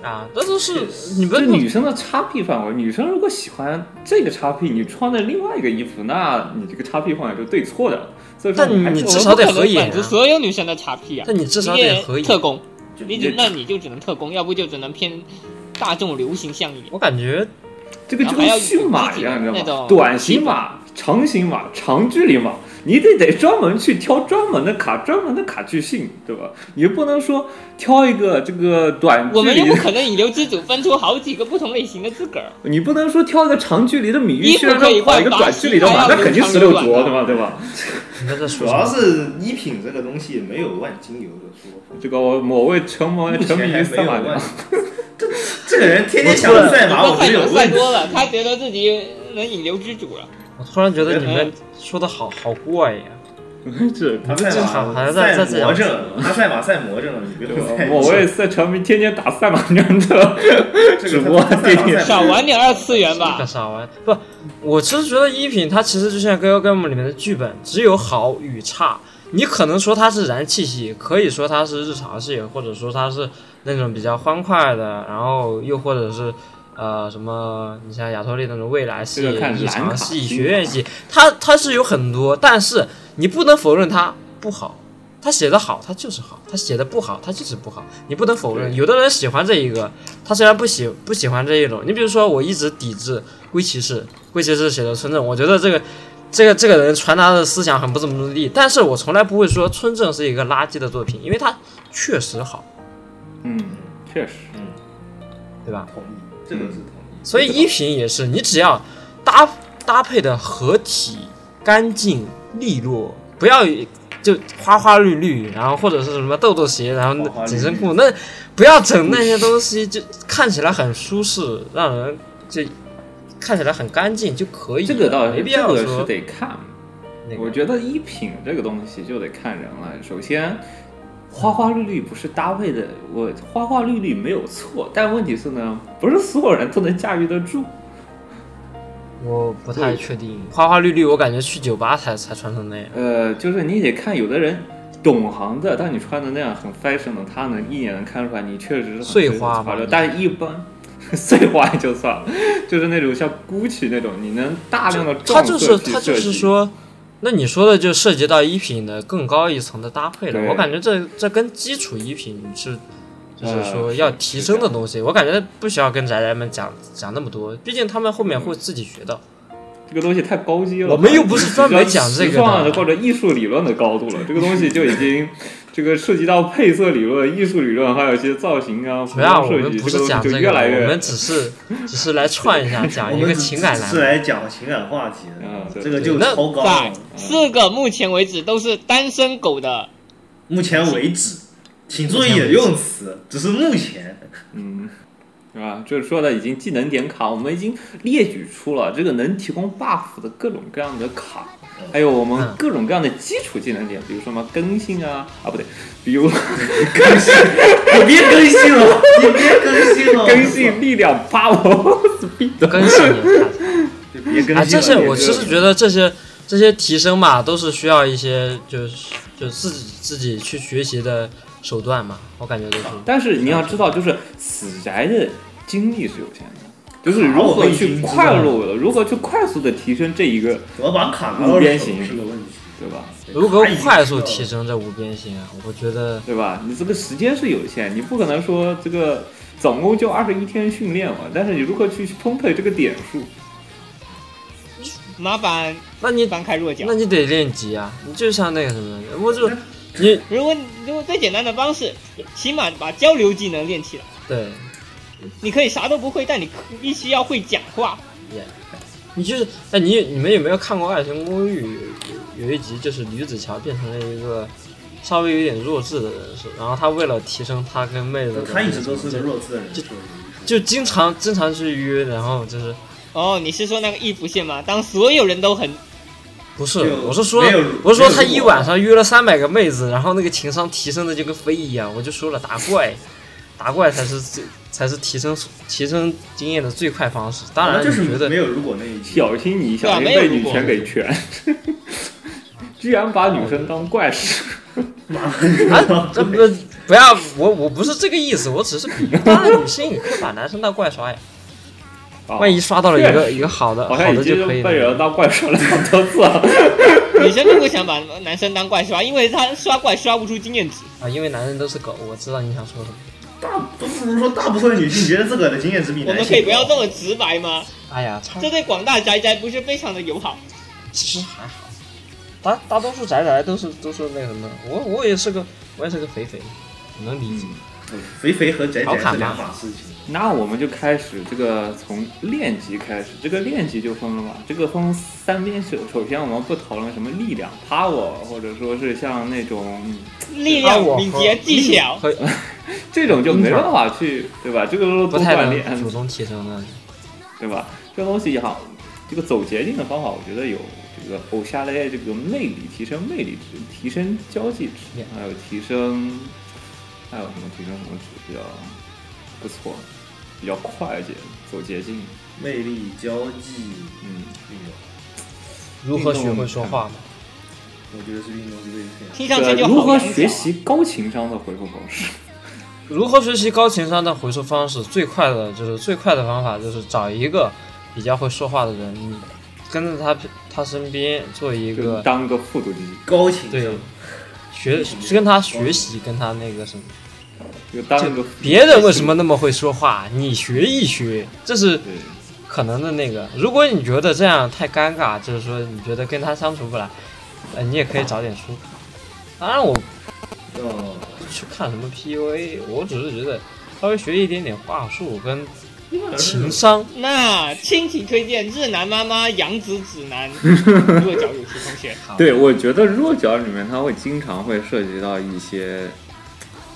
S3: 啊，那都是你
S1: 就
S3: 们
S1: 女生的叉 P 范围。女生如果喜欢这个叉 P，你穿的另外一个衣服，那你这个叉 P 范围就对错的了。所以说
S3: 但
S1: 还
S3: 你
S1: 是
S3: 至
S1: 我
S3: 少得
S5: 不可
S3: 合
S5: 能
S3: 眼
S5: 满足
S3: 啊，
S5: 所有女生的叉 P 啊
S3: 那！你至少
S5: 你
S3: 得合
S5: 特
S3: 眼。
S5: 工，你只
S1: 也
S5: 那你就只能特工，要不就只能偏大众流行向一点。
S3: 我感觉
S1: 这个
S5: 然
S1: 就
S5: 后还
S1: 跟
S5: 要
S1: 驯马一样，你
S5: 有自己的那
S1: 知道吗
S5: 种？
S1: 短型马、长型马、长距离马，你得得专门去挑专门的卡，专门的卡去性，对吧？你不能说挑一个这个短距
S5: 我们又
S1: 离
S5: 不
S1: 的，
S5: 可能引流之主分出好几个不同类型的自个儿，
S1: 你不能说挑一个长距离的米
S5: 衣
S1: 玉，
S5: 服
S1: 去让他
S5: 可以
S1: 跑
S5: 换
S1: 一个
S5: 发
S1: 短距离的
S5: 型
S1: 马，
S5: 还
S1: 那
S5: 要
S1: 肯定
S5: 留
S1: 十
S5: 长
S1: 六
S5: 短的
S1: 着，对吧？对吧？
S3: 你在这
S2: 主
S3: 说什
S2: 要
S3: 么？
S2: 是衣品这个东西没有万金油的说法。
S1: 这个我某位成魔
S2: 目
S1: <laughs> 沉迷
S2: 前
S1: 于
S2: 还没
S1: 赛
S2: 有
S1: 马
S2: 万
S1: 娘 <laughs>
S2: 金。这这个人天天想着赛马，
S5: 他
S2: 我觉
S5: 快
S2: 得有
S5: 牛
S2: 问
S5: 算
S2: 题。
S5: 多了，他觉得自己能引流之主了。
S3: 我突然觉得你们
S5: 嗯
S3: 说的好好怪呀。
S1: 这
S2: <laughs> 他赛
S3: 好
S2: 马
S3: 像在在
S2: 赛魔怔了，他赛马赛魔怔了，你不用赛。
S1: 某位赛沉迷天天打赛马娘的
S2: 这
S1: 主
S2: 个
S1: 播
S2: 他赛
S1: 天
S2: 马
S1: 天
S2: 赛
S5: 少玩点二次元
S3: 可
S5: 吧，
S3: 少玩不，我其实觉得一品它其实就像《哥哥 Game》里面的剧本，只有好与差。你可能说它是燃气系，可以说它是日常系，或者说它是那种比较欢快的，然后又或者是呃什么，你像亚托利那种未来系、
S1: 这个看
S3: 日
S1: 蓝卡
S3: 常系、
S1: 金
S3: 学院
S1: 卡
S3: 系，它它是有很多，但是你不能否认它不好。他写的好，他就是好；他写的不好，他就是不好。你不能否认，
S1: 对
S3: 有的人喜欢这一个，他虽然不喜不喜欢这一种。你比如说，我一直抵制龟骑士，龟骑士写的村正，我觉得这个这个这个人传达的思想很不怎么地，但是我从来不会说村正是一个垃圾的作品，因为他确实好，
S1: 嗯，确实，
S3: 对吧？
S2: 同意，这个是同
S1: 嗯
S2: 意。
S3: 所以一品也是，你只要搭搭配的合体、干净、利落，不要就花花绿绿，然后或者是什么豆豆鞋，
S2: 花
S3: 然
S2: 花绿
S3: 后
S2: 绿
S3: 紧身裤，那不要整那些东西，就看起来很舒适，让人就看起来很干净就可以了。
S1: 这个倒
S3: 哎没
S1: 是
S3: 必
S1: 这
S3: 要
S1: 个
S3: 说
S1: 是得看。
S3: 那
S1: 我
S3: 个。
S1: 觉得衣品这个东西就得看人了。首
S3: 嗯
S1: 先，花花绿绿不是搭配的，我花花绿绿没有错，但问题是呢，不是所有人都能驾驭得住。
S3: 我不太确定，花花绿绿，我感觉去酒吧才才穿成那样。
S1: 呃，就是你得看有的人懂行的，但你穿的那样很 fashion 的，他能一眼能看出来你确实是很
S3: 碎花嘛
S1: 潮流，但一般。 <laughs> 碎坏就算了，就是那种像 GUCCI 那种，你能大量的
S3: 他
S1: 撞
S3: 就
S1: 色
S3: 是
S1: 去
S3: 他就
S1: 设
S3: 是
S1: 计，
S3: 说，那你说的就涉及到衣品的更高一层的搭配了。
S1: 对
S3: 我感觉这这跟基础衣品是，就是
S1: 呃
S3: 说
S1: 是
S3: 要提升
S1: 是这
S3: 的
S1: 样
S3: 东西，我感觉不需要跟宅宅们讲讲那么多，毕竟他们后面会自己学到。
S1: 这个东西太高级了。
S3: 我们又不是专门讲这个的
S1: 比较时尚或者艺术理论的高度了，这个东西就
S3: <laughs>
S1: 已经这个涉及到配色理论、艺术理论，还有一些造型啊、服
S3: 主要
S1: 装
S3: 我
S1: 设
S3: 们
S1: 计，
S3: 不是
S1: 这个东
S3: 讲
S1: 西
S3: 这
S1: 就
S3: 个
S1: 越
S3: 的，
S1: 来
S3: 我
S1: 越
S3: 们只是只是来串
S1: <laughs>
S3: 一下，讲一
S2: 我
S3: 个
S2: 们
S3: 情感栏
S2: 是
S3: 目。
S2: 来讲情感话题的，
S1: 嗯对
S2: 这个就
S3: 那
S2: 超高
S5: 在
S2: 了。
S5: 四个目前为止都是单身狗的，
S2: 目前为止，请注意引用词，只是目
S1: <laughs>
S2: 前。
S1: 嗯。是吧？就是说的已经技能点卡，我们已经列举出了这个能提供 buff 的各种各样的卡，还有我们
S3: 嗯
S1: 各种各样的基础技能点，比如说什么更新啊啊不对，比如
S2: 你别更新了，你别更新了，
S1: 更新力量 <laughs> power speed，
S3: 更新一下
S2: 就别更新了。
S3: 啊，这些
S2: 别
S3: 我
S2: 更新
S3: 其
S2: 了
S3: 实觉得这些这些提升嘛，都是需要一些就是就自己自己去学习的手段嘛，我感觉都是。
S1: 但是你要知道，就是死宅的精力是有限的，就是如何去快速的，如何去快速的提升这一个，
S2: 怎么把卡拿到
S1: 无边
S2: 手
S1: 形
S2: 是个问题。
S1: 对吧？
S3: 如何快速提升这五边形啊？我觉得
S1: 对吧？你这个时间是有限，你不可能说这个总共就二十一天训练嘛，但是你如何去分配这个点数？
S5: 麻烦
S3: 那你
S5: 翻开弱角
S3: 那。你得练级啊，你就像那个什么，我就你
S5: 如果如果最简单的方式，起码把交流技能练起来。
S3: 对
S5: 你可以啥都不会，但你必须要会讲话。
S3: 也。你就是哎，你你们有没有看过《爱情公寓》有有有一集，就是吕子乔变成了一个稍微有点弱智的人设，然后他为了提升他跟妹子的
S2: 他一直都是
S3: 这
S2: 个弱智的人，
S3: 就
S2: 所以
S3: 就经常经常去约，然后就是
S5: 哦，你是说那个易服线吗？当所有人都很
S3: 不是
S2: 就，
S3: 我是说
S2: 没有，
S3: 我是说他
S2: 没有
S3: 一晚上约了三百个妹子，然后那个情商提升的就跟飞一样，我就说了，打怪，打怪才是最才是提升提升经验的最快方式。当然，
S2: 哦就
S3: 你
S2: 是
S3: 觉得
S2: 没有如果那一 <laughs> 期，
S1: 小心你小心
S5: 对啊没
S1: 被
S5: 有
S1: 女权给圈，居然把女生当怪事。
S3: 啊，这不不要我我不是这个意思，我只是比喻，当然女生也可以把男生当怪刷呀，
S2: 哦
S1: 啊
S3: 万一刷到了一
S1: 确
S3: 个
S1: 实
S3: 一个好的好
S1: 好像
S3: 的
S1: 哎已
S3: 就
S1: 经
S3: 可以
S1: 被
S3: 了。
S1: 人当怪兽了很多次了。
S5: <laughs> 女生都不想把男生当怪刷，因为他刷怪刷不出经验值。
S3: 啊，因为男人都是狗，我知道你想说什么。
S2: 大不如说大部分女性觉得自个的经验值比
S5: 我
S2: 男性
S5: 们
S2: 高
S5: 可以不要这么直白吗？
S3: 哎呀，差
S5: 这对广大宅宅不是非常的友好。
S3: 其实还好，大大多数宅宅都是都是那个什么，我我也是个我也是个肥肥，我能理解。
S2: 肥肥和宅
S3: 调
S2: 宅
S3: 侃
S2: 是两
S3: 吧
S2: 码事情。
S1: 那我们就开始这个从练级开始，这个练级就分了嘛，这个分三边首首先我们不讨论什么力量 power，或者说是像那种
S5: 力量、敏捷、技巧，
S3: <laughs> 和
S1: 这种就没办法去，对吧？这个都
S3: 嗯不
S1: 多
S3: 太
S1: 锻
S3: 能主
S1: 炼，
S3: 动提升的，
S1: 对吧？这个东西也好，这个走捷径的方法，我觉得有这个偶像类这个魅力，提升魅力值，提升交际值
S3: Yeah，
S1: 还有提升，还有什么提升什么值比较不错，比较快捷，走捷径，
S2: 魅力、交际、
S3: <laughs>
S1: 嗯。
S2: 运动，
S3: 如何学会说话嘛？
S2: 我觉得是运动是最重要的。
S5: 听上去就
S1: 啊如
S5: 好
S1: 何
S5: 养
S1: 学
S5: 小。
S1: 习高情商的回复方式？
S3: 如何学习高情商的回收方式？最快的就是最快的方法就是找一个比较会说话的人，你跟着他他身边做一
S1: 就
S3: 个
S1: 当个复读机，
S2: 高情
S3: 对
S2: 商，
S3: 学跟他学习，跟他那个什么。
S1: 就当一个
S3: 别人为什么那么会说话？你学一学，这是
S1: 对
S3: 可能的那个。如果你觉得这样太尴尬，就是说你觉得跟他相处不来，呃，你也可以找点书。当然，我不
S2: 哦，
S3: 去看什么 PUA，我只是觉得稍微学一点点话术跟情商，
S5: 那亲情推荐《日男妈妈养子指
S3: <laughs>
S5: 南》，弱角有些同学，
S1: 对，我觉得弱角里面它会经常会涉及到一些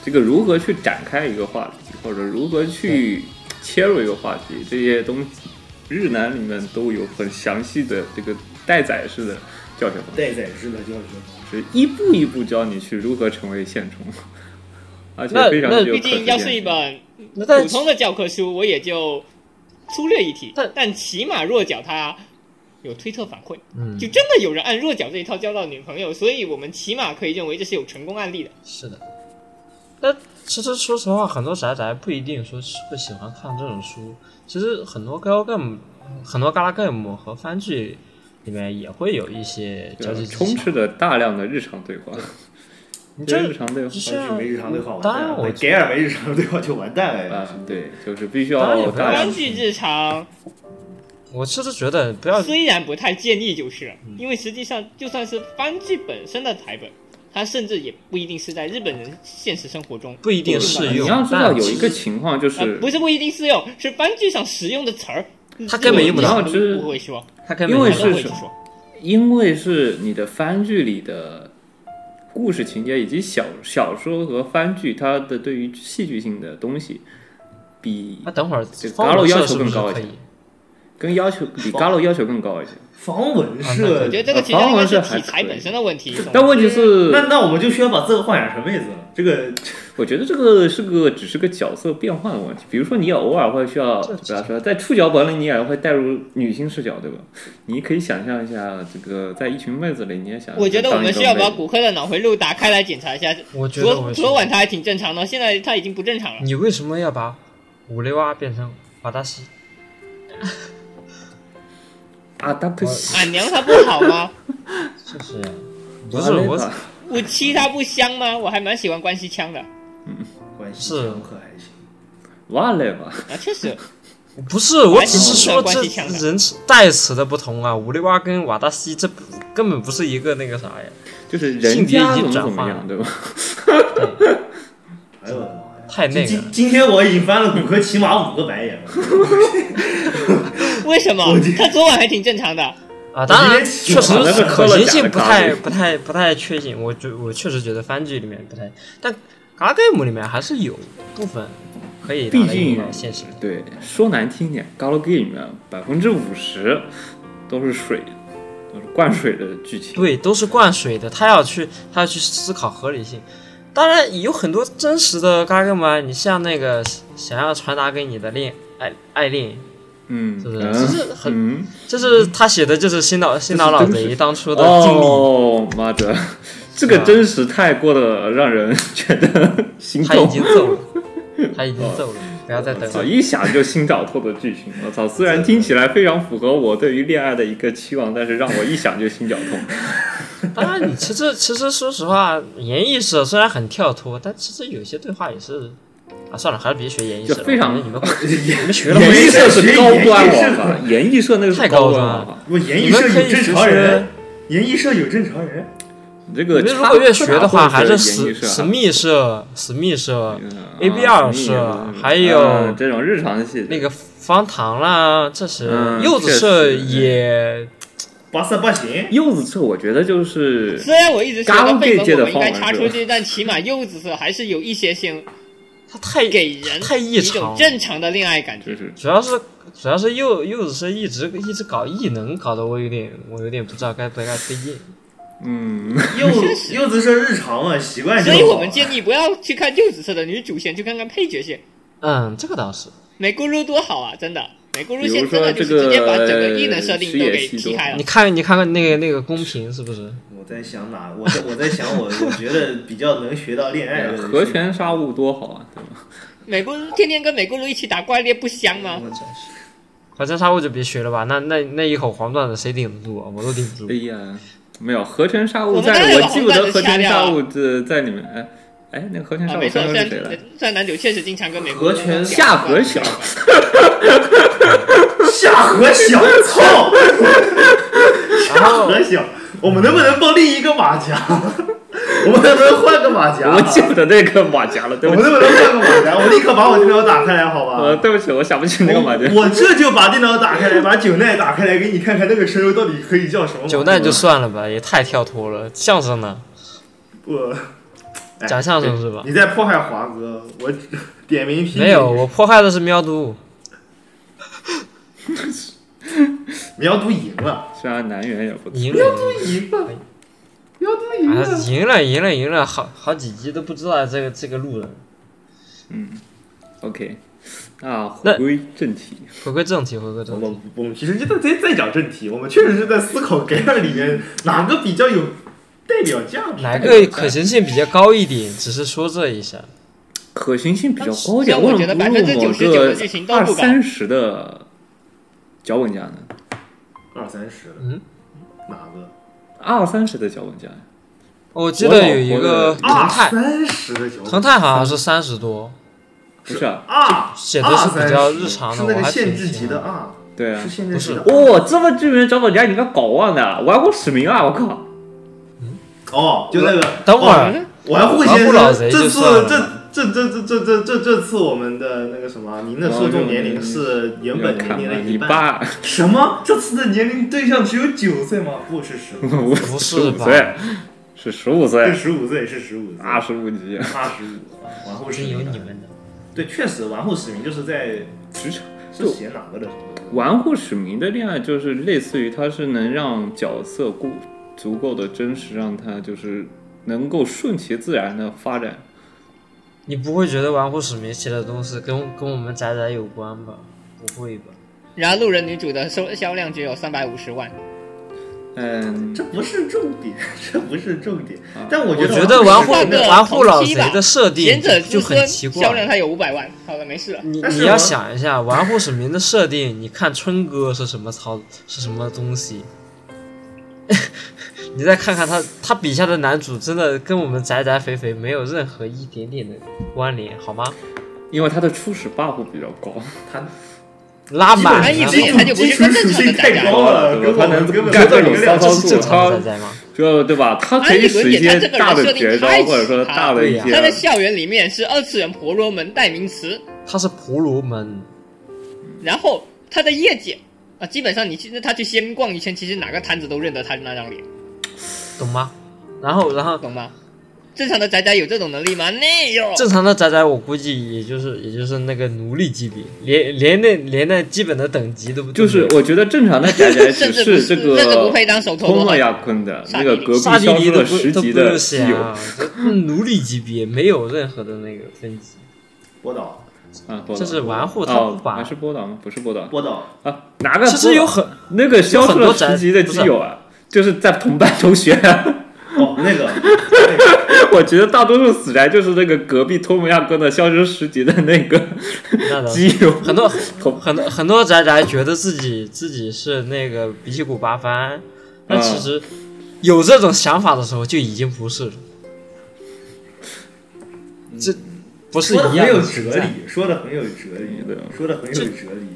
S1: 这个如何去展开一个话题，或者如何去切入一个话题，这些东西日南里面都有很详细的这个带载式的教学方式，
S2: 待宰式的教学，
S1: 是一步一步教你去如何成为现充，而且
S3: 那
S1: 非常
S3: 那
S1: 具有
S5: 毕
S1: 可实
S5: 竟要是
S1: 践
S5: 一
S1: 性
S5: 本
S3: 那但
S5: 普通的教科书，我也就粗略一提
S3: 但。
S5: 但起码弱角他有推特反馈，
S3: 嗯
S5: 就，真的有人按弱角这一套交到女朋友，所以我们起码可以认为这是有成功案例的。
S3: 是的。但其实说实话，很多宅宅不一定说是会喜欢看这种书。其实很多 gal game、很多 gal game 和番剧里面也会有一些交际技巧
S1: 充斥着大量的日常对话，
S3: 你
S1: 这
S3: 这
S1: 日常对话
S3: 就
S2: 还是
S3: 像
S2: 没日常对话完蛋
S3: 当然
S2: 了
S3: 我
S2: 给尔没日常对话就完蛋了。
S1: 啊，对，就是必须
S3: 当然也
S1: 要
S3: 不
S1: 大量
S5: 关。系日常
S3: 我其实觉得不要
S5: 虽然不太建议，就是了，
S3: 嗯
S5: 因为实际上就算是番剧本身的台本，它甚至也不一定是在日本人现实生活中
S3: 不一定适
S1: 你
S3: 用，
S1: 要知道
S3: 但
S1: 有一个
S3: 其实
S1: 情况就
S5: 呃
S1: 是，
S5: 不是不一定适用，是番剧上使用的词儿，
S3: 他根本用
S5: 不
S3: 不到
S1: 你要知
S5: 不会说，
S3: 他根本
S1: 因为
S3: 没
S5: 他
S1: 是
S5: 都
S3: 有
S5: 会去
S1: 什么
S5: 说。
S1: 因为是你的番剧里的故事情节以及小小说和番剧，它的对于戏剧性的东西，比
S3: 那啊等会儿
S1: 这个
S3: 方文
S1: Galo 要
S3: 社是
S1: 求
S3: 不
S1: 更
S3: 是
S1: 高一
S3: 可
S1: 些
S3: 以？
S1: 跟要求比 Galo 要求更高一些。
S2: 防蚊
S5: 我
S2: 社
S5: 觉，得这个其实
S1: 啊
S5: 应该是
S1: 方文社还
S5: 题材
S1: 可以
S5: 本身的问题。
S1: 但问题是，
S2: 那那我们就需要把这个幻想成妹子了。这个
S1: 我觉得这个是个只是个角色变换的问题。比如说，你也偶尔会需要，
S3: 这
S1: 比方说在触角本里，你也会带入女性视角，对吧？你可以想象一下，这个在一群妹子里，你也想。
S5: 我觉得我们是要把骨
S1: 古。
S5: 科的脑回路打开来检查一下。
S3: 我觉得
S5: 昨
S3: 我嗯
S5: 昨晚他还挺正常的，现在他已经不正常了。
S3: 你为什么要把五六二变成瓦达西？
S1: 啊，他不行。
S5: 俺娘她不好吗？
S3: 就是
S1: 啊
S3: 呀，不是我只，
S5: 我妻她不香吗？我还蛮喜欢关西腔的啊
S2: 关系
S3: 是
S2: 强可还行。
S1: 完了吧？
S5: 啊，确实，
S3: 不是我
S5: 还
S3: 只
S5: 是
S3: 是
S5: 喜
S3: 说
S5: 欢
S3: 这
S5: 关系强的
S3: 人代词的不同啊，五六二跟瓦达西这不根本不是一个那个啥呀。
S1: 就是人
S3: 性别
S1: 家
S3: 已
S1: 怎么
S3: 经转
S1: 怎
S3: 化
S1: 么
S3: 了
S1: 样，对吧？
S2: 哎呦我的妈呀！
S3: 太那个
S2: 今
S3: 了。
S2: 今天我已经翻了骨科起码五个白眼了。
S5: 为什么
S2: 我觉得
S5: 她昨晚还挺正常的？
S3: 啊，当
S2: 我
S3: 然
S2: 今天
S3: 确实
S1: 我在这
S3: 可
S1: 喝了
S3: 行
S1: 假的
S3: 性不
S1: 咖
S3: 太
S1: 啡
S3: 不太不太确信，我觉我确实觉得番剧里面不太，但 Gar Game 里面还是有部分可以拿
S1: 毕
S3: 来用
S1: 竟
S3: 到现实。
S1: 对，说难听点，Galo Game 里面百分之五十都是水，都是灌水的剧情。
S3: 对，都是灌水的，他要去他要去思考合理性。当然有很多真实的 Gar Game 啊，你像那个想要传达给你的恋爱爱恋，
S1: 嗯，
S3: 是不是
S1: 嗯，
S3: 其实很
S1: 嗯
S3: 就是他写的就是新老新老老贼当初的经历。
S1: 哦，妈的，这个真实太过的让人觉得心
S3: 他已
S1: 痛。
S3: 经揍了，他已经揍了，不要再等
S1: 操，
S3: 了。
S1: 一想就心绞痛的剧情，我操！虽然听起来非常符合我对于恋爱的一个期望，但是让我一想就心绞
S3: <laughs>
S1: 痛。
S3: 当然，你其实其实说实话，演艺社虽然很跳脱，但其实有些对话也是啊，算了，还是别学演艺社了。
S1: 就非常
S3: 我觉得你们会
S1: <laughs>
S3: 你们学了
S1: 演艺
S3: 会
S1: 社是高端
S2: 演艺社
S1: 玩法，演艺社那个是
S3: 太高
S1: 端
S3: 端
S1: 啊玩
S3: 了
S1: 法。
S2: 我演
S3: 你
S2: 艺
S3: 们
S2: 社
S3: 可
S2: 有
S3: 以学
S2: 正常人
S3: 学，，
S2: 演艺社有正常人。
S1: 你这
S3: 你
S1: 个
S3: 们如
S1: 插
S3: 果越学的话，
S1: 插
S3: 还
S1: 混
S3: 是
S1: 演
S3: 史
S1: 艺社
S3: 史密社、史密社、ABR
S1: 啊
S3: 是
S1: 嗯
S3: 还有
S1: 嗯这种日常戏
S3: 那个方糖啦，这是
S1: 嗯
S3: 柚子
S1: 确
S3: 社
S1: 实
S3: 也
S2: 八三八行，
S1: 柚子社，我觉
S3: <laughs>
S1: 得就是
S5: 虽然我一直觉得背
S1: 嘎嘣这届
S5: 本
S1: 的
S5: 我们应该插
S1: 方文
S5: 出
S1: 社
S5: 去，但起码柚子色还是有一些些
S3: 他太
S5: 给人
S3: 太异
S5: 一种
S3: 常，
S5: 正常的恋爱感
S1: 就
S5: 觉。
S1: 是
S3: 主要是主要是柚柚子社一直一直搞异能，搞得我有点我有点不知道该不该推荐。
S1: 嗯，
S2: 柚柚子社日常嘛，习惯就
S5: 所
S2: 好。
S5: 以我们建议不要去看柚子色的女主线，去看看配角线。
S3: 嗯，这个倒是。
S5: 美咕噜多好啊，真的，美咕噜
S1: 比如
S5: 线
S1: 说
S5: 真的就是
S1: 这个
S5: 直接把整个异能设定都给踢开
S1: 啊
S5: 了
S3: 你。看，你看看那个那个公屏是不是？
S2: 我在想哪？我在我在想我，我觉得比较能学到恋爱
S5: <laughs>
S1: <laughs>
S2: 的人哎是
S1: 和弦杀物多好啊，对吧？
S5: 美咕噜天天跟美咕噜一起打怪猎不香吗？
S3: 反正杀我就别学了吧，那那那一口黄段子谁顶得住啊？我都顶不
S1: 哎
S3: 住。
S1: 呀，没有和弦杀物
S5: 我们当
S1: 在，
S5: 然有
S1: 我记不得和
S5: 黄段
S1: 弦
S5: 子
S1: 杀
S5: 掐
S1: 物这在里面，哎哎，那个和弦
S5: 啊，
S1: 杀物
S5: 没错，
S1: 刚
S5: 虽然
S1: 刚是谁来？
S5: 虽然男九确实经常跟美
S2: 和
S5: 国
S2: 权
S1: 夏河小，
S2: 下河小，操！
S3: 然后
S2: 和小，我们能不能帮另一个马甲？我们能不能换个马甲？
S1: 我记不得那个马甲了，对
S2: 我
S1: 不
S2: 们
S1: 起
S2: 能，不能换个马甲？我立刻把我电脑打开来，好吧？
S1: 呃，对不起，我想不起那个马甲。
S2: 我我这就把电脑打开来，把九奈打开来，给你看看那个声优到底可以叫什么马甲。
S3: 九难就算了吧，也太跳脱了。相声呢？
S2: 我，哎
S3: 讲相声是吧？
S2: 你在迫害华哥，我只点名批评。
S3: 没有，我迫害的是喵都。
S2: 苗都赢了，
S1: 虽然南园也不错，
S3: 赢了，
S2: 赢了，苗都赢
S3: 啊
S2: 了。，
S3: 赢了，赢了，赢了，好好几集都不知道这个这个路人。
S1: 嗯，OK，那回
S3: 那
S1: 归正题，
S3: 回归正题，回归
S2: 我
S3: 正题
S2: 们。我们其实就在在在讲正题，我们确实是在思考 g a m 里面哪个比较有代表价值。
S3: 哪个可行性比较高一点？只是说这一下，
S1: 可行性比较高一点，
S5: 像我
S1: 为
S5: 觉
S1: 什
S5: 得
S1: 么不录某
S5: 99%
S1: 个
S5: 的剧情都
S1: 二
S5: 不高
S1: 三十的脚本家呢？
S2: 二三十了，
S3: 嗯，
S2: 哪个？
S1: 二三十的脚本家，
S3: 我记得有一个
S1: 我老
S3: 腾
S1: 婆的
S2: 二
S3: 泰，
S2: 三十的球，
S3: 腾泰好像是三十多，
S1: 不是啊？
S2: 啊，
S3: 写的是比较
S2: 230
S3: 日常的
S2: 是那
S3: 我
S2: 个
S3: 还
S2: 限
S3: 挺
S2: 制级
S3: 喜欢
S2: 的啊，
S1: 对啊
S2: 是，限制级的啊。
S1: 哦，这么著名的脚本家，你该搞忘了，玩过使命啊！我靠，
S2: 哦，就那个，
S3: 等会儿
S2: 哦玩户先
S3: 玩户老贼
S2: 生，
S3: 就
S2: 这
S3: 算了
S2: 次这这这这这这这这次我们的那个什么，您的受众年龄是原本年龄的
S1: 你
S2: 一半。
S1: 爸，
S2: 什么？这次的年龄对象只有九岁吗？不是 <laughs> 十，
S1: 不
S3: 不
S1: 十
S3: 是
S1: 五
S3: 吧
S1: 岁，是十五
S2: 是
S1: 岁，
S2: 十五岁，是十五岁，
S1: 二十五级，
S2: 八十五。玩户
S3: 不
S2: 使
S3: 是有
S2: 命
S3: 你们的，
S2: 对，确实玩户使命就是在
S1: 职场
S2: 是写哪个的？
S1: 玩户使命的恋爱就是类似于，它是能让角色够足够的真实，让它就是能够顺其自然的发展。
S3: 你不会觉得玩忽使命写的东西跟跟我们仔仔有关吧？不会吧？
S5: 然后路人女主的收销量只有三百五十万，
S1: 嗯，
S2: 这不是重点，这不是重点
S1: 啊。
S2: 但我
S3: 我
S2: 觉
S3: 觉
S2: 得
S3: 得
S2: 玩
S3: 玩忽
S2: 户使
S5: 换个
S3: 玩忽老贼
S5: 同期吧
S3: 的设定
S5: 贤者
S3: 就
S5: 之
S3: 很
S5: 孙
S3: 奇
S5: 销量
S3: 怪。
S5: 它有五百万。好了，没事了。
S3: 你
S2: 但是
S3: 你要
S2: 我
S3: 想一下，玩忽使命的设定，你看春哥是什么操是什么东西， <laughs> 你再看看他他笔下的男主，真的跟我们宅宅肥肥没有任何一点点的关联，好吗？
S1: 因为它的初始 buff 比较高，
S3: 拉满
S5: 他
S3: 了，
S5: 以
S3: 你
S5: 为他就不是个正常的宅
S2: 太
S5: 宅，
S2: 高了，
S1: 对
S2: 跟
S1: 吧
S2: 我
S1: 他能
S2: 们根本
S1: 干
S2: 没
S1: 这
S2: 有
S1: 种
S2: 流
S1: 骚
S2: 量
S1: 操
S3: 这是
S1: 作
S3: 正常
S1: 啊
S3: 的宅，宅吗？
S1: 就对吧？它可以使一些大的绝招，或者说大的一
S5: 他在
S1: 些，
S5: 校园里面是二次元婆罗门代名词，
S3: 他是婆罗门，
S5: 然后他在业界啊，基本上你去他去先逛一圈，其实哪个摊子都认得他那张脸，
S3: 懂吗？然后然后
S5: 懂吗？正常的宅宅有这种能力吗？没有。
S3: 正常的宅宅，我估计也就是也就是那个奴隶级别，连连那连那基本的等级都不
S1: 就是我觉得正常的宅宅只
S5: 甚至不 <laughs>
S1: 这
S5: 甚至不
S1: 个
S5: 配当手头
S1: 托
S5: 罗
S1: 诺
S5: 汉。
S1: 亚坤的那个隔壁
S3: 杀
S1: 消
S3: 地尼
S1: 失
S3: 都
S1: 了
S3: 不
S1: 十
S3: 都
S1: 级
S3: 不用
S1: 的
S3: 写
S1: 基友
S3: 啊，这奴隶级别没有任何的那个分级，
S2: 波导，
S1: 啊，波导
S3: 这是玩户他不
S1: 哦，
S3: 把
S1: 还是波导吗？不是波导
S2: 波导，
S1: 啊，哪个波导？
S3: 其实有很
S1: 那个消
S3: 有
S1: 失了
S3: 很多宅
S1: 十级的基友啊，就是在同班同学、啊
S2: 哦，那个
S1: <laughs> 我觉得大多数死宅就是那个隔壁托姆亚哥的消失十级的那个
S3: 那倒是
S1: 基友，
S3: 嗯很
S1: <laughs>
S3: 多
S1: 同
S3: 很多很多宅宅觉得自己自己是那个鼻涕骨八番，但
S1: 嗯
S3: 其实有这种想法的时候就已经不是了，这 <laughs> 不是
S2: 说的
S3: 一
S2: 很
S3: 样
S2: 有
S3: 的
S2: 哲
S3: 存在。
S2: 理，说的很有哲理
S1: 对，
S2: 说的很有哲理。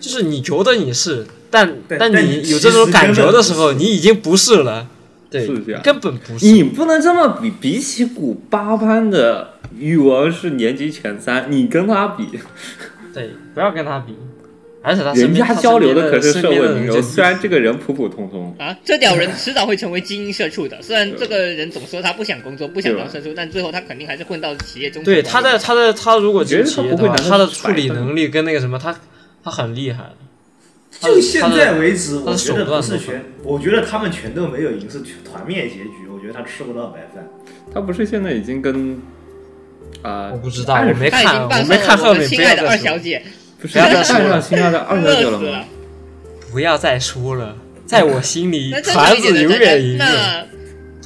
S3: 就是你觉得你是，但
S2: 但但
S3: 你
S2: 你
S3: 有
S2: 其
S3: 这种
S2: 实
S3: 感
S2: 根
S3: 觉
S2: 本
S3: 的
S2: 不
S3: 时候，
S2: 是
S3: 你已经不是了，对，
S1: 是这样
S3: 根本不是。
S1: 你不能这么比，比起古巴班的语文是年级前三，你跟他比，
S3: 对，不要跟他比，而且他身
S1: 人
S3: 边
S1: 家交流的可是社会名流，
S3: 流，
S1: 虽然这个人普普通通，
S5: 啊，这屌人迟早会成为精英社畜的。虽然
S1: 对
S5: 这个人总说他不想工作，不想
S1: 对吧
S5: 当社畜，但最后他肯定还是混到企业中。
S3: 对他在他在他如果
S1: 觉得
S3: 进
S1: 他
S3: 企业的
S1: 不会
S3: 话，
S1: 拿
S3: 他的
S1: 出
S3: 处
S1: 来
S3: 理
S1: 当
S3: 能力跟那个什么，他他很厉害的。
S5: 哦
S3: 他
S2: 就
S3: 的
S2: 现
S3: 他的
S2: 在为止，
S3: 他
S2: 我
S3: 的
S2: 觉
S3: 手
S2: 得不
S3: 段
S2: 是全，我觉得他们全都没有赢，是全团灭结局。我觉得他吃不到白饭。
S1: 他不是现在已经跟啊、
S3: 我不知道，
S1: 暗
S3: 我
S1: 示
S3: 没
S5: 他已
S3: 看，
S5: 经
S3: 我
S5: 傍
S3: 没看
S5: 上了
S3: 后
S5: 我
S3: 面，
S5: 们
S3: 不
S5: 亲
S3: 要
S5: 爱的
S3: 再
S5: 二
S3: 说
S5: 小
S3: 了，
S5: 姐，
S1: 不是
S3: 不要再
S1: 他
S3: 说
S1: 看
S3: 了
S1: 上新二的二
S5: 乐
S1: 哥
S5: 死 <laughs>
S1: 了吗
S5: 了？。
S3: 不要再说了，在我心里
S5: <laughs> 那，正常
S3: 团
S5: 一点
S3: 子
S5: 的
S3: 永
S5: 宅
S3: 远
S5: 宅，
S3: 赢了，
S5: 那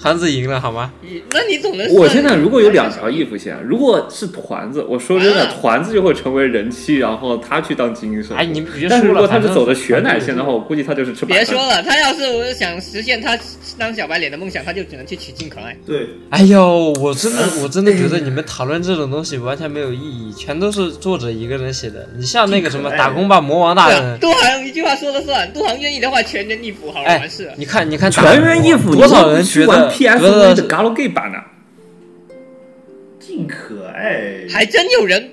S3: 团子赢了，好吗？
S5: 你那你总能
S1: 我
S5: 算
S1: 现在如果有两条衣服线，如果是团子，我说真的，
S5: 啊
S1: 团子就会成为人气，然后他去当精英社畜。
S3: 哎，你别
S1: 但
S3: 说
S1: 是如果
S3: 了，
S1: 他
S3: 反
S1: 是
S3: 正
S1: 走的血奶线
S3: 反
S1: 的
S3: 正
S1: 话，我估计他就是吃白
S5: 别
S1: 饭。
S5: 说了，他要是想实现他当小白脸的梦想，他就只能去取经可爱。
S2: 对，
S3: 哎呦，我真
S1: 哎
S3: 的，我真的觉得你们讨论这种东西完全没有意义，全都是作者一个人写的。你像那个什么
S1: <laughs> 哎
S2: 挺可爱的
S3: 打工吧魔王大
S5: 对啊，
S3: 人，
S5: 杜航一句话说了算，杜航愿意的话全人一服，
S1: 啊
S5: 好了，
S3: 嗯哎
S5: 完事了，。
S3: 你看，你看打工
S1: 全员一服，
S3: 多少人觉
S1: 去
S3: 得
S1: 玩
S3: 觉
S1: PSV 的
S3: 得
S1: Galgame 版呢？
S2: 尽可爱。
S5: 还真有人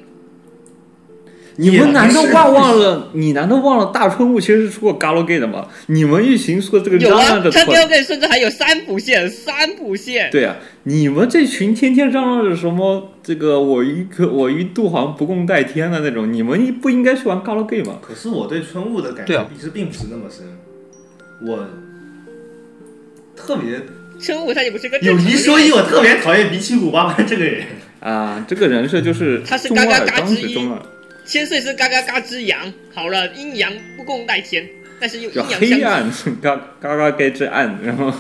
S1: 你们难道忘忘了？你难道忘了大春物其实是出过 Galgame 的吗？你们一群说这个
S5: 有
S1: 嚷
S5: 啊
S1: 嚷着，
S5: 他
S1: 团
S5: 标配甚至还有三补线，三补线。
S1: 对啊，你们这群天天嚷嚷着什么这个我与可我与杜航不共戴天的那种，你们不应该去玩 Galgame 吗？
S2: 可是我对春雾的感
S3: 对
S2: 觉
S3: 啊
S2: 其实并不是那么深，我特别
S5: 春武他也不是个
S2: 有
S5: 正常
S2: 一
S5: 人
S2: 说一，我特别讨厌比奇古巴巴这个人。
S1: 啊，这个人设就是
S5: 他是
S1: 中
S5: 嘎嘎
S1: 二，
S5: 嘎
S1: 当
S5: 之
S1: 时
S5: 一
S1: 中二，
S5: 千岁是嘎嘎嘎之阳，好了，阴阳不共戴天，但是又
S1: 叫
S5: 阴阳
S1: 黑
S5: 相
S1: 暗嘎嘎嘎该之暗，然后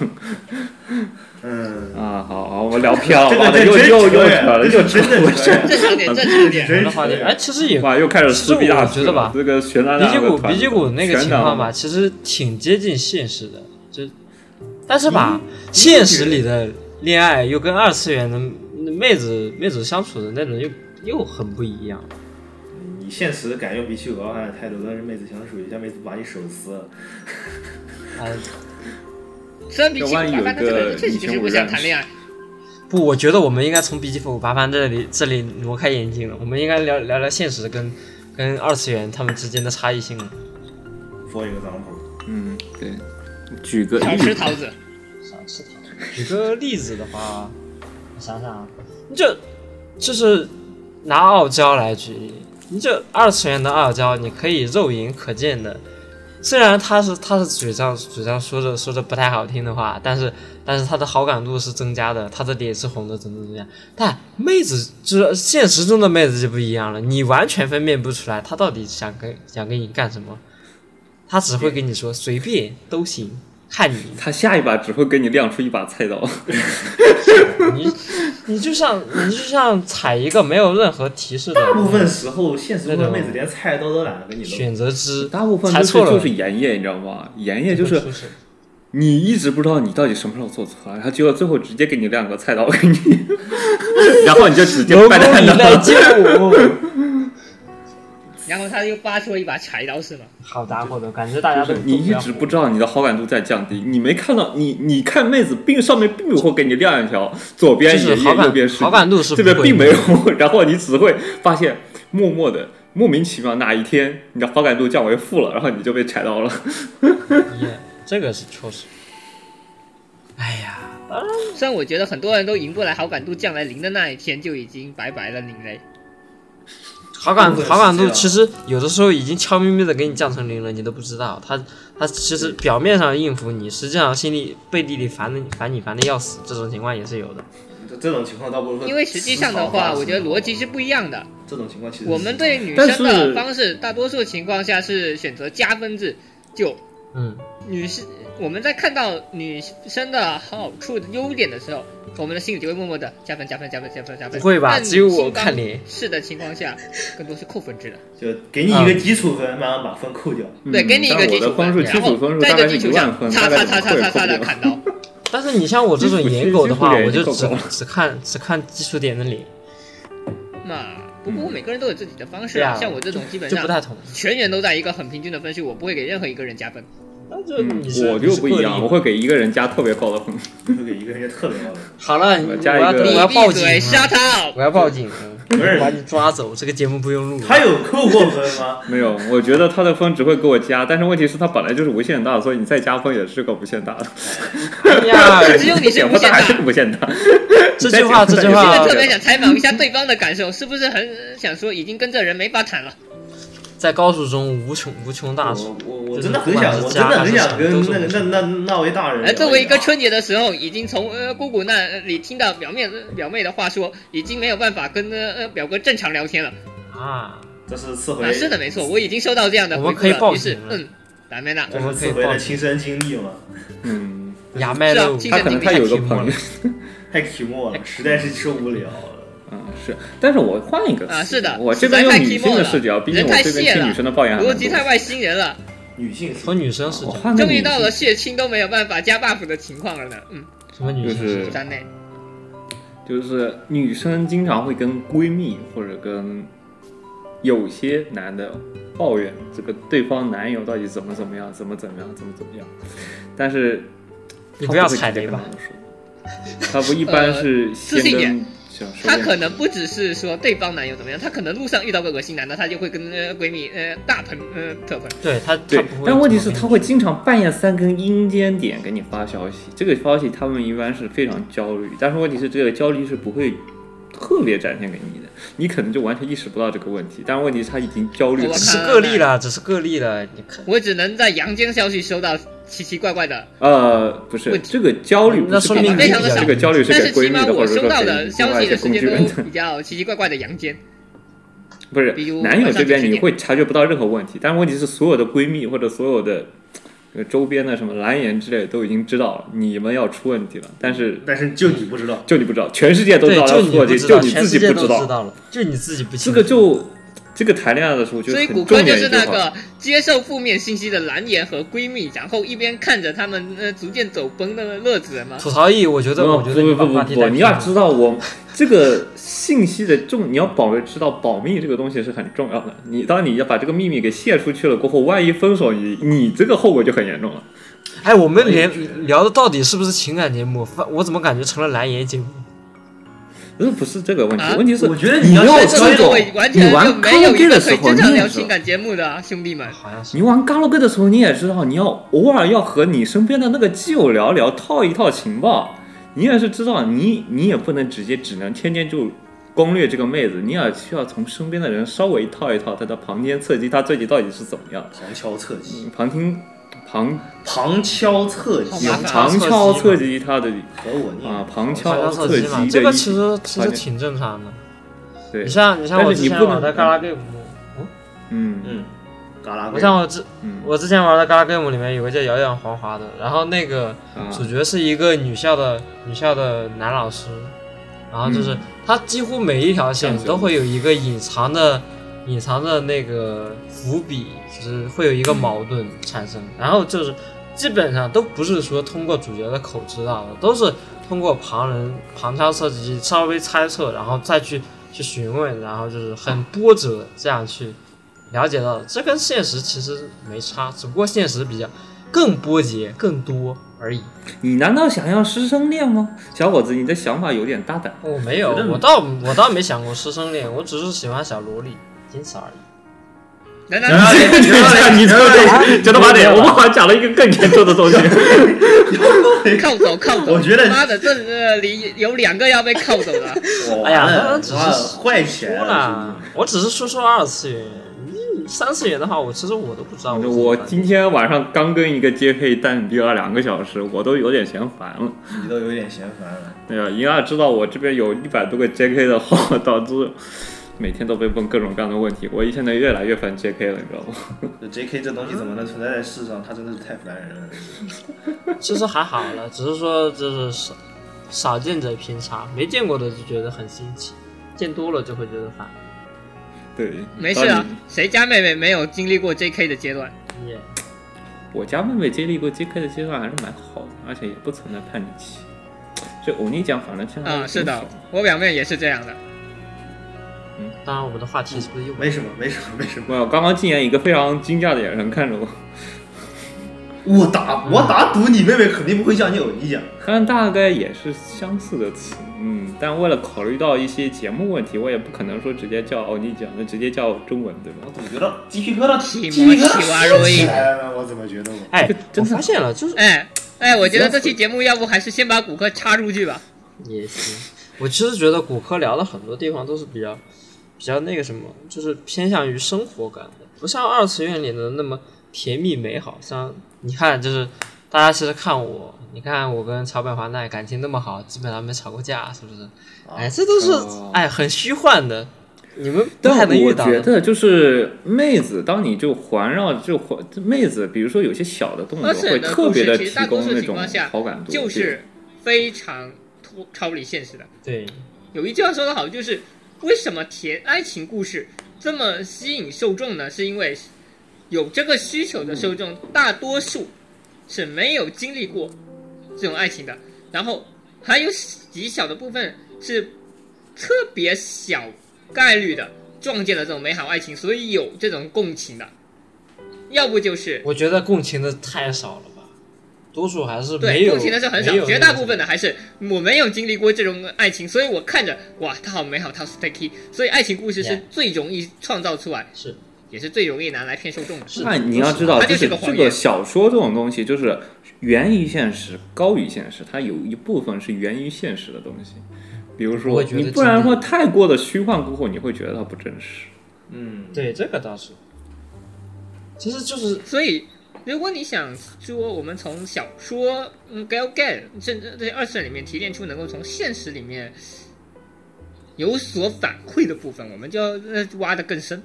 S2: 嗯，
S1: 啊，好，好我聊偏了，
S2: 这个
S1: 完了
S2: 这
S1: 又
S2: 真
S1: 又
S2: 扯
S1: 又
S2: 远
S1: 扯了，
S2: 这
S1: 又扯
S2: 真的
S1: 回
S2: 扯
S1: 去
S2: 远
S1: 了，
S5: 正常点，正常点。
S2: 真
S3: 的话题，
S2: 是
S3: 哎，其实也
S1: 哇，又开始撕逼大
S3: 其实我觉得吧
S1: 这个悬崖
S3: 鼻
S1: 两
S3: 脊
S1: 个
S3: 骨
S1: 团
S3: 鼻脊骨那个
S1: 全
S3: 情
S1: 倒
S3: 况吧，其实挺接近现实的，就但是吧，
S1: 嗯
S3: 现实里的恋爱又跟二次元的妹子妹子相处的那种又又很不一样。
S2: 你现实感又比虚构暗太多，但是妹子想属一下，妹子把你手撕了，
S3: 啊、
S5: 虽然比起麻烦，但这个人确实就是不想谈恋爱。
S3: 不，我觉得我们应该从笔记本八番这里这里挪开眼睛了，我们应该聊聊聊现实跟跟二次元他们之间的差异性了。
S2: for example，
S1: 嗯，对，举个
S5: 少
S1: 例
S5: 吃
S1: 子，
S5: 桃子，
S3: 想吃糖。举个例子的话，我想想啊，你就就是拿傲娇来举例，你就二次元的傲娇，你可以肉眼可见的。虽然他是他是嘴上嘴上说着说着不太好听的话，但是但是他的好感度是增加的，他的脸是红的，怎么怎么样？但妹子就是现实中的妹子就不一样了，你完全分辨不出来她到底想跟想跟你干什么，她只会跟你说随便都行，看你。
S1: 他下一把只会给你亮出一把菜刀，
S3: 你你就像你就像踩一个没有任何提示
S2: 大部
S3: 的
S2: 分时候现实中的妹子连菜刀都懒得跟你弄。
S3: 选择之，
S1: <laughs> 大部分
S3: 猜
S1: 都是
S3: 错了
S1: 就是盐业，你知道吗？盐
S3: <laughs>
S1: 业就是
S3: 出手
S1: 你一直不知道你到底什么时候做错，然后结果最后直接给你亮个菜
S3: <laughs>
S1: 刀给你，然后你就直接
S3: 龙宫
S1: 败蛋
S3: 你 <laughs> 来
S1: 了。
S3: 接
S1: <laughs>
S3: 我，
S5: 然后他又发出了一把柴刀，是吗？
S3: 好家伙的感觉，大家
S1: 就
S3: 都
S1: 是你一直不知道你的好感度在降低，你没看到你你看妹子并上面并没有给你亮一条，左边
S3: 就是
S1: 爷
S3: 好
S1: 爷
S3: 感
S1: 右边是
S3: 好感度是
S1: 这
S3: 不
S1: 边
S3: 会
S1: 并没
S3: 的
S1: 有，然后你只会发现默默的莫名其妙哪一天你的好感度降为负了，然后你就被踩到了。
S3: 耶这个是确实。哎呀，
S5: 虽然我觉得很多人都赢不来好感度降来零的那一天就已经拜拜了您嘞。
S3: 好感
S2: 不会是
S3: 好感
S2: 这
S3: 度
S2: 样
S3: 其实有的时候已经悄咪咪的给你降成零了，你都不知道。他他其实表面上应付你，实际上心里背地里烦的烦你烦的要死，这种情况也是有的。
S2: 这这种情况倒不如
S1: 呃
S2: 说，
S5: 因为实际上的话，我觉得逻辑是不一样的。
S2: 这种情况其实
S5: 我们对女
S1: 但
S5: 生
S1: 是
S5: 的方式，大多数情况下是选择加分制，就
S3: 嗯，
S5: 女生，我们在看到女生的好处、优点的时候，我们的心里就会默默的加分、加分、加分、加分、加
S3: 不
S5: 分。
S3: 会吧？
S5: 但
S3: 只有
S5: 女性
S3: 我
S5: 方
S3: 看脸。
S5: 是的情况下，更多是扣分制的。
S2: 就给你一
S3: 嗯
S2: 个基础分，慢慢把分扣掉。
S5: 对，给你一个
S1: 但
S5: 基
S1: 嗯
S5: 础
S1: 我的分数，基
S5: 然后
S1: 础分数
S5: 在
S1: 大
S5: 这
S1: 概
S5: 基
S1: 是
S5: 础
S1: 一万
S5: 上，
S1: 分，
S5: 擦
S1: 大概
S5: 擦擦
S1: 是
S5: 擦
S1: 会
S5: 擦擦的
S1: 扣
S5: 砍刀。
S3: 但是你像我这种颜狗的话，
S1: 基础
S3: 我就
S1: 基
S3: 只
S1: 础脸
S3: 只看只看基础点的脸，
S1: 嗯
S5: 那不过每个人都有自己的方式
S3: 对啊
S5: 啊，像我这种基本
S3: 就不太
S5: 上
S3: 同。
S5: 全员都在一个很平均的分数，我不会给任何一个人加分。
S3: 那就
S1: 嗯
S3: 你是、
S1: 我
S3: 你
S1: 就是不一样，
S3: 个例
S1: 我会给一个人加特别高的分。
S2: 就给一个人家特别高的，
S3: 好了，你
S1: 我
S3: 我
S1: 加一
S3: 要
S1: 个
S3: 我要
S5: 闭
S3: 报
S1: 啊
S3: 警
S5: 嘴，shut
S3: 了，
S5: up！
S3: 我要报警了，
S2: 不是
S3: 我把你抓走，这个节目不用录了。
S2: 他有扣过分吗？
S1: 没有，我觉得他的分只会给我加，但是问题是他本来就是无限大，所以你再加分也是个无限大的。
S3: 哎 <laughs>
S1: <laughs>
S3: 呀，
S5: 只有你是
S1: 点
S5: 无
S1: 不大
S5: 限
S1: 还
S5: 大
S1: 是。无限大。
S3: 这句话这句
S5: 现在
S3: 话
S5: 特别想采访一下对方的感受，是不是很想说已经跟这人没法谈了？
S3: 在高速中无穷无穷
S1: 哦
S3: 大数
S2: 我，我我真的很想，我真的很想跟那个那那那位大人。
S5: 而哎呃作为一个春节的时候，已经从呃姑姑那里听到表面表妹的话说，已经没有办法跟呃呃表哥正常聊天了。
S3: 啊，
S2: 这是次回
S5: 啊，，是的，没错，我已经收到这样的回
S3: 我们
S5: 复
S3: 可以报
S5: 了。于是
S1: 啊
S3: 警，了
S5: 嗯，达梅娜，
S2: 这是次回的亲身经历嘛，
S1: 嗯，
S3: 牙麦
S5: 是啊
S3: 肉，
S5: 其实
S1: 他可能他有一个朋
S3: <laughs>
S1: 友，
S2: 太题目
S5: 哎
S2: 了，实在是受不了了。
S1: 嗯是，但是我换一个
S5: 啊
S1: 词
S5: 是的
S1: 我这边用
S5: 实在太
S1: 女性
S5: emo
S1: 的
S5: 了
S1: 视角，毕竟
S5: 人
S1: 我
S5: 太
S1: 这边
S5: 蟹
S1: 听
S5: 了
S1: 女生的抱嗯怨还
S5: 逻
S1: 蛮
S5: 辑
S1: 多
S5: 太。外星人了，
S2: 女性是
S3: 从女生视
S1: 我
S3: 角，
S1: 换个
S5: 终于
S1: 女性
S5: 到了血清都没有办法加 buff 的情况了呢。嗯，
S3: 什么女生视角？
S5: 站内，
S1: 就是女生经常会跟闺蜜或者跟有些男的抱怨这个对方男友到底怎么怎么样，怎么怎么样，怎么怎么样。但是
S3: 你
S1: 她
S3: 不要
S1: 会直
S3: 踩
S1: 接
S3: 雷
S1: 跟
S3: 吧
S1: 男的说，他不一般
S5: <laughs>
S1: 是
S5: 自信
S1: 先
S5: 点
S1: 跟小说
S5: 她可能不只是说对方男友怎么样，她可能路上遇到个恶心男的，她就会跟呃闺蜜呃大喷呃特喷。
S3: 对她，她
S1: 对
S3: 不，会
S1: 但问题
S3: 怎
S1: 是
S3: 么
S1: 他会经常半夜三更阴间点给你发消息，这个消息他们一般是非常焦虑，但是问题是这个焦虑是不会特别展现给你的，你可能就完全意识不到这个问题，但是问题是他已经焦虑
S5: 我
S1: 很
S3: 只
S5: 看
S3: 是个例了，只是个例了，你看。
S5: 我只能在阳间消息收到奇奇怪怪的，
S1: 呃，不是
S5: 问题
S1: 这个焦虑
S3: 那
S1: 不是
S3: 说
S1: 给
S3: 明
S1: 你
S5: 非常
S1: 的
S5: 的
S1: 这
S5: 少
S1: 个焦虑
S5: 但
S1: 给
S5: 是
S1: 闺
S5: 起
S1: 蜜
S5: 码
S1: 的，或
S5: 我
S1: 者
S5: 收
S1: 说
S5: 到
S1: 给
S5: 的
S1: 另
S5: 消
S1: 外
S5: 息
S1: 一些
S5: 的时
S1: 工具
S5: 间
S1: 人
S5: 都
S1: 的，
S5: 比较奇奇怪怪的阳间。
S1: 不是
S5: 比如
S1: 男友
S5: 晚上
S1: 这边
S5: 九十
S1: 你
S5: 点
S1: 会察觉不到任何问题，但是问题是所有的闺蜜或者所有的呃周边的什么蓝颜之类的都已经知道了，你们要出问题了，但是
S2: 但是就你不知道，
S1: 就你不知道，全世界都知道要
S3: 就你
S1: 出问
S3: 不
S1: 题，
S3: 知道，
S1: 就你
S3: 全
S1: 自
S3: 世
S1: 己
S3: 界
S1: 不
S3: 都
S1: 道，
S3: 了，就你自己不
S1: 这
S3: 清楚。
S1: 个就这个谈恋爱的时候，我觉得
S5: 所以
S1: 很
S5: 骨
S1: 重
S5: 科就
S1: 点
S5: 是
S1: 一句
S5: 那
S1: 话
S5: 个接受负面信息的蓝颜和闺蜜，然后一边看着他们呃逐渐走崩的乐子人吗？
S3: 吐槽意，我觉得，我觉得
S1: 不
S3: 你
S1: 不
S3: 把
S1: 不
S3: 话
S1: 不
S3: 题
S1: 不，
S3: 带
S1: 你
S3: 偏
S1: 要
S3: 了
S1: 知道我这个信息的重，你要保知道保密这个东西是很重要的。你当你要把这个秘密给泄出去了过后，万一分手，你你这个后果就很严重了。
S3: 哎，我们连聊的到底是不是情感节目？反我怎么感觉成了蓝颜节目？
S1: 那不是这个问题，
S5: 啊
S1: 问题是
S2: 我觉得
S1: 你
S2: 你要
S1: 要
S2: 是
S5: 这
S1: 知
S2: 这种
S5: 个各
S1: 道
S5: 位完，
S1: 你
S5: 全就
S1: 玩
S5: 没
S1: 卡拉
S5: 有
S1: OK
S5: 一个
S1: 的
S5: 可
S1: 时
S5: 以
S1: 候，
S5: 真
S1: 你
S5: 正
S1: 也
S5: 聊
S1: 知
S5: 情
S1: 道。
S5: 感节目的、啊、兄弟们。
S3: 好像是。
S1: 你玩 g a l 的时候，你也知道，你要偶尔要和你身边的那个基友聊聊，套一套情报。你也是知道，你你也不能直接只能天天就攻略这个妹子，你也需要从身边的人稍微套一套她的旁边侧击，她最近到底是怎么样的。
S2: 旁敲侧击，
S1: 嗯旁听旁
S2: 旁敲侧击
S5: 嗯好麻烦
S1: 旁敲侧击她的
S2: 和我念
S1: 啊，旁
S3: 好
S1: 敲
S3: 像手
S1: 侧
S3: 机
S1: 击的
S3: 嘛
S1: 一，
S3: 这个其实其
S1: 好
S3: 实
S1: 像
S3: 挺正常的。
S1: 对
S3: 你，像你像
S1: 但
S3: 我
S1: 是
S3: 之
S1: 你
S3: 前
S1: 不嗯
S3: 玩
S1: 能
S3: 的《嘎啦 game》，
S1: 嗯
S2: 嗯，嘎啦
S3: 我
S2: 个，
S3: 像我之
S1: 嗯，
S3: 我之前玩的《嘎啦 game》里面有个叫摇摇黄华的，然后那个
S1: 啊
S3: 主角是一个女校的女校的男老师，然后就是他几乎每一条线都会有一个隐藏的隐藏的那个伏笔，就是会有一个矛盾产生，然后就是基本上都不是说通过主角的口知道的，都是通过旁人旁敲侧击稍微猜测，然后再去去询问，然后就是很波折这样去了解到的，这跟现实其实没差，只不过现实比较更波折更多而已。
S1: 你难道想要师生恋吗，小伙子？你的想法有点大胆。
S3: 我没有，我倒我倒没想过师生恋，我只是喜欢小萝莉，仅此而已。
S5: 难道你
S1: 你你这个九头八 <laughs> 点，我们好像讲了一个更严重的东西。
S5: 靠走靠走？
S2: <laughs> 我觉得
S5: 妈的，这这里有两个要被靠
S2: <laughs>
S5: 走的。
S2: 我
S3: 哎呀
S2: 完了
S3: 那只是
S2: 哇坏啊起来
S3: 说
S2: 了
S3: 了，，我只是说说二次元，你三次元的话，我其实我都不知道我。
S1: 我今天晚上刚跟一个 JK 单比了两个小时，我都有点嫌烦了。
S2: 兄弟你都有点嫌烦了。
S1: 对啊吧？银二知道我这边有一百多个 JK 的号，导致每天都被问各种各样的问题。我现在越来越烦 JK 了，你知道吗？
S2: 这 J.K. 这东西怎么能存在在世上？它真的是太烦人了。
S3: 其实还好了，只是说就是少少见者偏差，没见过的就觉得很新奇，见多了就会觉得烦。
S1: 对，
S5: 没事啊
S1: 当你，
S5: 谁家妹妹没有经历过 J.K. 的
S2: <laughs>
S5: 阶段？
S3: 也
S1: 我家妹妹经历过 JK 的阶段还是蛮好的，而且也不存在叛逆期。这欧尼酱反正现在
S5: 啊、是的，
S2: 嗯
S5: 我表妹也是这样的。
S3: 当然，我们的话题是不是又
S2: 没什么，没什么，没什么。
S1: 没有，刚刚禁言一个非常惊讶的眼神看着我，
S2: 我打我打赌，你妹妹肯定不会像你偶一样。
S1: 但大概也是相似的词，嗯，但为了考虑到一些节目问题，我也不可能说直接叫欧哦尼酱，那直接叫中文对吧
S2: 我？怎么觉得鸡皮疙瘩
S5: 提
S2: 鸡
S5: 莫
S2: 皮疙
S5: 提瓦
S2: 瘩
S5: 瑞
S2: 竖 <laughs> 起来了呢？我怎么觉得我
S3: 哎
S1: 这，
S3: 我
S1: 真的
S3: 发现了，就是
S5: 哎哎，我觉得这期节目要不还是先把骨科插入去吧。
S3: 也行。我其实觉得骨科聊的很多地方都是比较比较那个什么，就是偏向于生活感的，不像二次元里的那么甜蜜美好。像你看，就是大家其实看我，你看我跟桥本环奈感情那么好，基本上没吵过架，是不是？
S5: 啊
S3: 哎，这都是、哎很虚幻的，你们不太
S1: 但
S3: 能
S1: 我
S3: 遇到的。
S1: 觉得就是妹子，当你就环绕就环妹子，比如说有些小的动作
S5: 二次
S1: 会
S5: 元的
S1: 特
S5: 故
S1: 别
S5: 事
S1: 的
S5: 其实
S1: 提
S5: 大多
S1: 供
S5: 数
S1: 那
S5: 情
S1: 种
S5: 况下
S1: 好感度，
S5: 就是非常脱超离现实的。
S3: 对，
S5: 有一句话说得好，就是为什么甜爱情故事这么吸引受众呢？是因为有这个需求的受众大多数是没有经历过这种爱情的，然后还有极小的部分是特别小概率的撞见了这种美好爱情，所以有这种共情的。要不就是
S3: 我觉得共情的太少了吧，多数还是没
S5: 对，
S3: 有
S5: 共情的是很
S3: 没
S5: 少，
S3: 有
S5: 绝
S3: 那
S5: 大
S3: 个
S5: 部分的还是我没有经历过这种爱情，所以我看着哇，它好美好，它好 sticky，所以爱情故事是
S3: Yeah
S5: 最容易创造出来，
S3: 是
S5: 也是最容易拿来骗受众的。
S3: 是
S1: 那
S3: 的
S1: 你要
S3: 都是
S1: 知道，
S5: 它就
S1: 就
S5: 是
S1: 是
S5: 个
S1: 这
S5: 谎
S1: 个
S5: 言
S1: 小说这种东西，就是源于现实，高于现实，它有一部分是源于现实的东西。比如
S3: 我
S1: 说，
S3: 会觉得
S1: 你不然的话
S3: 真
S1: 太过的虚幻过后，你会觉得它不真实。
S2: 嗯，
S3: 对这个倒是，其实就是
S5: 所以，如果你想说我们从小说、嗯，gal gay，甚至这些二次元里面提炼出能够从现实里面有所反馈的部分，我们就要呃挖得更深。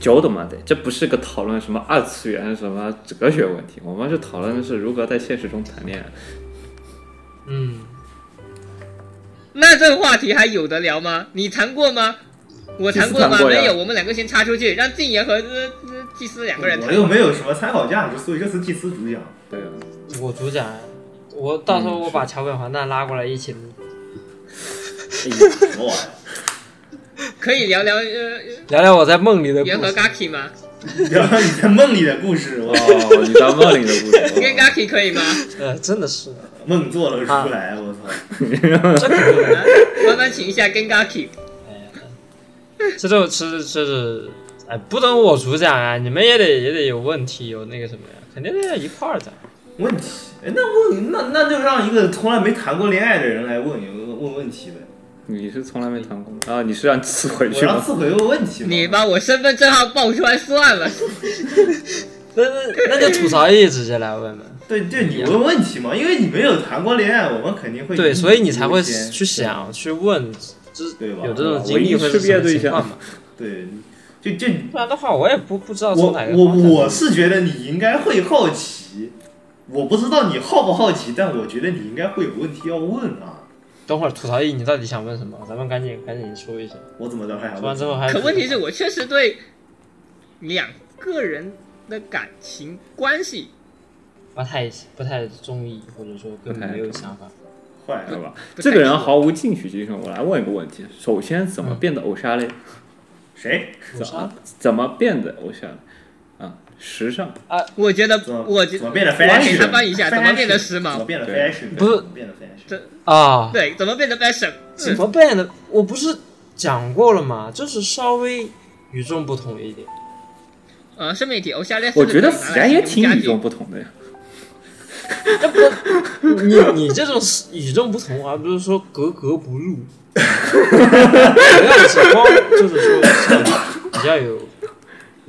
S1: 久的嘛得，这不是个讨论什么二次元什么哲学问题，我们是讨论的是如何在现实中谈恋爱。
S3: 嗯，
S8: 那这个话题还有得聊吗？你谈过吗？我谈过
S1: 祭司
S8: 吗？
S1: 谈过呀
S8: 没有，我们两个先插出去，让静言和呃呃祭司两个人
S2: 我
S8: 谈。
S2: 又没有什么参考价值，所以这次祭司主讲。
S1: 对啊，
S3: 我主讲，我到时
S2: 嗯
S3: 候我把桥本环奈拉过来一起录。
S2: 哎呀，什么玩意
S8: 可以聊聊呃
S3: 聊聊我在梦里的故
S8: 元和
S3: 事。
S8: Gaki
S1: <laughs>
S8: 吗？
S2: 儿？聊聊你在梦里的故事，我
S1: 哦，你在梦里的故事。
S8: 你跟 Gaki 可以吗？
S3: 呃，真的是，
S2: 梦做了出来，我操！
S3: 这肯定的。
S8: 麻烦啊请一下跟 Gaki。
S3: 这就吃这是，哎，不能我主讲啊，你们也得也得有问题，有那个什么呀，肯定得一块儿讲。
S2: 问题，哎，那问那那就让一个从来没谈过恋爱的人来问问问问题呗，
S1: 你是从来没谈过吗？啊，你是让刺回
S2: 我
S1: 去
S2: 让
S1: 吗？
S2: 刺回问问题嘛。
S8: 你把我身份证号报出来算了。
S3: 那那那就吐槽一直接来问嘛。
S2: 对对，你问问题嘛，因为你没有谈过恋爱，我们肯定会
S3: 对，所以你才会
S2: 优先
S3: 去想去问，这
S2: 对吧
S3: 有这种经历会是
S1: 唯一
S3: 什
S1: 识别
S3: 么
S1: 对
S3: 情
S1: 象
S3: 况嘛？
S2: 对，就就
S3: 不然的话，我也不不知道
S2: 我
S3: 从哪个
S2: 我
S3: 方向
S2: 我是觉得你应该会好奇，我不知道你好不好奇，但我觉得你应该会有问题要问啊。
S3: 等会儿吐槽一，你到底想问什么？咱们赶紧赶紧说一下。
S2: 我怎么着还想
S3: 说完之
S2: 问？
S3: 后还
S8: 可问题是我确实对两个人的感情关系
S3: 不太不太中意，或者说根本没有想法。
S2: 坏
S1: 好
S2: 了，
S1: 吧，
S8: 不太
S1: 这个人
S8: 清楚
S1: 毫无进取精神。我来问一个问题：首先，怎么变得偶像嘞？
S2: 谁？
S3: 我
S1: 怎
S3: 说
S1: 么怎么变得偶像嘞？啊，时尚。
S8: 我觉得
S2: 怎么
S8: 我觉
S2: 怎么变得
S8: 我要给
S2: fashion？
S8: 他翻译一下，怎么变得
S2: Fashion，
S8: 时
S2: 怎么
S8: 髦？
S2: 变得
S1: 对
S2: fashion？
S3: 不是
S2: 怎么变得 fashion？
S3: 啊，
S8: 对，怎么变得 fashion？
S3: 怎么变的？我不是讲过了吗？就是稍微与众不同一点。
S8: 呃，顺便一提，欧夏列
S1: 我觉得死宅也挺与众不同的呀。
S3: 你你这种是与众不同，而不是说格格不入。不要只光就是说像比较有，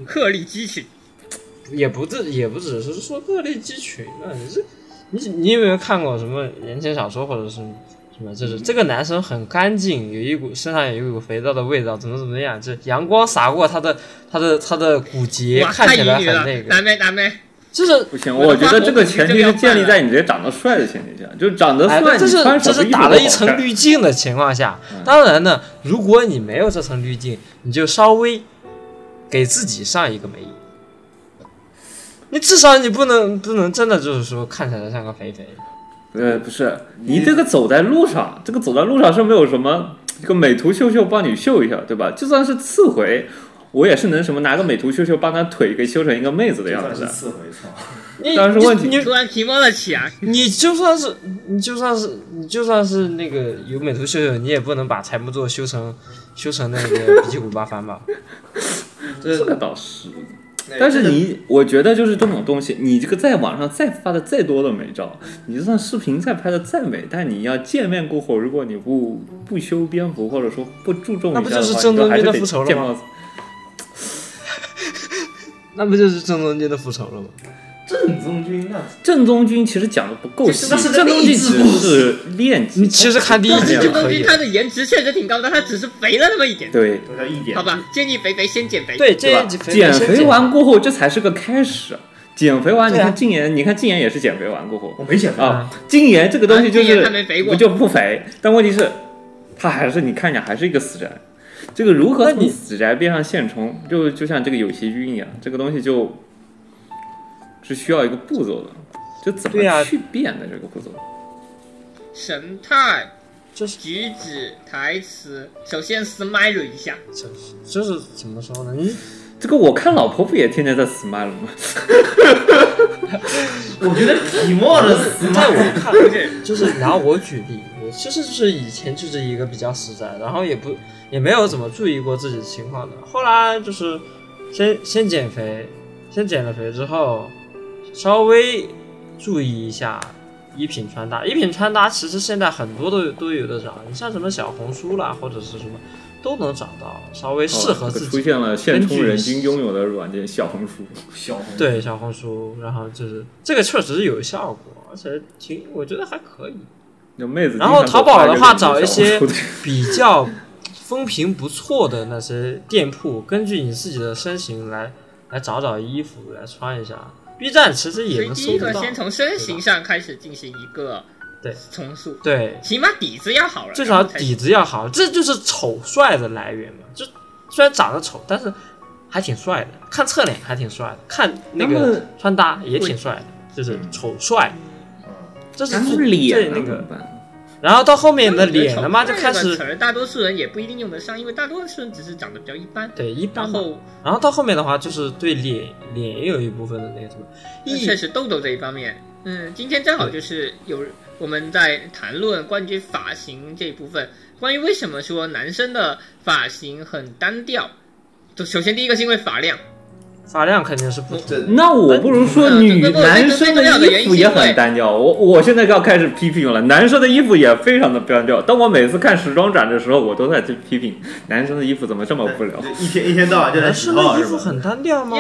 S8: 鹤立鸡群。
S3: 也不是也不只是说鹤立鸡群啊。你这你你有没有看过什么言情小说或者是什么？就是这个男生很干净，有一股身上有一股肥皂的味道，怎么怎么样？这阳光洒过他的他的他的骨节，
S8: 哇，
S3: 看
S8: 太
S3: 起
S8: 乙
S3: 来很
S8: 女了
S3: 那，个
S8: 男，妹男妹，
S3: 就是
S1: 不行，
S8: 我的
S1: 我觉
S8: 话
S1: 得
S8: 我
S1: 这个
S8: 估计
S1: 前
S8: 这
S1: 提
S8: 个要
S1: 是建立
S8: 换
S1: 在你这长得帅的前提下，就是长得
S3: 哎，
S1: 帅，
S3: 这
S1: 你
S3: 是
S1: 穿
S3: 这
S1: 什么
S3: 是
S1: 衣服
S3: 打
S1: 都
S3: 了一
S1: 好
S3: 层
S1: 看。
S3: 滤镜的情况下，
S8: 嗯
S3: 当然呢，如果你没有这层滤镜，你就稍微给自己上一个眉。你至少你不能不能真的就是说看起来像个肥肥，
S1: 呃，不是，你这个走在路上，这个走在路上是没有什么这个美图秀秀帮你秀一下，对吧？就算是刺回，我也是能什么拿个美图秀秀把她腿给修成一个妹子的
S2: 这
S1: 样
S2: 算
S1: 子
S2: 是
S1: 的。
S2: 次回 <laughs> 操。
S3: 你
S1: 当然是问题
S3: 你
S8: 突然提莫了起啊！
S3: 你你就算是你就算是你就算是那个有美图秀秀，你也不能把柴木座修成修成那 <laughs> 个比基古巴帆吧？
S1: 这个倒是，但是你，我觉得就是这种东西，你这个在网上再发的再多的美照，你就算视频再拍的再美，但你要见面过后，如果你不不修边幅，或者说不注重一下
S3: 那
S1: 的话，
S3: 不就是郑
S1: 你都还是
S3: 中基的复
S1: 得
S3: 仇了
S1: 见
S3: 吗
S1: 到
S3: 那不就是正中间的复仇了吗？
S2: 郑宗军那
S1: 正宗君其实讲的不够细，
S2: 这是个
S1: 正宗君
S2: 励志
S1: 只
S2: 故事
S1: 是练级，
S3: 你其实看第一集
S8: 郑
S3: 就
S8: 中
S3: 可以
S8: 君
S3: 了。
S8: 他的颜值确实挺高的，他只是肥了那么一点。
S1: 对，
S2: 都叫一点。
S8: 好吧，建议肥肥先减肥。
S3: 对，这
S1: 对吧
S3: 一集？肥
S1: 减
S3: 先
S1: 肥
S3: 减
S1: 完过后，这才是个开始。减肥完，你
S3: 对啊
S1: 看禁言，你看禁言也是减肥完过后
S2: 我没减肥，
S1: 啊。禁言这个东西就
S8: 啊禁言
S1: 是
S8: 他没肥过
S1: 不就不肥，但问题是，他还是你看着还是一个死宅。这个如何
S3: 那
S1: 从
S3: 你
S1: 死宅变上现充，就就像这个有邪君一样，这个东西就是需要一个步骤的，就怎
S3: 对啊
S1: 么去变的这个步骤。
S8: 神态、
S3: 就是
S8: 举止、台词，首先 smile 一下。
S3: 就是就是怎么说呢？你
S1: 这个我看老婆不也天天在 smile 吗？
S2: 我觉得提莫的死
S3: <laughs> 在我看
S1: <laughs>
S3: 来，就是拿我举例，我就是就是以前就是一个比较实在，然后也不也没有怎么注意过自己的情况的。后来就是先先减肥，先减了肥之后，稍微注意一下衣品穿搭。衣品穿搭其实现在很多都有都有的找，你像什么小红书啦，或者是什么都能找到稍微适合
S1: 哦这
S3: 自
S1: 个
S3: 己。
S1: 出现了现
S3: 根
S1: 充
S3: 据
S1: 人均拥有的软件小红书。
S2: 小红，
S3: 对小红书，然后就是这个确实是有效果，而且挺我觉得还可以。
S1: 就妹子经
S3: 然
S1: 常
S3: 后
S1: 给我
S3: 淘宝
S1: 发
S3: 的
S1: 这
S3: 话
S1: 种
S3: 找一
S1: 小红
S3: 些
S1: 书的
S3: 比较风评不错的那些店铺， <laughs> 根据你自己的身形来来找找衣服来穿一下。B 站其实也
S5: 所以
S3: 能
S5: 第
S3: 搜
S5: 一
S3: 得
S5: 个
S3: 到，
S5: 先从身形上开始进行一个
S3: 对
S5: 重塑，
S3: 对，
S5: 起码底子要好了，
S3: 最少
S5: 然后才
S3: 底子要好，这就是丑帅的来源嘛。就虽然长得丑，但是还挺帅的，看侧脸还挺帅的，看那
S1: 他
S3: 个
S1: 们
S3: 穿搭也挺帅的，就是丑帅。这是
S1: 咱
S3: 最
S1: 嗯们脸
S3: 最
S1: 呢
S3: 那
S1: 怎么
S3: 个，
S1: 办？
S3: 然后到后面的
S5: 我觉得
S3: 脸
S5: 丑
S3: 了嘛，
S5: 这
S3: 就
S5: 个
S3: 开
S5: 词
S3: 始
S5: 儿大多数人也不一定用得上，因为大多数人只是长得比较一般。
S3: 对一般
S5: 然
S3: 嘛。
S5: 后
S3: 然后到后面的话，就是对脸脸也有一部分的那个什么
S5: 那
S3: 意
S5: 确实痘痘这一方面，嗯，今天正好就是有我们在谈论关于发型这一部分，关于为什么说男生的发型很单调。就首先第一个是因为发
S3: <laughs>
S5: 量，
S3: 发量肯定是不足。
S1: <laughs> 那我不如说女
S5: 呃对对对
S1: 男生的衣服也很单调。我我现在要开始批评了，男生的衣服也非常的单调。当我每次看时装展的时候，我都在去批评男生的衣服怎么这么无聊，
S2: 一天一天到晚就在
S3: 男
S2: 洗
S3: 生的
S2: 号
S3: 衣
S2: 是
S3: 服
S2: 吧？
S3: 很单调吗？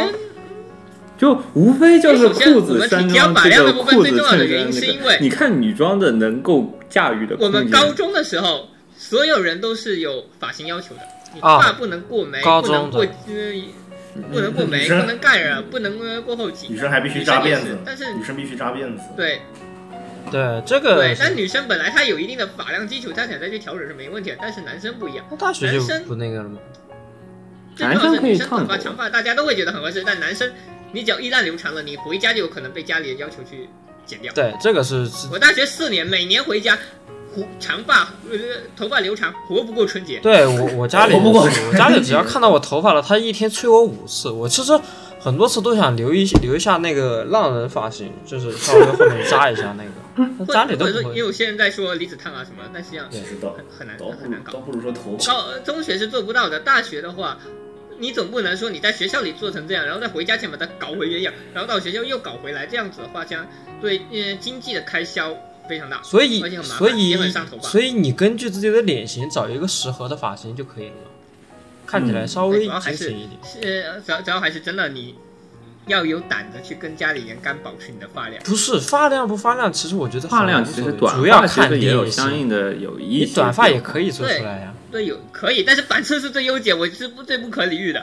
S1: 就无非就是裤
S5: 我
S1: 子、
S5: 们
S1: 山
S5: 提交
S1: 装
S5: 把
S1: 这
S5: 量
S1: 个
S5: 的部分
S1: 裤
S5: 最
S1: 子
S5: 重要的
S1: 衬
S5: 原因
S1: 衫
S5: 是
S1: 那
S5: 因
S1: 个
S5: 为。
S1: 你看女装的能够驾驭的空
S5: 我
S1: 间，
S5: 们高中的时候，所有人都是有发型要求的，你
S3: 啊
S5: 发不能过眉，
S3: 高
S5: 不
S3: 中
S5: 能过
S3: 的
S5: 呃，不能过
S2: 女
S5: 眉，不
S2: 生
S5: 能盖儿，不能呃过后颈
S2: 女。生还必须扎辫
S5: 女生也
S2: 子
S5: 是，但是
S2: 女生必须扎辫子。
S5: 对
S3: 对这个
S5: 对，，但女生本来她有一定的发量基础，她想再去调整是没问题的，但是男生不一样。
S3: 那大学
S5: 男
S3: 就
S5: 生
S3: 不那个了嘛。
S5: 最重要的是女生短发长发，大家都会觉得很合适，但男生你只要一旦留长了，你回家就有可能被家里的要求去剪掉。
S3: 对，这个是是
S5: 我大学四年，每年回家，胡长发呃头发留长，活不过春节。
S3: 对我我家里
S2: 我不过
S3: 也是我家里只要看到我头发了，他一天催我五次。我其实很多次都想留一留一下那个浪人发型，就是稍微后面扎一下那个，
S5: <laughs>
S3: 但
S5: 或
S3: 家里都
S5: 或者
S3: 不
S5: 说，
S3: 会
S5: 也。有些人在说离子烫啊什么，但实际上
S2: 其实倒
S5: 很很难
S2: 倒不
S5: 很
S2: 如
S5: 难
S2: 倒
S5: 搞。
S2: 不如说头发。
S5: 高中学是做不到的，大学的话，你总不能说你在学校里做成这样，然后再回家前把它搞回原样，然后到学校又搞回来，这样子的话，将对呃经济的开销非常大。
S3: 所以
S5: 而且很麻烦
S3: 所以
S5: 也很上头吧
S3: 所以你根据自己的脸型找一个适合的发型就可以了嘛，看起来稍
S5: 嗯对
S3: 微
S5: 主要还
S3: 精
S5: 是
S3: 神一点。
S5: 是主要主要还是真的你要有胆子去跟家里人干，保持你的发量。
S3: 不是发量不发量，其实我觉得
S1: 发
S3: 好像
S1: 量
S3: 无
S1: 其
S3: 所
S1: 实
S3: 谓嗯
S1: 短
S3: 主要
S1: 发其
S3: 看
S1: 实也有
S3: 脸
S1: 相
S3: 型
S1: 应的有一
S3: 你
S1: 些
S3: 短发也可以做
S5: 对
S3: 出来呀、
S5: 对，有可以，但是反侧是最优解，我是不最不可理喻的。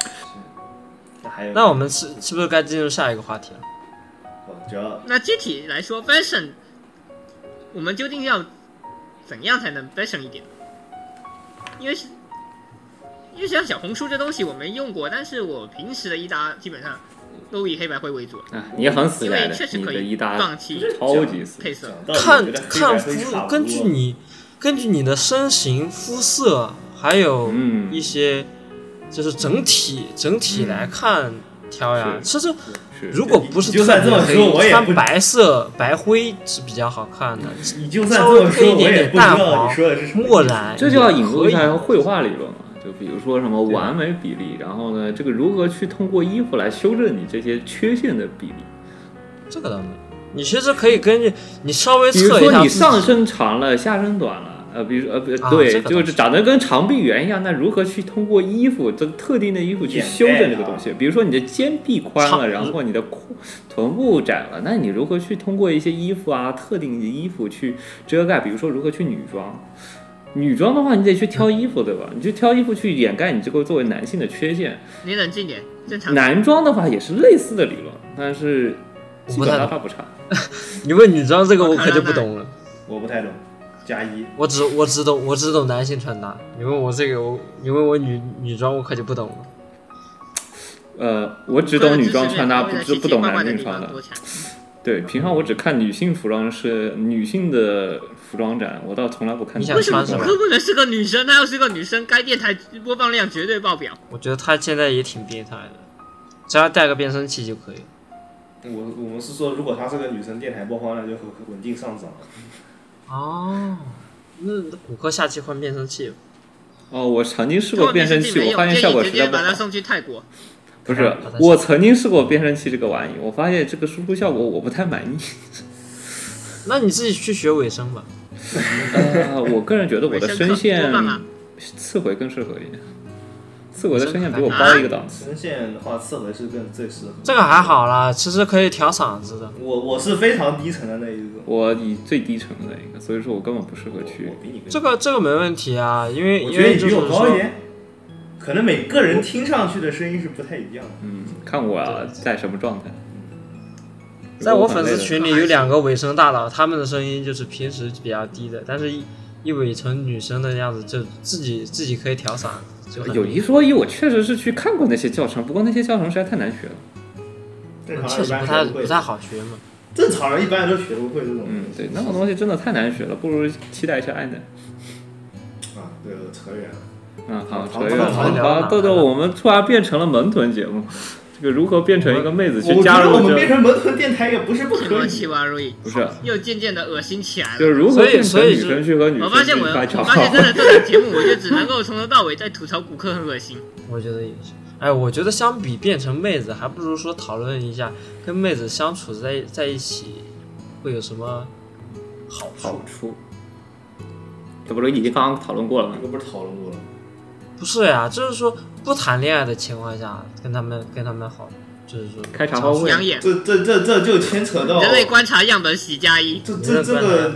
S2: 那还有
S3: 那我们是是不是该进入下一个话题了？
S2: 只要
S5: 那具体来说，fashion，我们究竟要怎样才能 fashion 一点？因为是，因为像小红书这东西我没用过，但是我平时的一搭基本上都以黑白灰为主，
S1: 啊，你很死
S5: 因
S1: 宅
S5: 为
S1: 的
S5: 确，实
S1: 你
S5: 可
S1: 的
S5: 以
S1: 一大
S5: 放弃
S1: 超级死。
S5: 配色。
S2: 到
S3: 看
S2: 我觉得黑白灰差
S3: 看肤，
S2: 不多
S3: 根据你根据你的身形、肤色，还有
S1: 嗯
S3: 一些就是整体整体来看挑呀。其
S1: 是
S3: 实
S1: 是
S3: 如果不是
S2: 就算
S3: 特别
S2: 这么说我
S3: 黑，
S2: 也不
S3: 穿白色白灰是比较好看的，
S2: 你就算
S3: 稍
S2: 这
S3: 微
S2: 么
S3: 配
S2: 说，
S3: 一
S2: 我
S3: 点
S2: 也
S3: 点
S2: 不知
S3: 淡
S2: 道
S3: 黄
S2: 你说的是什么意思
S3: 墨。染，
S1: 这就要引入一
S3: 可以
S1: 下绘画理论嘛，就比如说什么完美比例，然后呢，这个如何去通过衣服来修正你这些缺陷的比例？
S3: 这个倒没有。你其实可以根据你稍 <laughs> 微
S1: 比如
S3: 测一
S1: 说
S3: 下
S1: 你
S3: 自己
S1: 上身长了，下身短了，呃，比如呃不
S3: 啊
S1: 对，
S3: 这个倒是
S1: 就是长得跟长臂猿一样，那如何去通过衣服这特定的衣服去
S2: 掩盖
S1: 修正这个
S2: 啊
S1: 东西？比如说你的肩臂宽了，
S3: 长
S1: 然后你的裤臀部窄了，那你如何去通过一些衣服啊，特定的衣服去遮盖？比如说如何去女装？女装的话，你得去挑衣服，对吧？你去挑衣服去掩盖你这个作为男性的缺陷。
S5: 你冷静点，正常。
S1: 男装的话也是类似的理论，但是基本上大不差。
S3: 你问女装这个我可就不懂了，
S2: 我不太懂，加一。
S3: 我只我只懂我只懂男性穿搭，你问我这个我你问我女女装我可就不懂了。
S1: 呃，我只懂女装穿搭，不知不懂男性穿搭
S5: 搭。。
S1: 对，平常我只看女性服装是女性的服装展，我倒从来不看。
S3: 你想
S5: 为什么
S3: 穿什
S5: 骨
S3: 么
S5: 科不能是个女生？她要是个女生，该电台播放量绝对爆表。
S3: 我觉得他现在也挺变态的，只要带个变声器就可以。
S2: 我我们是说，如果她是个女生，电台播放量就会稳定上涨。
S3: 哦，那骨科下期换变声器吧。
S1: 哦，我曾经试
S5: 如
S1: 过
S5: 果
S1: 变声器，
S5: 没
S1: 我
S5: 有，
S1: 发现
S5: 建
S1: 效
S5: 议
S1: 果
S5: 直
S1: 实
S5: 接
S1: 在不
S5: 把她
S1: 好。
S5: 送去泰国。
S1: 不是，
S3: 啊
S1: 我曾经试过变声器这个玩意，我发现这个输出效果我不太
S3: <laughs>
S1: 满意。
S3: 那你自己去学尾声吧。
S5: <laughs>
S1: 呃，我个人觉得我的声线
S5: 多棒啊
S1: 刺回更适合一点。刺猬的声线比我
S3: 啊
S1: 高一个档次。
S2: 声线的话，刺回是更最适合。
S3: 这个还好啦，其实可以调嗓子的。
S2: 我我是非常低沉的那一种。
S1: 我以最低沉的一个，所以说我根本不适合去
S2: 我。比你更
S3: 这个这个没问题啊，因为
S2: 我
S3: 因
S2: 觉得
S3: 为
S2: 你
S3: 就
S2: 比
S3: 是
S2: 我高一
S3: 说，
S2: 点。可能每个人听上去的声音是不太一样的。
S1: 嗯，看我啊在什么状态。
S3: 在我
S1: 如果
S3: 粉
S1: 很累
S3: 丝
S1: 的
S3: 群里有两个尾声大佬，他们的声音就是平时比较低的，但是一一尾成女生的样子，就自己自己可以调嗓子，就
S1: 话，
S3: 很
S1: 有一说一，我确实是去看过那些教程，不过那些教程实在太难学了。
S2: 正常
S3: 确
S2: 人一
S3: 实
S2: 般
S3: 不
S2: 学
S3: 太
S2: 不会
S3: 不太。好学嘛。
S2: 正常人一般都学不会这种东西。
S1: 嗯，对，那种东西真的太难学了，不如期待一下爱奶。
S2: 啊，对，我扯远了。
S1: 嗯，好，
S2: 好
S1: 扯远
S2: 好
S1: 了。
S2: 好
S1: 好，豆豆，我们突然变成了门豚节目，这个如何变成一个妹子去
S2: 我
S1: 加
S2: 觉得
S1: 入
S2: 我们变
S1: 这？
S2: 成门豚电台也不是不
S5: 什么
S2: 可以。
S5: 奇瓦瑞
S1: 不是，
S5: 又渐渐的恶心起来
S1: 就
S5: 了。
S1: 是如何
S3: 所以
S1: 变成
S3: 所以
S1: 女
S3: 就
S1: 生去和女
S5: 我
S1: 生
S5: 发现
S1: 去
S5: 我，
S1: 掰
S5: 我
S1: 长
S5: 发现真的这种节目，我就只能够从头到尾在吐槽骨科很恶
S1: <laughs>
S5: 心。
S3: 我觉得也是。哎，我觉得相比变成妹子，还不如说讨论一下跟妹子相处在在一起会有什么好处
S1: 好。处。这不是已经刚刚讨论过了吗
S2: 这？个不是讨论过了吗？
S3: 不是呀，就是说不谈恋爱的情况下，跟他们跟他们好，就是说
S1: 开茶话会
S5: 养眼，
S2: 这这这这就牵扯到
S5: 人类观察样本喜加一，
S2: 这
S3: 你
S2: 这
S3: 的
S2: 这
S3: 观
S2: 个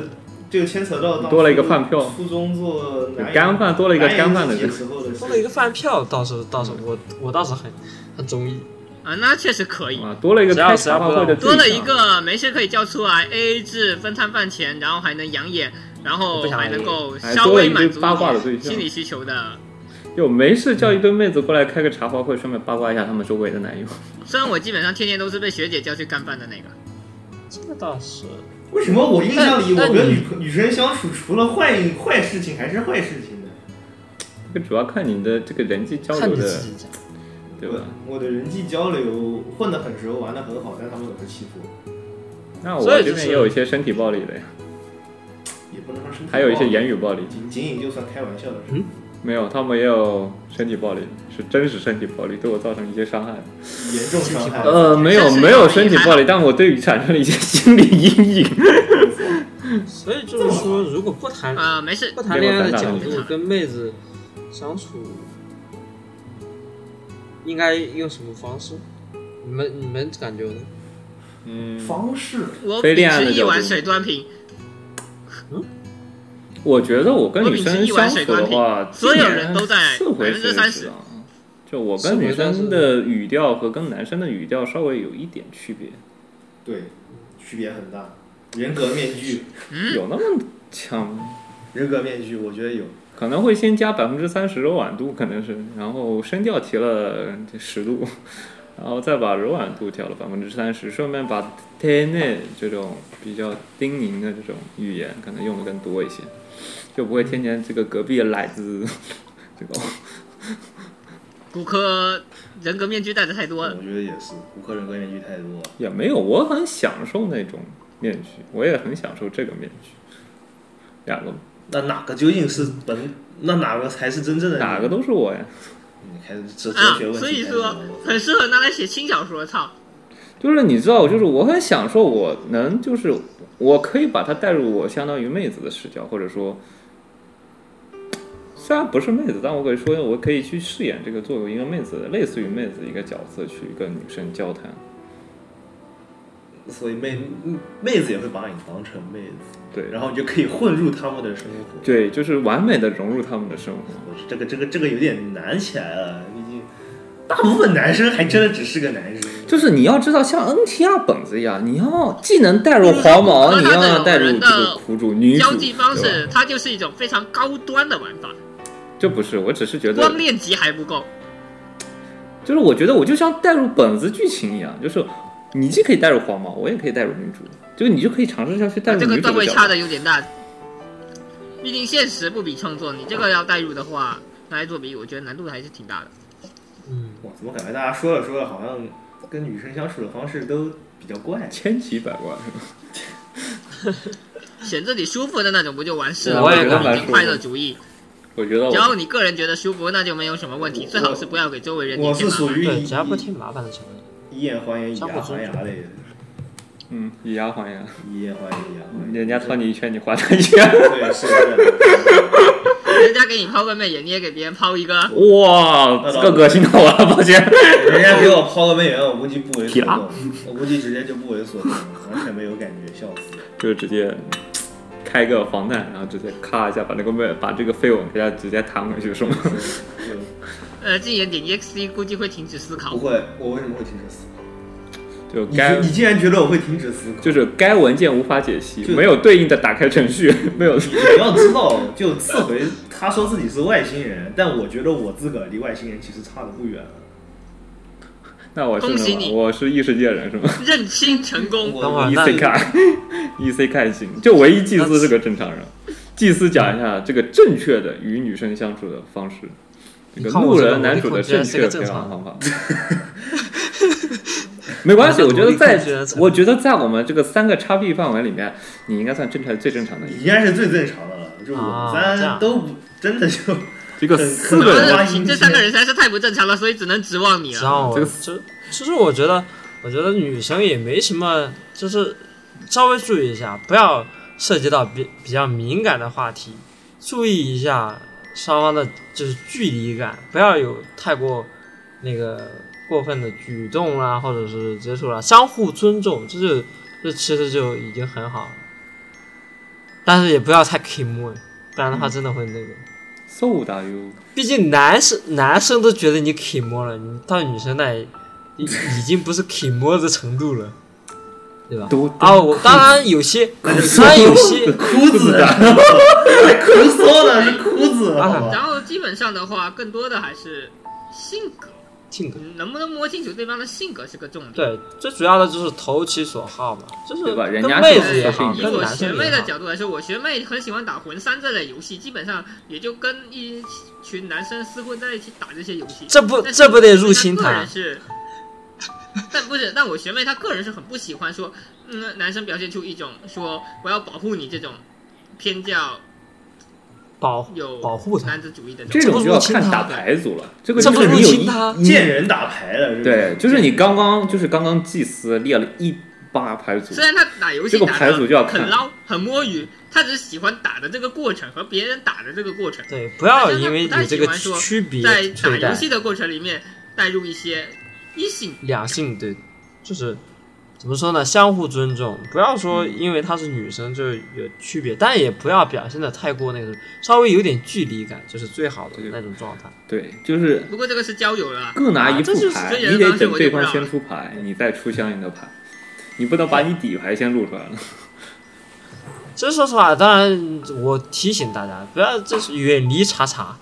S2: 就牵扯到当初
S1: 多了一个饭票
S2: 初中做男
S1: 干饭多了一个干饭的
S2: 男友自己时候的事
S3: 多了一个饭票，倒是倒是我我倒是很很中意。
S5: 啊，那确实可以。
S1: 啊，多了一个
S3: 只要
S1: 开
S3: 只要
S1: 茶话
S3: 不
S1: 会的
S3: 让
S1: 对
S5: 多了
S1: 象
S5: 一个没事可以叫出来 A A 制分摊饭钱，然后还能养眼，然后还能够稍微满足
S1: 还多了一堆八卦的对
S5: 你
S1: 象
S5: 心理需求的。
S1: 有没事叫一堆妹子过来开个茶话会，顺便八卦一下他们周围的男友。
S5: 虽然我基本上天天都是被学姐叫去干饭的那个，
S3: 这个倒是，
S2: 为什么我印象里
S3: 但
S2: 我跟
S3: 但
S2: 女朋女生相处，除了坏坏事情还是坏事情呢？
S1: 这个主要看你的这个人际交
S3: 看
S1: 流
S3: 你
S1: 的，
S3: 自己讲。
S1: 对吧？
S2: 我的人际交流混得很熟，玩得很好，但他们总是欺负我，
S1: 那我
S3: 所以就
S1: 这
S3: 是
S1: 边也有一些身体暴力的呀，
S2: 也不能说是
S1: 还有一些言
S2: 语，
S1: 语暴力。
S2: 仅仅仅就算开玩笑的事。
S1: 没有，他们也有身体暴力，是真实身体暴力，对我造成一些伤害。
S3: 嗯
S2: 严重伤害。
S1: 呃，没有
S5: 身体暴力
S1: 没有身体
S5: 还好
S1: 暴力，但我对你产生了一些心理阴影。
S3: 所以就是说，如果不谈
S5: 啊、没事
S3: 不，谈恋爱的角
S1: 结果
S5: 咱
S3: 度
S5: 俩
S3: 跟妹子相处，应该用什么方式？你们你们感觉呢？
S1: 嗯，
S2: 方式
S5: 我
S1: 非
S5: 秉
S1: 恋爱的
S5: 持一
S1: 角
S5: 碗
S1: 度
S5: 水端平，
S1: 我觉得我跟女
S5: 我
S1: 生
S5: 秉持一碗
S1: 相
S5: 水
S1: 处的话，
S5: 所有人都在
S1: 四回
S5: 30%
S1: 啊。就我跟女生的语调和跟男生的语调稍微有一点区别，
S2: 对，区别很大。人格面具，
S5: 嗯
S1: 有那么强吗？
S2: 人格面具，我觉得有。
S1: 可能会先加百分之三十柔软度，可能是，然后声调提了十度，然后再把柔软度调了百分之三十，顺便把 t e n 这种比较叮咛的这种语言可能用的更多一些，就不会天天这个隔壁的奶子 <laughs> 这种。
S5: 骨科人格面具戴的太多了。
S2: 我觉得也是，骨科人格面具太多了。
S1: 也没有，我很享受那种面具，我也很享受这个面具，两个
S2: 那哪个究竟是本？那哪个才是真正的你
S1: 哪个？都是我呀。
S2: 你开始哲哲
S5: 啊
S2: 学问，题
S5: 所以
S2: 开始
S5: 说
S2: 了
S5: 很适合拿来写轻小说。操，
S1: 就是你知道，就是我很享受，我能就是我可以把它带入我相当于妹子的视角，或者说，虽然不是妹子，但我可以说我可以去饰演这个作为一个妹子，类似于妹子一个角色去跟女生交谈。
S2: 所以妹妹子也会把你当成妹子，
S1: 对，
S2: 然
S1: 后
S2: 后你就可以混入他们的生活。
S1: 对，就是完美的融入他们的生活。
S2: 我这个这个这个有点难起来了，毕竟大部分男生还真的只是个男生。
S1: 就是你要知道，像 NTR 本子一样，你要既能带入黄毛，
S5: 嗯
S1: 你
S5: 它
S1: 要
S5: 的
S1: 带入
S5: 人
S1: 这个
S5: 的
S1: 苦主女主，
S5: 交际方
S1: 对
S5: 式
S1: 吧
S5: 它就是一种非常高端的玩法，
S1: 这不是，我只是觉得
S5: 光练级还不够。
S1: 就是我觉得我就像带入本子剧情一样，就是你既可以带入黄毛，我也可以带入女主，就是你就可以尝试一下去带入
S5: 啊这
S1: 女
S5: 个
S1: 主的
S5: 段
S1: 角度。
S5: 位差的有点大，毕竟现实不比创作，你这个要代入的话，拿来做比喻，我觉得难度还是挺大的。
S3: 嗯，
S2: 哇，怎么感觉大家说了说了，好像跟女生相处的方式都比较怪？
S1: 千奇百怪，是吧
S5: 选自己舒服的那种不就完事
S1: 对
S5: 了？
S1: 我
S5: 吗？
S1: 也
S5: 已
S1: 蛮
S5: 经快乐主义，
S1: 我觉得
S5: 只
S1: 我
S5: 要你个人觉得舒服，那就没有什么问题。最好是不要给周围人
S2: 我
S5: 添
S2: 是
S5: 麻
S2: 属
S5: 烦。
S2: 于
S3: 对，
S2: 以
S3: 只要不添麻烦的情况下。
S2: 以眼还眼，以牙
S3: 相互
S2: 还牙
S3: 尊重
S2: 类的，
S1: 嗯以牙还牙，
S2: 以眼还眼，以牙还眼。
S1: 人家掏你一圈，你还他一圈。
S2: 对，是这样。
S5: 人家给你抛个媚眼，你也给别人抛一个，
S1: 哇，这个恶心到我了，抱歉。
S2: <laughs> 人家给我抛个媚眼，我估计不为所
S1: 提拉
S2: 动，我估计直接就不为所动了，完全没有感觉，笑死。
S1: 就直接开个防弹，然后直接咔一下把那个妹把这个飞吻给他直接弹回去，是吗？
S5: 呃，禁言点 exe 估计会停止思考
S2: 不。会，我为什么会停止思考？
S1: 就
S2: 你
S1: 该
S2: 你竟然觉得我会停止思考？
S1: 就是该文件无法解析，
S2: 就
S1: 没有对应的打开程序，没有 <laughs>
S2: 你你要知道，就次回他说自己是外星人，但我觉得我自个儿离外星人其实差的不远了。
S1: 那我是
S5: 恭喜
S1: 什么
S5: 你
S1: 我是异世界人是吗
S5: 认清成功，
S2: 我
S3: 等会儿
S1: ？E
S3: 那
S1: C 卡，E <laughs> C 卡行，就唯一祭司是个正常人。祭司讲一下这个正确的与女生相处的方式，这
S3: 你
S1: 个
S3: 看我
S1: 路
S3: 这个
S1: 人男
S3: 萝莉
S1: 主
S3: 控
S1: 的
S3: 居然
S1: 正
S3: 是
S1: 确
S3: 个
S1: 培
S3: 正
S1: 养
S3: 常
S1: 方法。没关
S3: <laughs>
S1: 系，
S3: 我
S1: 我
S3: 这
S1: 觉
S3: 萝
S1: 得
S3: 莉
S1: 在
S3: 控居然是，
S1: 我觉得在我们这个三个叉 B 范围里面，你应该算正常最正常的一个。
S2: 你应该是最正常的了，就我
S3: 啊
S2: 们
S3: 这
S2: 三
S3: 样
S2: 都不真的就
S1: 这个
S2: 很
S1: 四
S2: 可
S1: 个
S2: 能
S1: 人
S2: 对
S5: 这
S2: 挖心机
S5: 这三个人实在是太不正常了，所以只能指望你
S3: 只
S5: 了。
S3: 要我
S1: 啊这个
S3: 就其实我觉得，我觉得女生也没什么，就是稍微注意一下，不要涉及到比比较敏感的话题，注意一下双方的就是距离感，不要有太过那个过分的举动啊，或者是接触啊，相互尊重，这就这其实就已经很好了。但是也不要太 k i m 不然的话
S1: 嗯
S3: 真的会那个。
S1: so 大 you，
S3: 毕竟男生男生都觉得你 k 摸了，你到女生那里已已经不是 k 摸的程度了，对吧？
S1: 都
S3: 啊，我当然有些，当然有
S1: <laughs>
S3: 些
S2: <laughs> 哭子的，哭说的是哭子，
S3: 啊
S2: 好吧？
S5: 然后基本上的话，更多的还是性格，嗯
S3: 性格，
S5: 能不能摸清楚对方的性格是个重点。
S3: 对，最主要的就是投其所好嘛，就是
S1: 对吧人
S3: 跟
S1: 家
S3: 妹
S1: 是
S3: 子也
S1: 是
S3: 好，
S1: 你
S5: 以
S3: 跟
S5: 我
S3: 男
S5: 学
S3: 生
S5: 妹
S3: 也
S5: 的
S3: 好，
S5: 角度来说，我学妹很喜欢打魂三这类游戏，基本上也就跟一群男生厮混在一起打这些游戏。
S3: 这不
S5: 但是
S3: 这不得入侵
S5: 她个
S3: 他
S5: 人？
S3: <laughs>
S5: 是，但不是，但我学妹她个人是很不喜欢说，嗯，男生表现出一种说我要保护你这种偏较
S3: 保
S5: 有
S3: 保护他
S5: 男，子主义的
S1: 这
S5: 这种。
S1: 种就要看
S3: 这不入侵他
S1: 打牌组了，这个
S3: 这
S1: 就
S3: 不
S1: 是
S3: 入
S1: 你有
S3: 侵
S1: 一
S3: 他，
S2: 见人打牌了，是不
S1: 对，就是你刚刚就是刚刚祭司列了一把牌组
S5: 虽，然他打游戏
S1: 这个
S5: 打
S1: 牌组就要
S5: 的
S1: 看
S5: 很捞、很摸鱼，他只是喜欢打的这个过程和别人打的这个过程，
S3: 对，不要
S5: 但是他
S3: 因为
S5: 不太
S3: 有这
S5: 喜
S3: 个
S5: 欢说
S3: 区别
S5: 在打
S3: 对
S5: 游
S3: 待
S5: 戏的过程里面带入一些异性
S3: 两性对，就是怎么说呢，相互尊重，不要说因为她是女生就有区别，但也不要表现的太过那个，稍微有点距离感，就是最好的那种状态。
S1: 对，就是
S5: 不过这个是交友了啊，
S1: 各拿一
S3: 这就
S1: 副
S3: 是
S1: 牌，
S5: 这也
S1: 你
S5: 是
S1: 得
S5: 当时
S1: 等
S5: 我就
S1: 对
S5: 不
S1: 方
S5: 让
S1: 先
S5: 了
S1: 出牌，你再出相应的牌，你不能把你底牌先露出来了。
S3: 其实说实话，当然我提醒大家，不要就是远离茶茶，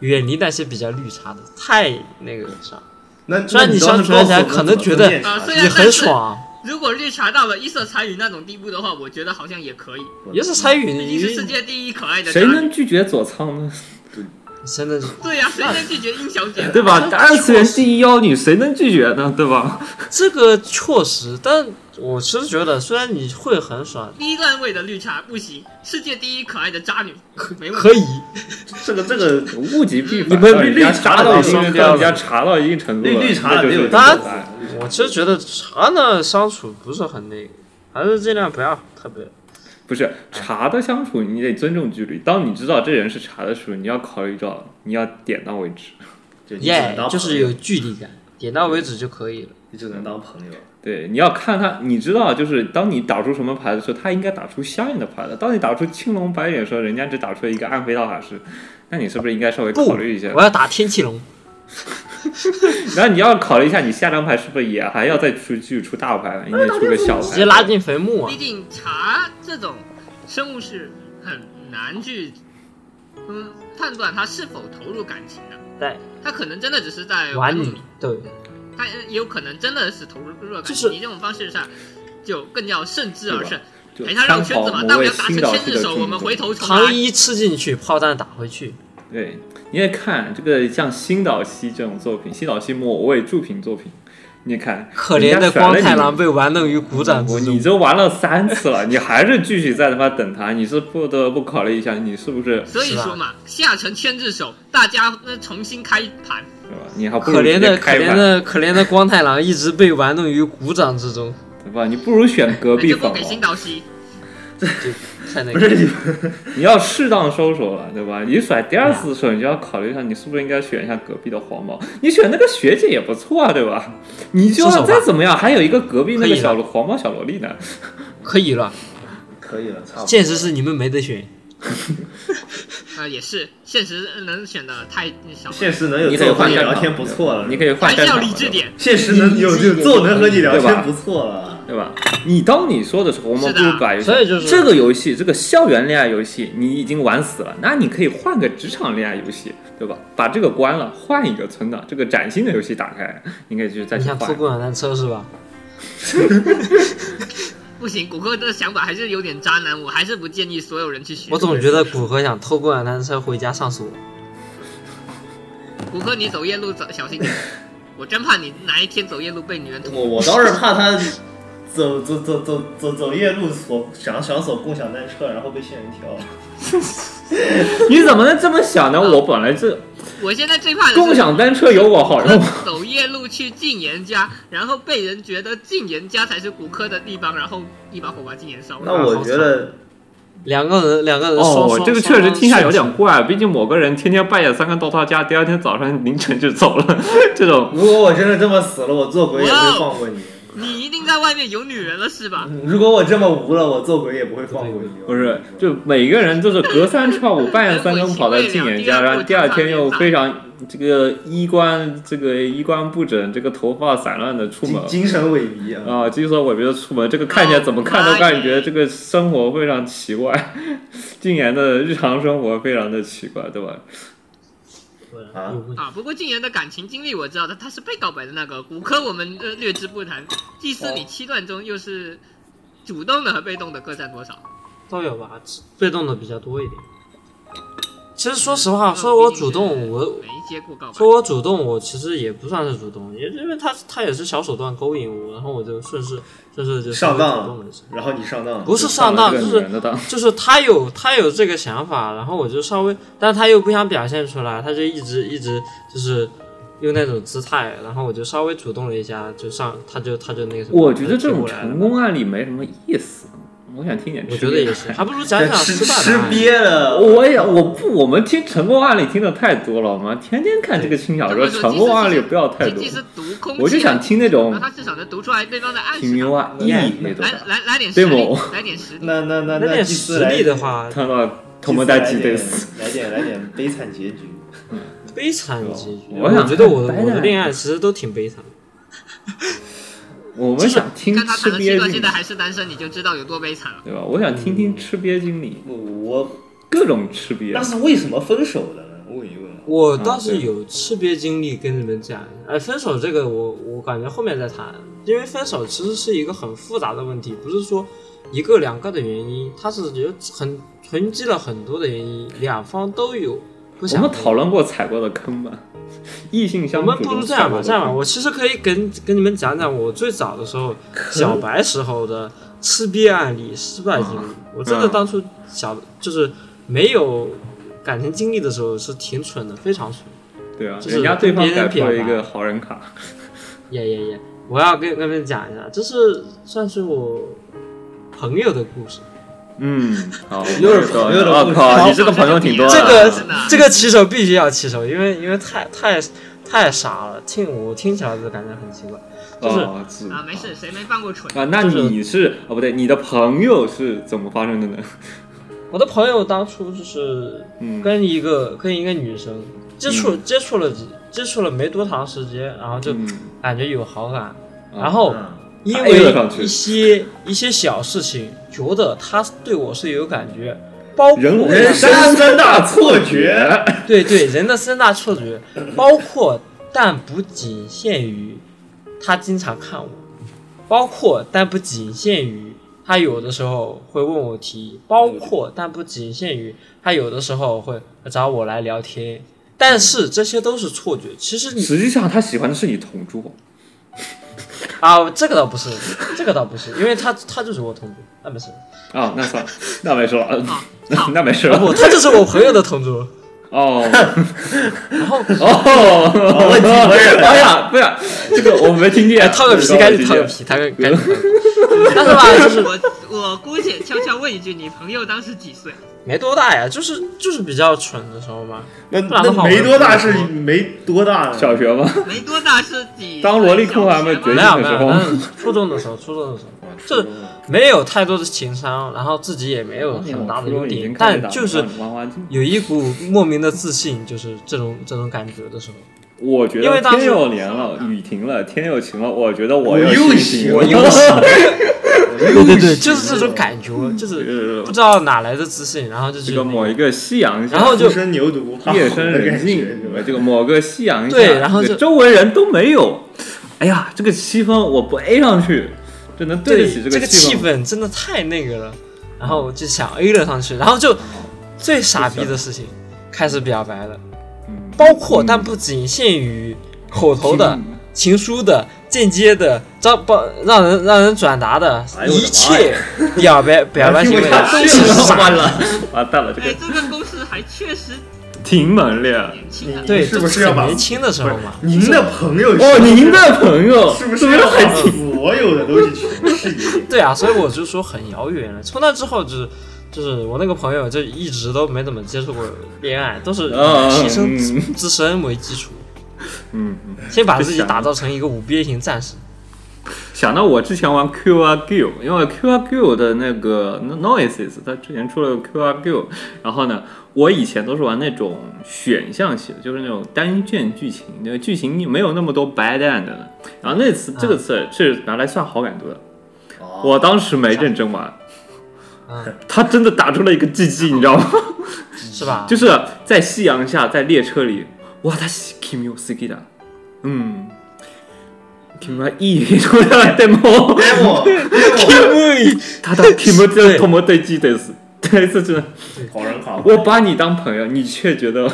S3: 远离那些比较绿茶的，太那个啥，
S2: 那
S3: 虽然你
S2: 上
S3: 像
S2: 次
S3: 突然间可能觉得
S5: 啊虽然
S3: 也很爽。
S5: 如果绿茶到了一色彩羽那种地步的话，我觉得好像也可以，
S3: 也是参与，
S5: 毕竟是世界第一可爱的渣
S1: 谁
S5: 女。
S1: 能拒绝左仓呢？
S3: 真的是
S5: 对呀、谁能拒绝殷小姐？
S1: <laughs> 对吧？
S5: 哎
S1: 二次元第一妖女，谁能拒绝呢？对吧？
S3: 这个确实，但我其实觉得，虽然你会很爽，
S5: 第一段位的绿茶不行，世界第一可爱的渣女没问题。
S3: 可以，
S2: 这个这个
S1: 物极必反，
S3: 你们
S1: 让人
S3: 绿
S1: 家
S3: 茶
S1: 查到
S3: 都
S1: 一定
S3: 双
S1: 让
S3: 标
S1: 人家啊
S3: 了
S1: 查到一定程度
S2: 绿
S1: 了，
S2: 绿茶
S1: 那就
S2: 没有
S1: 是
S3: 当然
S1: 左仓
S3: 我其实觉得茶呢相处不是很那个，还是尽量不要特别。
S1: 不是茶的相处，你得尊重距离。当你知道这人是茶的时候，你要考虑到你要点到为止。
S2: 就你只能
S3: 耶、
S2: 当
S3: 就是
S2: 朋友
S3: 有距离感，点到为止就可以了。
S2: 你只能当朋友，
S1: 对，你要看他，你知道，就是当你打出什么牌的时候，他应该打出相应的牌的。当你打出青龙白眼的时候，人家只打出一个暗黑道法师，那你是不是应该稍微
S3: 不
S1: 考虑一下，
S3: 我？要打天气龙。
S1: 然后你要考虑一下，你下张牌是不是也还要再出去出大牌，应该出个小牌。
S3: 直接拉进坟墓啊
S5: 毕！竟茶这种生物是很难去，嗯，判断他是否投入感情的。
S1: 哎
S3: 对，
S5: 他可能真的只是在
S3: 玩
S5: 弄
S3: 你，对，
S5: 他也有可能真的是投入了感情。
S3: 就是
S5: 你这种方式上，就更要慎之而慎。哎
S1: 就
S5: 陪他绕圈子嘛，
S1: 参考
S5: 大
S1: 某
S5: 不
S1: 位
S5: 了打成
S1: 新导
S5: 千
S1: 师
S5: 字
S1: 的
S5: 手，
S1: 注
S5: 我们
S1: 意
S5: 回头重
S3: 糖
S5: 来。
S3: 衣吃进去，炮弹打回去。
S1: 哎对，你也看这个像新岛希这种作品，新岛希某位著品作品，你看
S3: 可怜的光太郎
S1: 被
S3: 被玩弄于鼓掌之
S1: 嗯你
S3: 中。
S1: 都玩了三次了，你还是继续在他妈等他，你是不得不考虑一下，你是不是
S5: 所以说嘛，下成千字手，大家呃重新开盘。
S1: 对吧？你还不如
S3: 可怜
S1: 直接
S3: 的可
S1: 开
S3: 怜
S1: 吧，
S3: 的可怜的光太郎一直被玩弄于鼓掌之中。
S1: 对吧？你不如选隔
S5: 那
S1: 壁
S5: 哎
S3: 哎
S5: 就不
S3: 啊
S1: 粉
S5: 给新
S1: 王。
S5: 岛西，
S2: 这
S3: 就太那
S2: 不
S3: 个
S2: 是。你
S1: 你要适当收手了，对吧？你甩第二次的时候，你就要考虑一下，你是不是应该选一下隔壁的黄毛？你选那个学姐也不错啊，对吧？你就
S3: 收手
S1: 算
S3: 吧
S1: 再怎么样，还有一个隔壁
S3: 可
S1: 那个
S3: 以了啊
S1: 小黄毛小萝莉呢。
S3: 可以了，
S2: 可以了，差不多。
S3: 现实是你们没得选，
S5: 啊，也是，现实能选的太少了，
S2: 现实能有
S1: 你
S2: 这
S1: 可以
S2: 种和
S1: 换
S2: 你
S3: 啊
S1: 战
S2: 聊
S1: 场
S2: 天不错了，
S1: 你可以换
S3: 哎
S5: 还是
S1: 战
S5: 要
S1: 场
S5: 理
S1: 了
S5: 智点。
S2: 现实能有有这种能和你聊天不错了。
S1: 对吧？你当你说的时候，我们
S5: 是
S1: 不
S5: 的
S1: 如把游戏
S3: 所以就是
S1: 这个游戏，这个校园恋爱游戏你已经玩死了，那你可以换个职场恋爱游戏，对吧？把这个关了，换一个存档，这个崭新的游戏打开，你可以去再
S3: 你
S1: 去
S3: 想
S1: 换
S3: 坐。共享单车是吧？
S5: 不行，谷歌的想法还是有点渣男，我还是不建议所有人去学。
S3: 我总觉得骨科想偷共享单车回家上锁。
S5: 谷歌，你走夜路走小心点，我真怕你哪一天走夜路被女人捅。
S2: 我我倒是怕他走走走走走走夜路锁想想锁共享单车，然后被仙人跳。
S1: 你怎么能这么想呢？我本来是
S5: 我现在最怕的是
S1: 共享单车有我好用，
S5: 走夜路去禁言家，然后被人觉得禁言家才是骨科的地方，然后一把火把禁言烧了。
S2: 那
S1: 啊
S2: 我觉得
S3: 两个人，两个人双
S1: 哦
S3: 双，
S1: 这个
S3: 双
S1: 确实听下
S3: 双
S1: 有点怪，毕竟某个人天天半夜三更到他家，第二天早上凌晨就走了， <laughs> 这种
S2: 如果我真的这么死了，我做鬼也不
S1: 哦
S2: 会放过你。
S5: 你一定在外面有女人了是吧？
S2: 嗯如果我这么无了，我做鬼也不会放过你。哦
S1: 不是，就每个人就是隔三差五、半夜三更跑到静言家，然后第二天又非常这个衣冠这个衣冠不整，这个头发散乱的出门
S2: 精精神萎靡啊！
S1: 啊，精神萎靡的出门，这个看起来怎么看都感觉这个生活非常奇怪， <laughs> 静言的日常生活非常的奇怪，对吧？
S2: 啊，
S5: 啊，不过禁言的感情经历我知道的，他是被告白的那个骨科，我们呃略知不谈。祭司，你七段中又是主动的和被动的各占多少？
S3: 都有吧，被动的比较多一点。其实说实
S5: 嗯
S3: 话，说啊我主动，我
S5: 没接过告白。
S3: 说我主动，我其实也不算是主动，也因为他他也是小手段勾引我，然后我就顺势顺势就
S1: 啊
S2: 上
S3: 稍微主动
S2: 当
S3: 了一下。，
S2: 然后你上当，
S3: 不是上当，
S1: 这
S3: 就
S1: 个女
S3: 是
S1: 人的当，
S3: 就是他有他有这个想法，然后我就稍微，但他又不想表现出来，他就一直一直就是用那种姿态，然后我就稍微主动了一下，就上他就他就那个什么，
S1: 我觉得这
S3: 他就挺
S1: 种
S3: 过来了
S1: 成，功案例没什么意思，我想听点。
S3: 我觉得也是，还不如讲讲
S2: 吃
S3: 失败
S2: 吃
S3: 的案例
S2: 瘪了。
S1: 我也我不，我们听成功案例听的太多了，我们天天看这个轻小说，成功案例不要太多
S5: 即。使读空气，
S1: 我就想听那种呃
S5: 那他至少能读出来对方的暗
S1: 平
S5: 示
S1: 民
S5: 吧。
S1: 化意义那种
S5: 来。来来点
S1: 对
S5: 实力
S1: 某，
S5: 来点实力。
S2: 那那那
S3: 那点
S2: 祭司
S3: 实
S2: 来
S3: 力的，话，
S1: 看到同门代际对死，
S2: 来点来点悲惨结局。
S3: 悲惨的结局。
S1: 我想
S3: 觉得我的
S1: 看白
S3: 我的
S1: 的
S3: 恋爱其实都挺悲惨的。
S1: 我们想听
S5: 看他
S1: 吃
S5: 谈了七段，
S1: 瘪经
S5: 现
S1: 理
S5: 在，还是单身，你就知道有多悲惨了。
S1: 对吧？我想听听吃瘪经理，
S2: 我我
S1: 各种吃瘪
S2: 那。是为什么分手的呢？问一问啊。
S1: 嗯
S3: 我倒是有识别经历跟你们讲一下，哎，分手这个我我感觉后面再谈，因为分手其实是一个很复杂的问题，不是说一个两个的原因，它是有很囤积了很多的原因，两方都有不
S1: 我
S3: 想
S1: 们讨论过踩过的坑吧？异性
S3: 我
S1: 相处
S3: 们
S1: 中
S3: 不如这样吧，
S1: 踩过的
S3: 这样吧，
S1: 坑
S3: 我其实可以跟跟你们讲讲我最早的时候，小白时候的吃瘪案例、失败经
S1: 啊
S3: 历。我真的当初小就是没有感情经历的时候是挺蠢的，非常蠢。
S1: 对啊，
S3: 就是
S1: 人家对方
S3: 跟别人
S1: 改出了一
S3: 表达
S1: 个好人卡，
S3: 耶耶耶！我要跟跟你们讲一下，这是算是我朋友的故事。
S1: 嗯，好，
S2: 又是朋友的
S1: 我啊
S2: 故事
S1: 靠，你这个朋友挺多的
S3: 这
S1: 啊，
S3: 个
S5: 真的啊
S3: 这个骑手必须要骑手，因为因为太太太傻了，听我听起来就感觉很奇怪。就是
S1: 哦是
S5: 啊，没事，谁没犯过蠢？
S1: 啊，那
S3: 就是
S1: 你是哦不对，你的朋友是怎么发生的呢？
S3: 我的朋友当初就是
S1: 嗯
S3: 跟一个跟一个女生接触接触了几接触了没多长时间，然后就
S1: 嗯
S3: 感觉有好感，
S1: 啊
S3: 然后
S2: 嗯
S3: 因
S1: 哎呦上
S3: 为
S1: 去
S3: 一些一些小事情，觉得她对我是有感觉，包括
S1: 人
S2: 人生三大错觉，
S3: 对对，人的三大错觉，包括但不仅限于他经常看我，包括但不仅限于他有的时候会问我提议，包括但不仅限于他有的时候会找我来聊天。但是这些都是错觉，其实你
S1: 实际上他喜欢的是你同桌，
S3: 啊，这个倒不是，这个倒不是，因为他他就是我同桌，那没事，
S1: 啊，那算了， <laughs> 那没事了，嗯 <laughs>
S5: 啊
S1: 那那没事
S3: 啊
S1: 了。
S3: 不，他就是我朋友的同桌。
S1: 哦
S3: 然后 <laughs>
S1: 哦，
S2: 问题不是
S1: 哎呀，不是这个我没听见，
S3: 掏个 <laughs>
S1: 这
S3: 皮，赶紧
S1: 我没听见
S3: 啊掏个皮，掏个赶紧掏个皮。但是吧，就是
S5: 我我姑且悄悄问一句，你朋友当时几岁？啊
S3: 没多大呀，就是就是比较蠢的时候嘛。
S9: 那
S3: 不然的
S9: 那
S3: 话
S9: 没多大
S3: 我
S9: 是
S3: 也不
S9: 没多大呀，
S1: 小学吗？
S5: 没多大是几？
S1: 当萝莉控还没觉
S5: 小学吗
S3: 没有
S1: 醒
S3: 没
S1: 那时
S3: 有，
S1: 候
S3: 但是初中的时候，初中的时候就是没有太多的情商，然后自己也没有很大的优点，但就是
S1: 嗯玩玩具。
S3: 有一股莫名的自信，就是这种这种感觉的时候，
S1: 我觉
S3: 因为
S1: 得
S3: 当时
S1: 天佑连了，雨停了，天佑晴了，我觉得我
S9: 我
S1: 又
S9: 又
S1: 行
S9: 行，
S1: 了，
S9: 又行，
S3: 对对对，就是这种感觉，就是不知道哪来的自信，然后就
S1: 这
S3: 觉
S1: 个
S3: 得
S1: 某一个夕阳下，
S3: 然后就
S9: 初生牛犊，怕
S1: 夜
S9: 虎的
S1: 深人
S9: 感
S1: 静
S9: 觉是，吧
S1: 这个某个夕阳下，
S3: 对然后
S1: 这个
S3: 就
S1: 周围人都没有。哎呀，这个气氛我不 A 上去，就能对得
S3: 对
S1: 起
S3: 这
S1: 个
S3: 气
S1: 气。
S3: 氛真的太那个了，然后我就想 A 了上去，然后就最傻逼的事情开始表白了，
S1: 嗯
S3: 包括但不仅限于口头的、
S9: 嗯
S3: 情书的、间接的、让包让人让人转达的
S9: 哎呦我的
S3: 一
S9: 妈哎
S3: 切表白表白行为都是傻
S1: 完了，完蛋了，这
S5: 哎，
S1: 个
S5: 这个公式还确实
S1: 挺猛烈。
S5: 年轻
S1: 嗯
S5: 啊。
S3: 对，
S9: 是不
S3: 就是
S9: 要把
S3: 年轻的时候嘛？
S9: 您的朋友
S1: 哦，您的 <laughs> 朋友
S9: 是不是要
S1: 很
S9: 把所有的东西全是你？
S3: 对啊，所以我就说很遥远了。从那之后就是。就是我那个朋友，就一直都没怎么接触过恋爱，都是
S9: 啊
S1: 嗯
S3: 以提升自
S1: 嗯
S3: 自身为基础，
S1: 嗯嗯，
S3: 先把自己打造成一个五边形战士。
S1: 想到我之前玩 QRQ，因为 QRQ 的那个 Noises，它之前出了个 QRQ，然后呢，我以前都是玩那种选项型，就是那种单卷剧情，那个剧情你没有那么多 bad end 的。然后那次这个次是拿来算好感度的，我当时没认真
S3: 嗯。
S1: 玩他真的打出了一个 GG，你知道吗？
S3: 是吧？
S1: 就是在夕阳下，在列车里，哇，他 Kimi o s k i 的，嗯，Kimi <laughs> E 出来了 demo，
S9: 哎我，
S1: 他的 Kimi 这多么对击得死，对，这真的，
S9: 好人卡，
S1: 我把你当朋友，你却觉得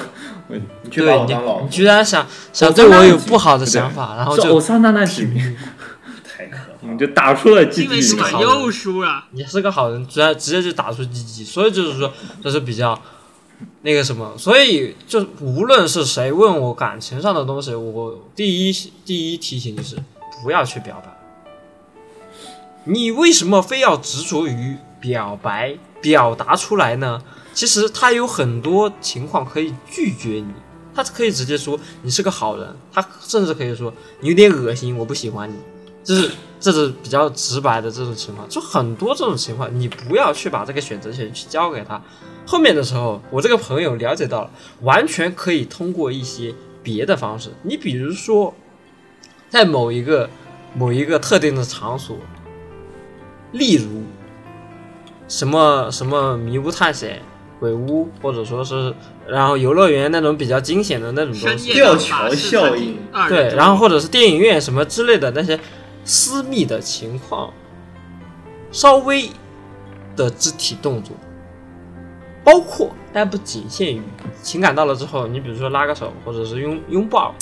S9: 你去把
S3: 对
S9: 我
S3: 你
S9: 当老，
S3: 你
S9: 婆，
S3: 居然想想
S1: 我
S3: 对
S1: 跟
S3: 啊我
S1: 他
S3: 有
S1: 一起
S3: 不好的
S1: 对
S3: 想法，然后
S1: 是偶
S3: 就
S1: 像娜娜几，
S9: 太可怕
S1: 你
S9: 了。
S1: 就打出了 GG，
S5: 因为什么
S1: 你知道吗
S5: 又输啊了？
S3: 你是个好人，直接直接就打出 GG，所以就是说这是比较那个什么，所以就无论是谁问我感情上的东西，我第一第一提醒就是不要去表白。你为什么非要执着于表白表达出来呢？其实他有很多情况可以拒绝你，他可以直接说你是个好人，他甚至可以说你有点恶心，我不喜欢你，就是这是比较直白的这种情况，就很多这种情况，你不要去把这个选择权去交给他。后面的时候，我这个朋友了解到了，完全可以通过一些别的方式，你比如说，在某一个某一个特定的场所，例如什么什么迷雾探险、鬼屋，或者说是然后游乐园那种比较惊险的那种东
S5: 深
S3: 西，
S5: 夜
S9: 吊桥效应，
S5: 二人
S3: 对，
S5: 转
S3: 然后或者是电影院什么之类的那些私密的情况，稍微的肢体动作，包括但不仅限于情感到了之后，你比如说拉个手或者是拥拥抱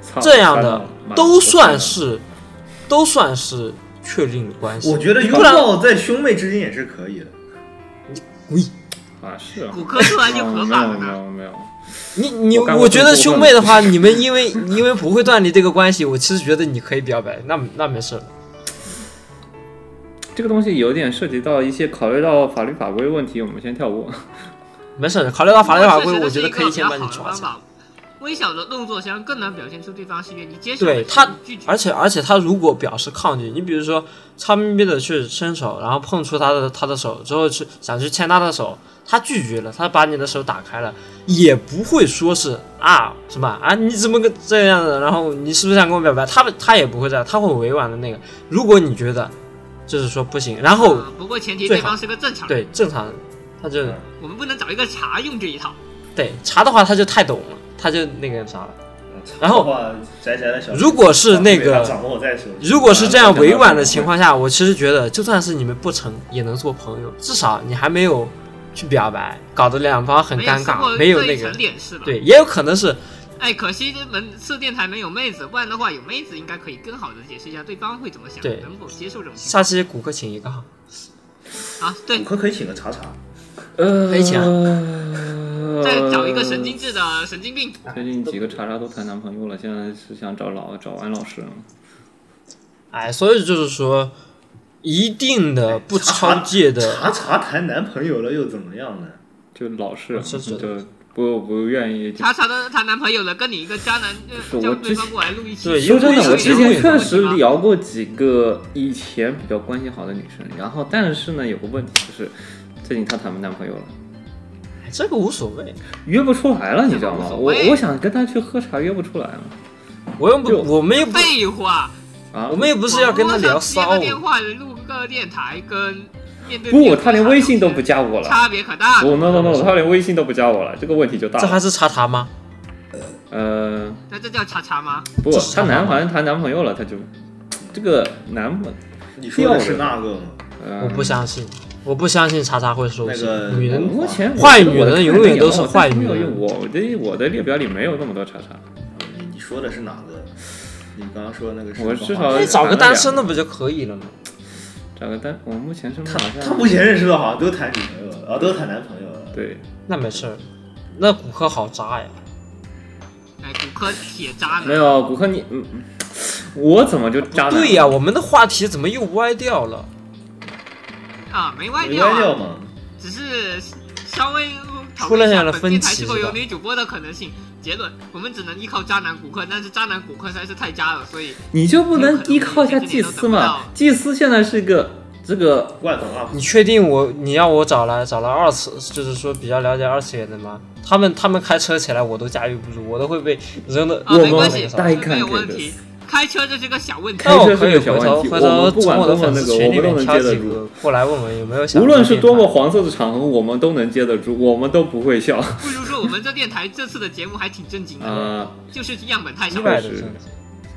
S1: 操
S3: 这样
S1: 算
S3: 的
S1: 了妈，
S3: 都算是都算是确定的关系。
S9: 我觉得拥
S3: 不然
S9: 抱在兄妹之间也是可以的。
S1: 啊，是啊，
S5: 骨科突然就
S1: 啊
S5: 合
S1: 没
S5: 法
S1: 有
S5: 了
S1: 没
S5: 呢。
S1: 有没有，
S3: 你你，
S1: 我干
S3: 我
S1: 过
S3: 觉
S1: 最
S3: 得
S1: 过
S3: 兄
S1: 分
S3: 妹的话，你们因为因为不会断离这个关系，我其实觉得你可以表白，那那没事。
S1: 这个东西有点涉及到一些考虑到法律法规问题，我们先跳过。
S3: 没事，考虑到法律法规，
S5: 确实
S3: 我
S5: 是
S3: 觉得
S5: 一
S3: 可以
S5: 个比
S3: 先
S5: 较
S3: 把
S5: 好
S3: 你
S5: 的
S3: 抓
S5: 方
S3: 起来。
S5: 法。微小的动作相更能表现出对方是愿意接受的
S3: 对他
S5: 拒绝，
S3: 而且而且他如果表示抗拒，你比如说悄咪咪的去伸手，然后碰触他的他的手之后去想去牵他的手，他拒绝了，他把你的手打开了，也不会说是啊什么啊你怎么个这样的，然后你是不是想跟我表白？他他也不会这样，他会委婉的那个。如果你觉得就是说不行，然后
S5: 呃不过前提
S3: 最
S5: 对
S3: 好
S5: 方是个正常人，
S3: 对正常，他就
S5: 我们不能找一个茶用这一套。
S3: 对查的话他就太懂了，他就那个啥了。然
S9: 后
S3: 后
S2: 啊
S9: 宅宅的小，
S3: 如果是那个
S9: 掌握在手，
S3: 如果是这样委婉的情况下，我其实觉得，就算是你们不成，也能做朋友，至少你还没有去表白，搞得两方很
S5: 没有
S3: 尴
S5: 吃
S3: 尬，
S5: 过
S3: 没有
S5: 这
S3: 那
S5: 一层
S3: 个。
S5: 脸是吧？
S3: 对，也有可能是
S5: 哎，可惜这门次电台没有妹子，不然的话有妹子应该可以更好的解释一下对方会怎么想，
S3: 对
S5: 能否接受这种情
S3: 下期骨科请一个哈。
S5: 况啊？对
S9: 骨，科可以请个查查，
S1: 呃，
S3: 可以请啊呃
S5: 再找一个神经质的神经病，
S1: 最近几个查查都谈男朋友了，现在是想找老找安老师了。
S3: 哎，所以就是说，一定的不超
S2: <laughs>
S3: 界的，
S9: 查查谈男朋友了又怎么样呢？
S1: 就老是
S3: 啊是是
S1: 就不不愿意。就
S5: 她查到她男朋友了，跟你一个渣男
S1: 是
S5: 呃
S1: 我
S5: 叫对
S1: 之
S5: 方
S1: 前
S5: 过来录一期，
S3: 对
S1: 说真
S3: 因为
S1: 的，我
S3: 有
S1: 之
S3: 些
S1: 前
S3: 人
S1: 确实聊过几个以前比较关系好的女生，然后但是呢，有个问题就是，最近她谈不男朋友了，
S3: 哎这个无所谓。
S1: 约不出来了，你知道吗？
S5: 无所
S1: 我
S5: 谓
S1: 我想跟她去喝茶，约不出来了
S3: 我又不
S1: 就，
S3: 我们又不，
S5: 废话，
S1: 啊！
S3: 我们也不是要跟他聊骚
S5: 网络上接个电
S3: 舞。
S5: 话录个电台跟面对
S1: 不，
S5: 面
S1: 她连微信都不加我了。
S5: 差别可大了。
S1: 不，no no no，她连微信都不加我了，这个问题就大
S3: 这还
S1: 了。
S3: 是查查吗？
S1: 呃，
S5: 那这叫查查吗？
S1: 不，
S3: 这是
S1: 她
S3: 啥
S1: 男好像谈男朋友了，她就这个男朋，
S9: 你说的是那个吗？
S1: 呃，
S3: 我不相信，我不相信查查会收
S9: 那
S3: 信
S9: 个。
S3: 女人
S1: 目前
S3: 坏女人永远都是坏女人
S1: 我的我的列表里没有那么多查查，
S9: 你你说的是哪个？你刚刚说那个是
S1: 我
S9: 什么
S1: 至
S9: 话
S1: 少
S3: 那找个单身的不就可以了吗？
S1: 找个单。我目前身边
S9: 他
S1: 好像
S9: 他目前认识的好像都谈女朋友了，啊，都谈男朋友了。
S1: 对，
S3: 那没事儿，那骨科好渣呀！
S5: 哎，骨科铁渣男，
S1: 没有骨科你，嗯，我怎么就渣男？
S3: 对呀、我们的话题怎么又歪掉了？
S5: 啊，没歪
S9: 没
S5: 掉
S9: 关
S5: 啊
S9: 掉，嘛，
S5: 只是稍微呃讨论一下本电台是否有女主播的可能性。结论：我们只能依靠渣男骨科，但是渣男骨科实在是太渣了，所以
S1: 你就不能依靠一下祭司嘛？祭司现在是一个这个
S9: 罐头 UP
S3: 你确定我你要我找来找来二次，就是说比较了解二次元的吗？他们他们开车起来我都驾驭不住，我都会被扔的。
S5: 啊，
S1: 我
S5: 没
S1: 们
S5: 关系，
S3: 那个啥
S1: 大
S5: 没有问题。开车这是个小问题
S1: 开，
S3: 那我
S1: 车
S3: 可
S1: 是
S3: 以
S1: 个
S3: 回
S1: 小
S3: 头
S1: 问题
S3: 回
S1: 我
S3: 头
S1: 们不管
S3: 从的
S1: 多
S3: 粉
S1: 么那
S3: 丝
S1: 个
S3: 群
S1: 我
S3: 里
S1: 们
S3: 面
S1: 都能
S3: 挑
S1: 接得
S3: 几
S1: 住
S3: 个过来问问有没有想。
S1: 无论是多么，黄色的场合，我们都能接得住，我们都不会笑。
S5: 不如说我们这电台这次的节目还挺正经的，
S1: 啊，
S5: 就是样本太
S3: 意
S5: 少。
S3: 外的
S1: 是
S3: 是。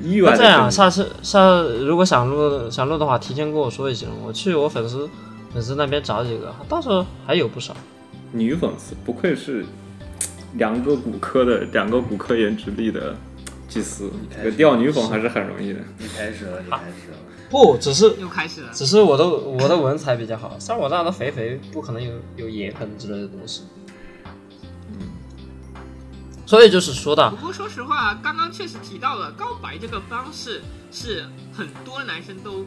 S1: 意外
S3: 那
S1: 的
S3: 这样，啊
S1: 是
S3: 下次下次如果想录想录的话，提前跟我说一声，我去我粉丝粉丝那边找几个，到时候还有不少。
S1: 女粉丝，不愧是两个骨科的两个骨科颜值力的祭司，这个钓女粉还是很容易的。
S9: 你开始了，你开始了。
S3: 不，只是
S5: 又开始了，
S3: 只是我的我的文采比较好，像我这样的肥肥不可能有有眼痕之类的东西。嗯，所以就是说到
S5: 不过说实话，刚刚确实提到了告白这个方式是很多男生都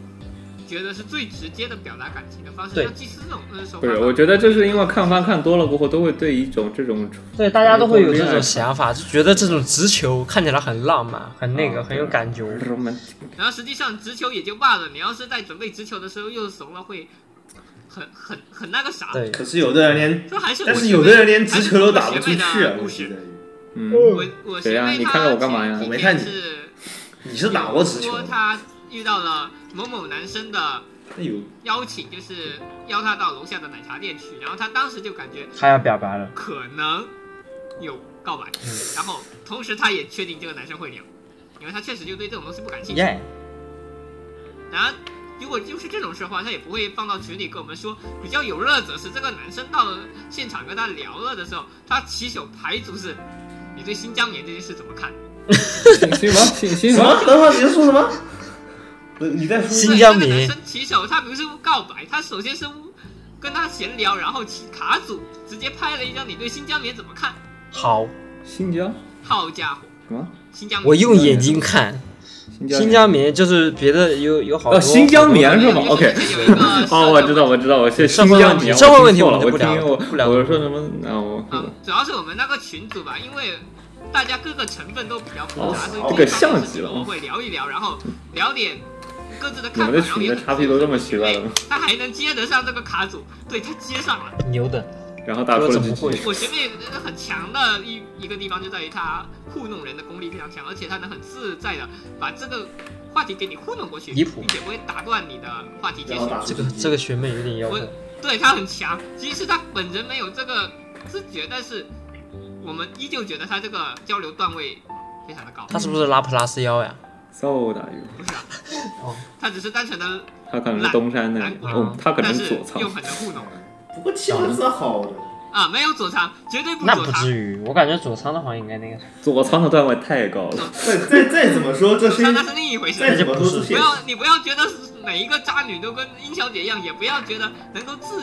S5: 觉得是最直接的表达感情的方式。
S3: 对
S5: 像祭司这种呃手
S1: 不
S5: 法吧，
S1: 是，我觉得这是因为看番看多了过后，都会对一种这种
S3: 对大家都会有这种想法，就觉得这种直球看起来很浪漫，很那个，
S1: 啊
S3: 很有感觉。
S1: romantic
S5: 然后实际上直球也就罢了，你要是在准备直球的时候又怂了，会很很很那个啥。
S3: 对，
S9: 可是有的人连，
S5: 说还是我
S9: 但是
S5: 学
S9: 有
S5: 妹
S9: 的人连直球都打不出
S5: 还
S9: 去
S5: 是我
S9: 啊！我
S5: 学妹的
S9: 觉
S5: 故事
S9: 得，
S1: 嗯，
S5: 我我学
S1: 谁呀
S5: 妹
S1: 你
S5: 她
S1: 看着我干嘛呀
S5: 前几
S9: 我没看
S5: 天
S9: 你
S5: 是
S9: 你是打过直球
S5: 说，她遇到了某某男生的
S9: 那有
S5: 邀请，就是邀她到楼下的奶茶店去，然后她当时就感觉
S3: 他要表白了，
S5: 可能有告白，
S3: 嗯
S5: 然后同时她也确定这个男生会聊，因为她确实就对这种东西不感兴趣。
S3: 耶、
S5: 然后如果就是这种事的话，他也不会放到群里跟我们说。比较有乐者是这个男生到了现场跟他聊了的时候，他起手排组是：你对新疆棉这件事怎么看？
S1: 新新什么新新什
S9: 什
S1: 么？
S9: 么？等会儿你在说什么？呃你在说
S3: 新疆
S5: 对这个
S3: 棉
S5: 男生起手，他不是告白，他首先是跟他闲聊，然后起卡组直接拍了一张你对新疆棉怎么看？
S3: 好，
S1: 新疆
S5: 好家伙，
S1: 什么？
S5: 新疆棉
S3: 我用眼睛看，
S1: 新疆
S3: 新疆棉就是别的有有好多
S1: 哦，新疆棉是
S5: 有
S1: 吗
S5: 一个
S1: ？OK
S5: 有一个。
S1: 哦，我知道，我知道，我是新
S3: 社会
S1: 疆
S3: 问题
S1: 棉。
S3: 社会问题
S1: 我
S3: 我们
S1: 听
S3: 就
S1: 错了，
S3: 不
S1: 我
S3: 聊
S1: 听
S3: 不聊
S1: 我我说什么？啊，我
S5: 嗯，主要是我们那个群组吧，因为大家各个成分都比较复杂，
S1: 哦
S5: 所以
S1: 哦
S5: 这一
S1: 像
S5: 方面的
S1: 极了
S5: 我们会聊一聊，然后聊点各自的
S1: 你
S5: 看
S1: 们
S5: 法。然
S1: 的
S5: 后
S1: 群
S5: 也
S1: 的
S5: 很
S1: 叉 P 都这么奇怪了吗？
S5: 他还能接得上这个卡组，对他接上了。
S3: 牛的，
S1: 然后打出
S3: 我
S1: 了
S3: 怎么
S1: GG
S3: 会。
S5: 我学妹呃很强的一一个地方就在于他糊弄人的功力非常强，而且他能很自在的把这个话题给你糊弄过去，
S3: 离谱
S5: 并且不会打断你的话题接
S9: 然后
S5: 续。
S9: 打
S3: 这
S9: 出
S3: 个这个学妹有点要
S5: 我
S3: 求。
S5: 对他很强，即使他本人没有这个知觉，但是我们依旧觉得他这个交流段位非常的高。
S3: 他是不是拉普拉斯妖呀？
S1: So 打鱼，
S5: 不是啊
S3: 哦，
S5: 他只是单纯的，
S1: 他可能是东山的
S5: 懒
S1: 人，
S5: 懒
S1: 哦，他可能
S5: 嗯但
S1: 是
S5: 是
S1: 左仓
S5: 又。很能糊弄
S9: 不过气质是好的，
S5: 啊，没有左仓，绝对不
S3: 那
S5: 左
S3: 不
S5: 仓
S3: 至。于，我感觉佐仓的话应该那个
S1: 左仓的段位太高了。
S9: 再再再怎么说这
S5: 左
S9: 些，
S5: 仓那是另一回
S9: 再
S5: 事。
S9: 怎么说这
S5: 不
S9: 些，
S5: 要你不要觉得每一个渣女都跟殷小姐一样，也不要觉得能够自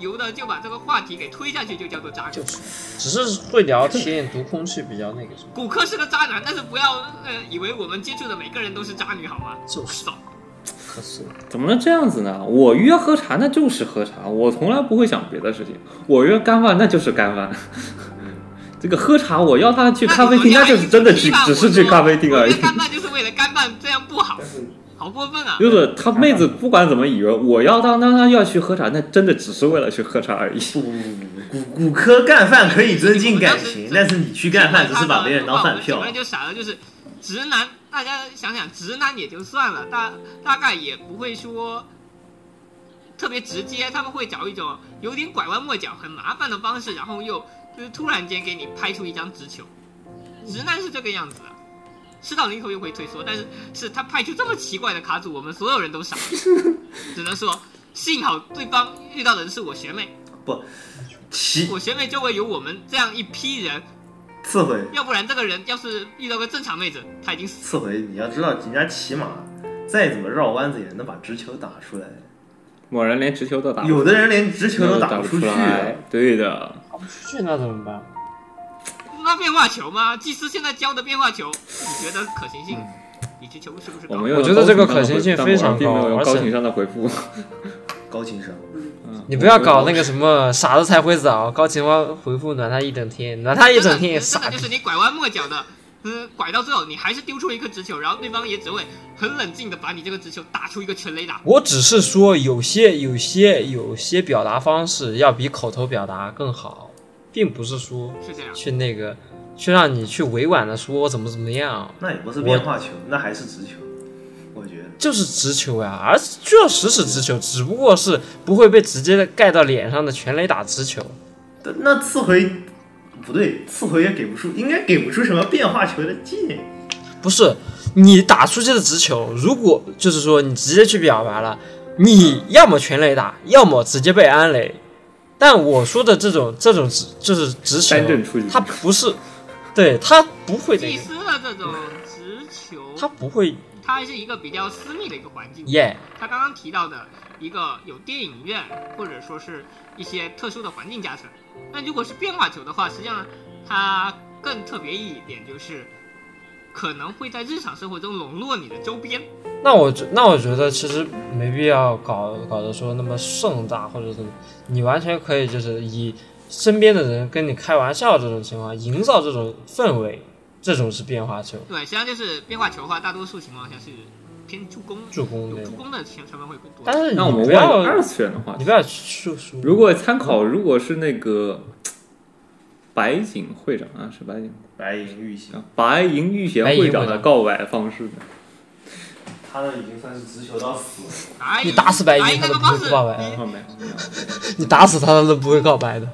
S5: 由的就把这个话题给推下去就叫做渣女。
S3: 就是，只是会聊天、读空气比较那个什么。
S5: 骨科是个渣男，但是不要呃以为我们接触的每个人都是渣女好吗？
S3: 就是
S5: 少。
S3: 喝水。
S1: 怎么能这样子呢？我约喝茶那就是喝茶，我从来不会想别的事情。我约干饭那就是干饭。 <laughs> 这个喝茶，我要他去咖啡厅，那就是真的去，只是去咖啡厅而已
S5: 我。干饭就是为了干饭，这样不好，好过分啊！
S1: 就是他妹子不管怎么以为我要当当当要去喝茶，那真的只是为了去喝茶而已。
S9: 不不不不，骨骨科干饭可以增进感情，但是你去干饭只是把别人当饭
S5: 我
S9: 票
S5: 们。就傻了，就是直男，大家想想，直男也就算了，大大概也不会说特别直接，他们会找一种有点拐弯抹角、很麻烦的方式，然后又就是突然间给你拍出一张直球。直男是这个样子的，吃到临头又会退缩，但是是他派出这么奇怪的卡组，我们所有人都傻了，只能说幸好对方遇到的人是我学妹，
S9: 其
S5: 我学妹周围有我们这样一批人，
S9: 次回
S5: 要不然这个人要是遇到个正常妹子，他已经死了。
S9: 次回，你要知道人家骑马再怎么绕弯子也能把直球打出来，
S1: 某人连直球都打不出来，
S9: 有的人连直球都打
S1: 不
S9: 出去。
S1: 来。对的，
S3: 跑不出去那怎么办？
S5: 那变化球吗？技师现在教的变化球，你觉得可行性？你这球是不是
S1: 我
S5: 高？
S1: 们用
S3: 我觉得这个可行性
S1: 但
S3: 非常
S1: 我并没有用
S3: 高
S1: 高情商的回复。
S9: 高情商，
S3: 你不要搞那个
S1: 嗯
S3: 什么傻子才会早，高情商回复暖他一整天，暖他一整天也
S5: 真
S3: 傻
S5: 的。 <laughs> 就是你拐弯抹角的，嗯，拐到最后你还是丢出了一颗直球，然后对方也只会很冷静的把你这个直球打出一个全垒打。
S3: 我只是说有些有些有些表达方式要比口头表达更好，并不是说
S5: 是这样，
S3: 去那个去让你去委婉的说我怎么怎么样，
S9: 那也不是变化球，那还是直球，我觉得。
S3: 就是直球呀、而确实是直球，只不过是不会被直接的盖到脸上的全垒打直球。
S9: 但那次回不对，次回也给不出，应该给不出什么变化球的技能。
S3: 不是你打出去的直球，如果就是说你直接去表白了，你要么全垒打，要么直接被安垒。但我说的这种这种直就是直球
S1: 单阵出局，
S3: 它不是，对它不会那
S5: 技
S3: 个，
S5: 师的这种直球，
S3: 它不会
S5: 它还是一个比较私密的一个环境。
S3: 耶。
S5: 他刚刚提到的一个有电影院或者说是一些特殊的环境加成。那如果是变化球的话，实际上它更特别一点就是可能会在日常生活中笼络你的周边。
S3: 那我觉那我觉得其实没必要搞搞得说那么盛大或者怎么，你完全可以就是以身边的人跟你开玩笑这种情况，营造这种氛围，这种是变化球
S5: 对，实际上就是变化球的话，大多数情况下是偏助攻，
S3: 助攻
S5: 有
S3: 那
S5: 助
S3: 种。
S5: 攻的成成分会更多。
S3: 但是
S1: 那我
S3: 你
S1: 们
S3: 不
S1: 问
S3: 要
S1: 二次元的话
S3: 你，不要去说，
S1: 如果参考，如果是那个白井会长啊，是白井
S9: 白银玉行，
S1: 白银御贤会长的告白方式呢？
S9: 他那已经算是直球到死了。
S1: 哎
S5: 来
S3: 你打死白
S5: 来哎
S3: 银
S5: 那
S3: 他
S5: 个
S3: 都
S5: 方
S3: 不
S5: 式
S3: 会，告白啊，
S1: 哦没有没有，
S3: 你打死他他都不会告白的。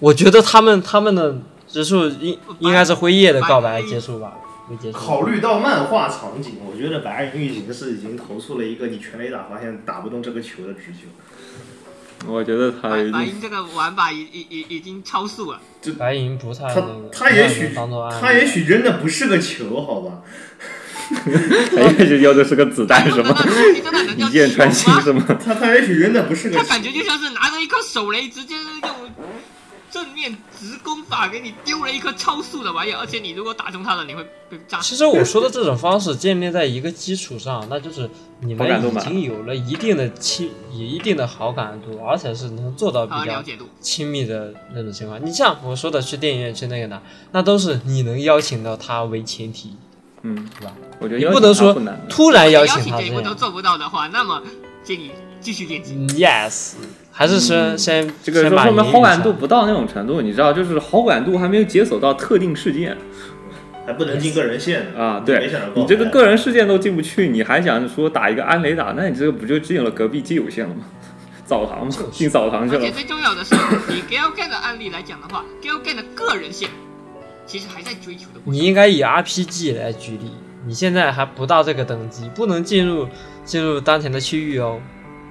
S3: 我觉得他们他们的结束应应该是辉夜的告白结束吧，没结束。
S9: 考虑到漫画场景，
S3: 嗯
S9: 我觉得白银玉行是已经投出了一个你全垒打发现打不动这个球的直球。
S1: 我觉得他
S5: 白
S1: 已
S5: 白
S1: 经 <laughs>
S5: 银这个玩法已已已已经超速了。
S3: 白银不太那
S9: 他
S3: 个，
S9: 他也许
S3: 当做
S9: 他也许真的不是个球，好吧？
S1: 哎，这要的是个子弹是
S5: 那
S1: 吗？
S5: 东西真的能
S1: 哎一
S5: 叫
S1: 箭穿心
S5: 吗？
S1: 是吗？
S9: 他他也许真的不
S3: <laughs>
S9: 是个
S5: 他
S9: 球。
S5: 感觉就像是拿着一颗手雷，直接用正面直攻法给你丢了一颗超速的玩意儿，而且你如果打中他了，你会被炸死。
S3: 其实我说的这种方式建立在一个基础上，那就是你们
S1: 好感度
S3: 已
S1: 嘛
S3: 经有了一定的亲，有一定的好感度，而且是能做到比
S5: 啊，
S3: 较
S5: 了解度，
S3: 亲密的那种情况。你像我说的去电影院去那个哪，那都是你能邀请到他为前提，
S1: 嗯
S3: 是吧？
S1: 我觉得
S3: 你
S1: 邀请
S3: 能
S1: 他
S3: 说
S1: 不难的
S3: 突然
S5: 邀
S3: 邀请他
S5: 这
S3: 这
S5: 一步都
S3: 样。
S5: 做不到的话，那么建议继续练级。
S3: 嗯 Yes，还是先、先
S1: 这个
S3: 先
S1: 说
S3: 把
S1: 说明
S3: 你
S1: 好
S3: 引
S1: 感
S3: 上
S1: 度不到那种程度，你知道，就是好感度还没有解锁到特定事件
S9: 还不能进个人线呢
S2: 嗯
S1: 啊。
S9: 没
S1: 对
S9: 想到，
S1: 你这个个人事件都进不去，你还想说打一个安雷打，那你这个不就进了隔壁基友线了吗？ <laughs> 澡堂嘛，进澡堂去
S5: 而
S1: 了
S5: 且。最重要的是，以 Galgan 的案例来讲的话，Galgan 的个人线其实还在追求的过程
S3: 你应该以 RPG 来举例，你现在还不到这个等级，不能进入进入当前的区域哦。
S9: 搞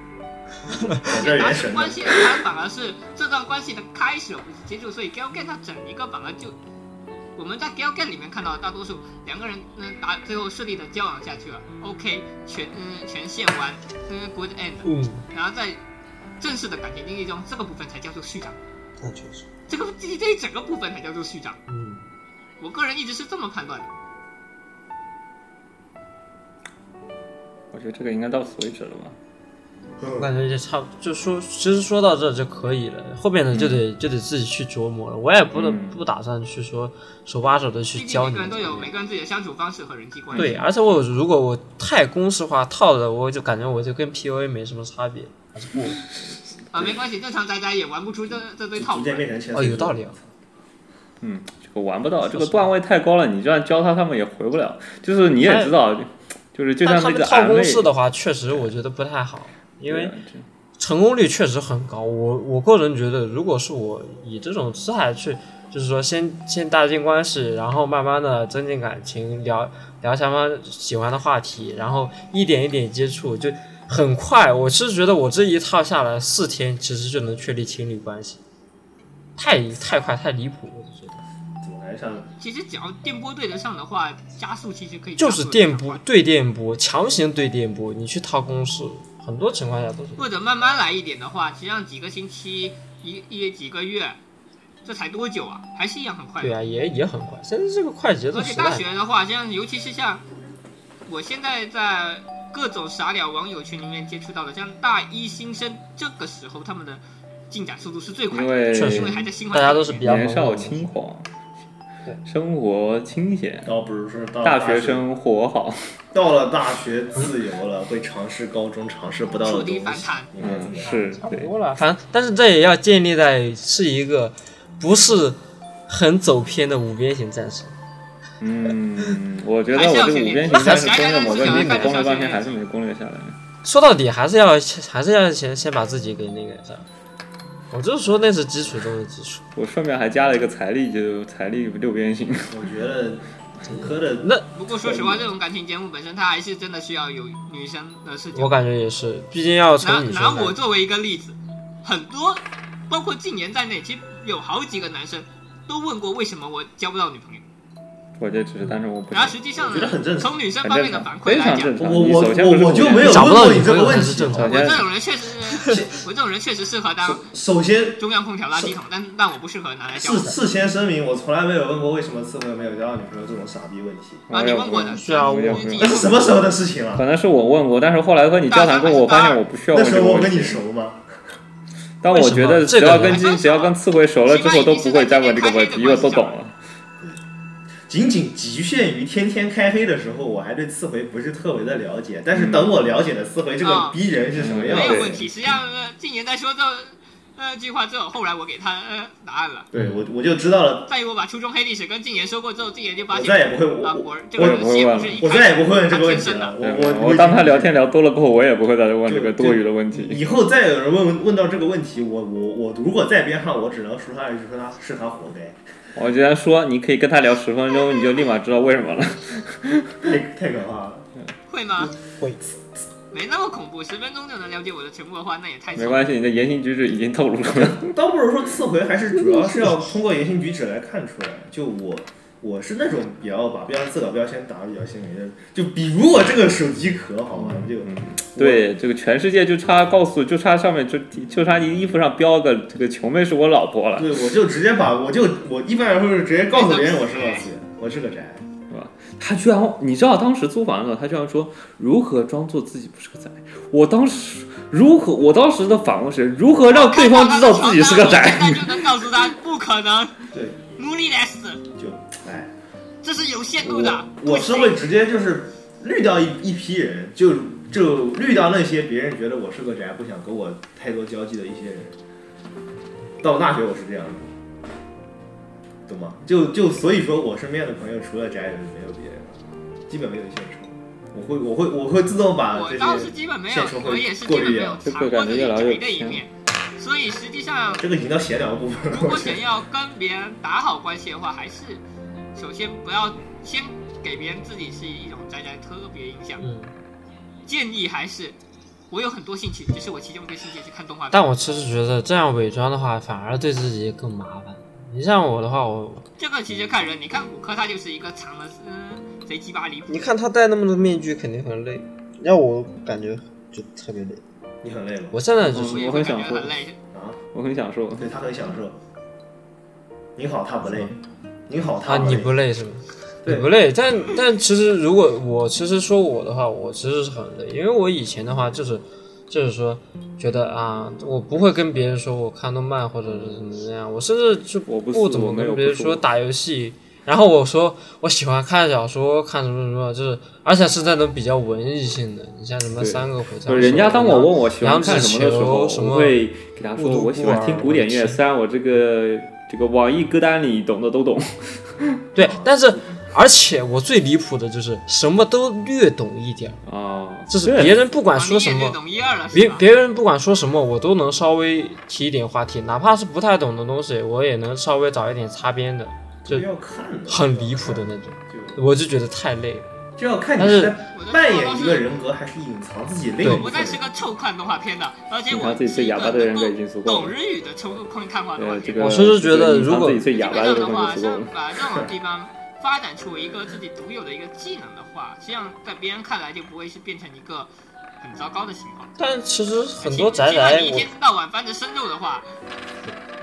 S9: <laughs> 这
S5: 中，
S9: 儿
S5: 拿
S9: 原
S5: 起
S9: 神
S5: 关
S9: 的。
S5: 系它反而是这段关系的开始，我们接触，所以 Galgan 它整一个反而就我们在 Galgan 里面看到的大多数两个人嗯打最后顺利的交往下去了，OK 全嗯全线完嗯 good end，
S3: 嗯，
S5: 然后在正式的感情经历中这个部分才叫做序章，
S3: 那确实，
S5: 这个这这一整个部分才叫做序章，
S3: 嗯，
S5: 我个人一直是这么判断的。
S1: 我觉得这个应该到此为止了吧。
S3: 我感觉也差不，就说其实说到这就可以了，后面的就得、就得自己去琢磨了。我也不能、
S1: 嗯
S3: 不打算去说手把手的去
S5: 毕
S3: 教
S5: 竟每
S3: 你
S5: 个人
S3: 怎
S5: 都
S3: 么
S5: 有
S3: 样。
S5: 每个人自己的相处方式和人际关系。
S3: 对，而且我如果我太公式化套的，我就感觉我就跟 PUA 没什么差别。
S5: 啊，没关系，正常宅宅也玩不出这这堆套
S2: 逐
S5: 路。
S2: 渐变成千
S3: 哦，有道理啊。
S1: 嗯，这个玩不到，这个
S3: 说实话
S1: 段位太高了，你这样教他，他们也回不了。就是你也知道，就是就
S3: 但
S1: 像
S3: 他
S1: 那
S3: 们
S1: 个
S3: 套
S1: 俺妹
S3: 公，式的话，确实我觉得不太好，因为
S1: 对啊这
S3: 成功率确实很高。我我个人觉得，如果是我以这种姿态去，就是说先先搭建关系，然后慢慢的增进感情，聊聊相方喜欢的话题，然后一点一点接触，就很快。我是觉得我这一套下来四天，其实就能确立情侣关系，太太快太离谱，我就觉得。
S2: 怎么来上？
S5: 其实只要电波对得上的话，加速其实可以加
S3: 就
S5: 速
S3: 是
S5: 得
S3: 电
S5: 上
S3: 波
S5: 快，
S3: 对电波，强行对电波，你去套公式，很多情况下都是。
S5: 或者慢慢来一点的话，实际上几个星期、一一几个月，这才多久啊？还是一样很快。
S3: 对啊，也也很快。现在这个快节奏
S5: 而且
S3: 时
S5: 大
S3: 代，
S5: 学的话，像尤其是像我现在在各种傻屌网友群里面接触到的，像大一新生这个时候，他们的进展速度是最快
S1: 因
S5: 的，
S1: 为
S3: 确实
S5: 因为还在新
S3: 大
S5: 环
S3: 家
S5: 境
S3: 都
S5: 里
S3: 是
S5: 面
S3: 比较
S1: 年少
S3: 懵懂
S1: 轻狂
S3: 对，
S1: 生活清闲，
S2: 倒不如说到
S1: 大
S2: 哦大
S1: 学生活好。
S2: 到了大学自由了，会尝试高中尝试不到的
S5: 触
S2: 东西
S5: 底。反弹。
S2: 你们怎
S1: 嗯，
S2: 么样？
S1: 是
S3: 差不
S1: 对，
S3: 多了。反正，但是这也要建立在是一个不是很走偏的五边形战士。
S1: 嗯，我觉得
S5: 还是
S1: 我
S5: 要
S1: 这个
S5: 学
S1: 五
S5: 点
S1: 边
S5: 那
S1: 形战士
S5: 还
S1: 中
S5: 还
S1: 的某个
S5: 还
S1: 点，
S5: 还
S1: 我攻略
S5: 还
S1: 半
S5: 还
S1: 天还
S5: 还
S1: 是没攻略下来。
S3: 说到底还是要还是要先先把自己给那个啥。我就是说那是基础中的基础。
S1: 我顺便还加了一个财力，就财力六边形。
S2: 我觉得本科的
S3: 那
S5: 不过说实话，这种感情节目本身，它还是真的需要有女生的视角
S3: 我。感觉也是，毕竟要
S5: 拿
S3: 从女生
S5: 拿
S3: 来。
S5: 我作为一个例子，很多包括禁言在内，其实有好几个男生都问过为什么我交不到女朋友。
S1: 我这只是单纯我不
S5: 然后
S1: 是
S5: 实际上
S2: 我觉得
S5: 呢
S2: 很正，常
S5: 从女生
S1: 很
S5: 方面
S1: 正
S5: 的
S1: 常，
S5: 反馈
S1: 非
S5: 来
S1: 常
S5: 讲，
S1: 正常。
S2: 我
S1: 你
S2: 我
S1: 首先不是
S2: 我我就
S1: 五边
S2: 没有
S3: 找不到
S2: 问过
S3: 女
S2: 你这
S3: 朋
S2: 个
S3: 友才
S2: 问
S3: 是
S2: 题
S3: 正。
S1: 常
S2: 好
S5: 我
S2: 吧
S5: 这种人确实，
S2: <laughs>
S5: 我这种人确实适合当
S2: 首先
S5: 中央空调垃圾桶，但但我不适合拿来交
S2: 事
S5: 往。
S2: 事先声明，我从来没有问过为什么刺猬没有交到女朋友这种傻逼问题，
S5: 啊，你问过的，
S3: 是啊
S5: 我
S1: 我也
S5: 自己
S2: 那是什么时候的事情了？
S1: 可能是我问过，但是后来和你交谈过，我发现我不需要
S2: 那
S1: 问
S2: 时
S1: <laughs> 这
S2: 候
S1: 个
S2: 我
S1: 问
S2: 跟你
S1: 题。
S2: 熟吗？
S1: 但我觉得只要跟
S5: 为什 <laughs> 么
S1: 只要跟刺猬熟了之后都不会再问这个问题，因为我都懂了。
S2: 仅仅局限于天天开黑的时候，我还对刺回不是特别的了解。但是等我了解了刺回这个
S5: 嗯啊
S2: 逼人是什
S1: 嗯
S2: 么样
S5: 没
S2: 子，
S5: 有问题。实际上，呃静言在说这呃句话之后，后来我给他呃答案了。
S2: 对我我就知道了，
S5: 在于我把初中黑历史跟静言说过之后，静言就发
S2: 我
S5: 现
S2: 再也不会我
S5: 啊，
S2: 我
S5: 果这个游戏不是一
S2: 我
S5: 开
S2: 再
S5: 始
S2: 也不会问这个问题
S5: 它
S2: 了。
S5: 天
S2: 我
S1: 对
S2: 我
S1: 我当他聊天聊多了过后，我也不会再问这个
S2: 就
S1: 多余的问题。
S2: 以后再有人问问到这个问题，我我我如果在边上，我只能说他一句说他是他活该，
S1: 我居然说你可以跟他聊十分钟，你就立马知道为什么了。
S2: 太太可怕了。
S5: 会吗？
S3: 会，
S5: 没那么恐怖，十分钟就能了解我的全部的话，那也太
S1: 没关系，你的言行举止已经透露了。
S2: 倒不如说次回还是主要是要通过言行举止来看出来。就我我是那种比较把标自个标签打的比较鲜明的，就比如我这个手机壳好吗？就
S1: 嗯对，这个全世界就差告诉，就差上面就就差你衣服上标个这个球妹是我老婆了，
S2: 对，我就直接把我就我一般来说是直接告诉别人我是老四，我是个宅。
S1: 是吧？他居然，你知道当时租房子，他居然说如何装作自己不是个宅。我当时如何，我当时的反问是如何让对方知道自己是个宅。
S5: <laughs>
S1: <laughs>
S5: 那就能告诉他不可能，
S2: 对，
S5: 努力的死，
S2: 就哎，
S5: 这是有限度的
S2: 我。我是会直接就是滤掉一一批人，就就滤掉那些别人觉得我是个宅，不想跟我太多交际的一些人。到了大学我是这样的，懂吗？就就所以说我身边的朋友除了宅人没有别人了，基本没有现充。我会我会我会自动把
S5: 我
S2: 这
S5: 倒是
S2: 些
S5: 基本没有
S2: 现实，会啊
S5: 我也是基本没有
S1: 这
S5: 尝
S1: 个
S5: 过
S1: 感
S5: 自
S1: 觉
S5: 己
S1: 越来
S5: 宅
S1: 越
S5: 的一面，所以实际上
S2: 这个已经到闲聊部分了。
S5: 如
S2: 我
S5: 果
S2: 觉
S5: 想
S2: 得
S5: 要跟别人打好关系的话，还是首先不要先给别人自己是一种宅宅特别印象。
S3: 嗯，
S5: 建议还是我有很多兴趣，只是我其中一个兴趣是看动画片。
S3: 但我其实觉得这样伪装的话，反而对自己更麻烦。你像我的话，我
S5: 这个其实看人，你看骨科他就是一个藏的嗯贼鸡巴离谱
S3: 你。看他戴那么多面具，肯定很累。要我感觉就特别累。
S2: 你很累吗？
S3: 我现在就
S5: 我
S3: 是
S5: 也
S1: 我
S5: 会
S1: 很
S5: 感
S1: 想
S5: 觉
S1: 说
S5: 很累。
S2: 啊，
S1: 我很享受，
S2: 对他很享受。你好，他不累。你好，他
S3: 啊，
S2: 不累
S3: 你不累是吗？也不累。但但其实如果我其实说我的话，我其实是很累，因为我以前的话就是就是说觉得啊，我不会跟别人说我看动漫或者是怎么怎么样，我甚至就
S1: 我不是
S3: 不怎
S1: 我
S3: 么
S1: 没有
S3: 跟别人
S1: 不是
S3: 说
S1: 我
S3: 打游戏。然后我说我喜欢看小说，看什么什么，就是而且是那种比较文艺性的，你像什么
S1: 对
S3: 三个火
S1: 就
S3: 枪手，
S1: 是人家当我问我喜欢
S3: 杨紫
S1: 看什么的时
S3: 球
S1: 候，
S3: 什么
S1: 我会给他
S3: 雾
S1: 说
S3: 都
S1: 我喜欢
S3: 孤儿
S1: 听古典乐，
S3: 我
S1: 虽然我这个这个网易歌单里懂的都懂，
S3: 对，但是而且我最离谱的就是什么都略懂一点儿，
S1: 啊，
S3: 就是
S1: 对
S3: 别人不管说
S5: 你
S3: 什
S5: 也略
S3: 么，
S5: 懂一二了，是
S3: 别
S5: 吧？
S3: 别人不管说什么，我都能稍微提一点话题，哪怕是不太懂的东西，我也能稍微找一点擦边的，就
S9: 这要看的，
S3: 很离谱的那种，
S9: 就
S3: 我就觉得太累了。
S9: 这要看你
S3: 但是
S9: 是在
S5: 我的
S9: 扮
S5: 头脑
S9: 演一
S5: 是
S9: 个人格，还是隐藏自己另一
S3: 对
S9: 部
S5: 我不
S9: 分
S5: 再是个臭看动画片的，而且
S1: 你
S5: 我
S1: 看自己
S5: 是
S1: 最
S5: 一
S1: 哑巴
S5: 个
S1: 的
S5: 能
S1: 人格
S5: 够
S1: 已经足够
S5: 懂
S1: 了。
S5: 日语的抽空看画动画
S1: 对，这
S5: 片。
S1: 个
S3: 我甚至觉得
S1: 就是隐藏
S3: 如果
S1: 自己最
S5: 基
S1: 哑巴
S5: 本
S1: 的
S5: 上
S1: 部
S5: 的话，
S1: 分就足够
S5: 是
S1: 了。
S5: 把这种地方发展出一个自己独有的一个技能的话，这样在别人看来就不会是变成一个很糟糕的情况。
S3: 但其实很
S5: 起
S3: 多宅
S5: 起码
S3: 宅
S5: 你一，
S3: 我
S5: 天到晚翻着生肉的话，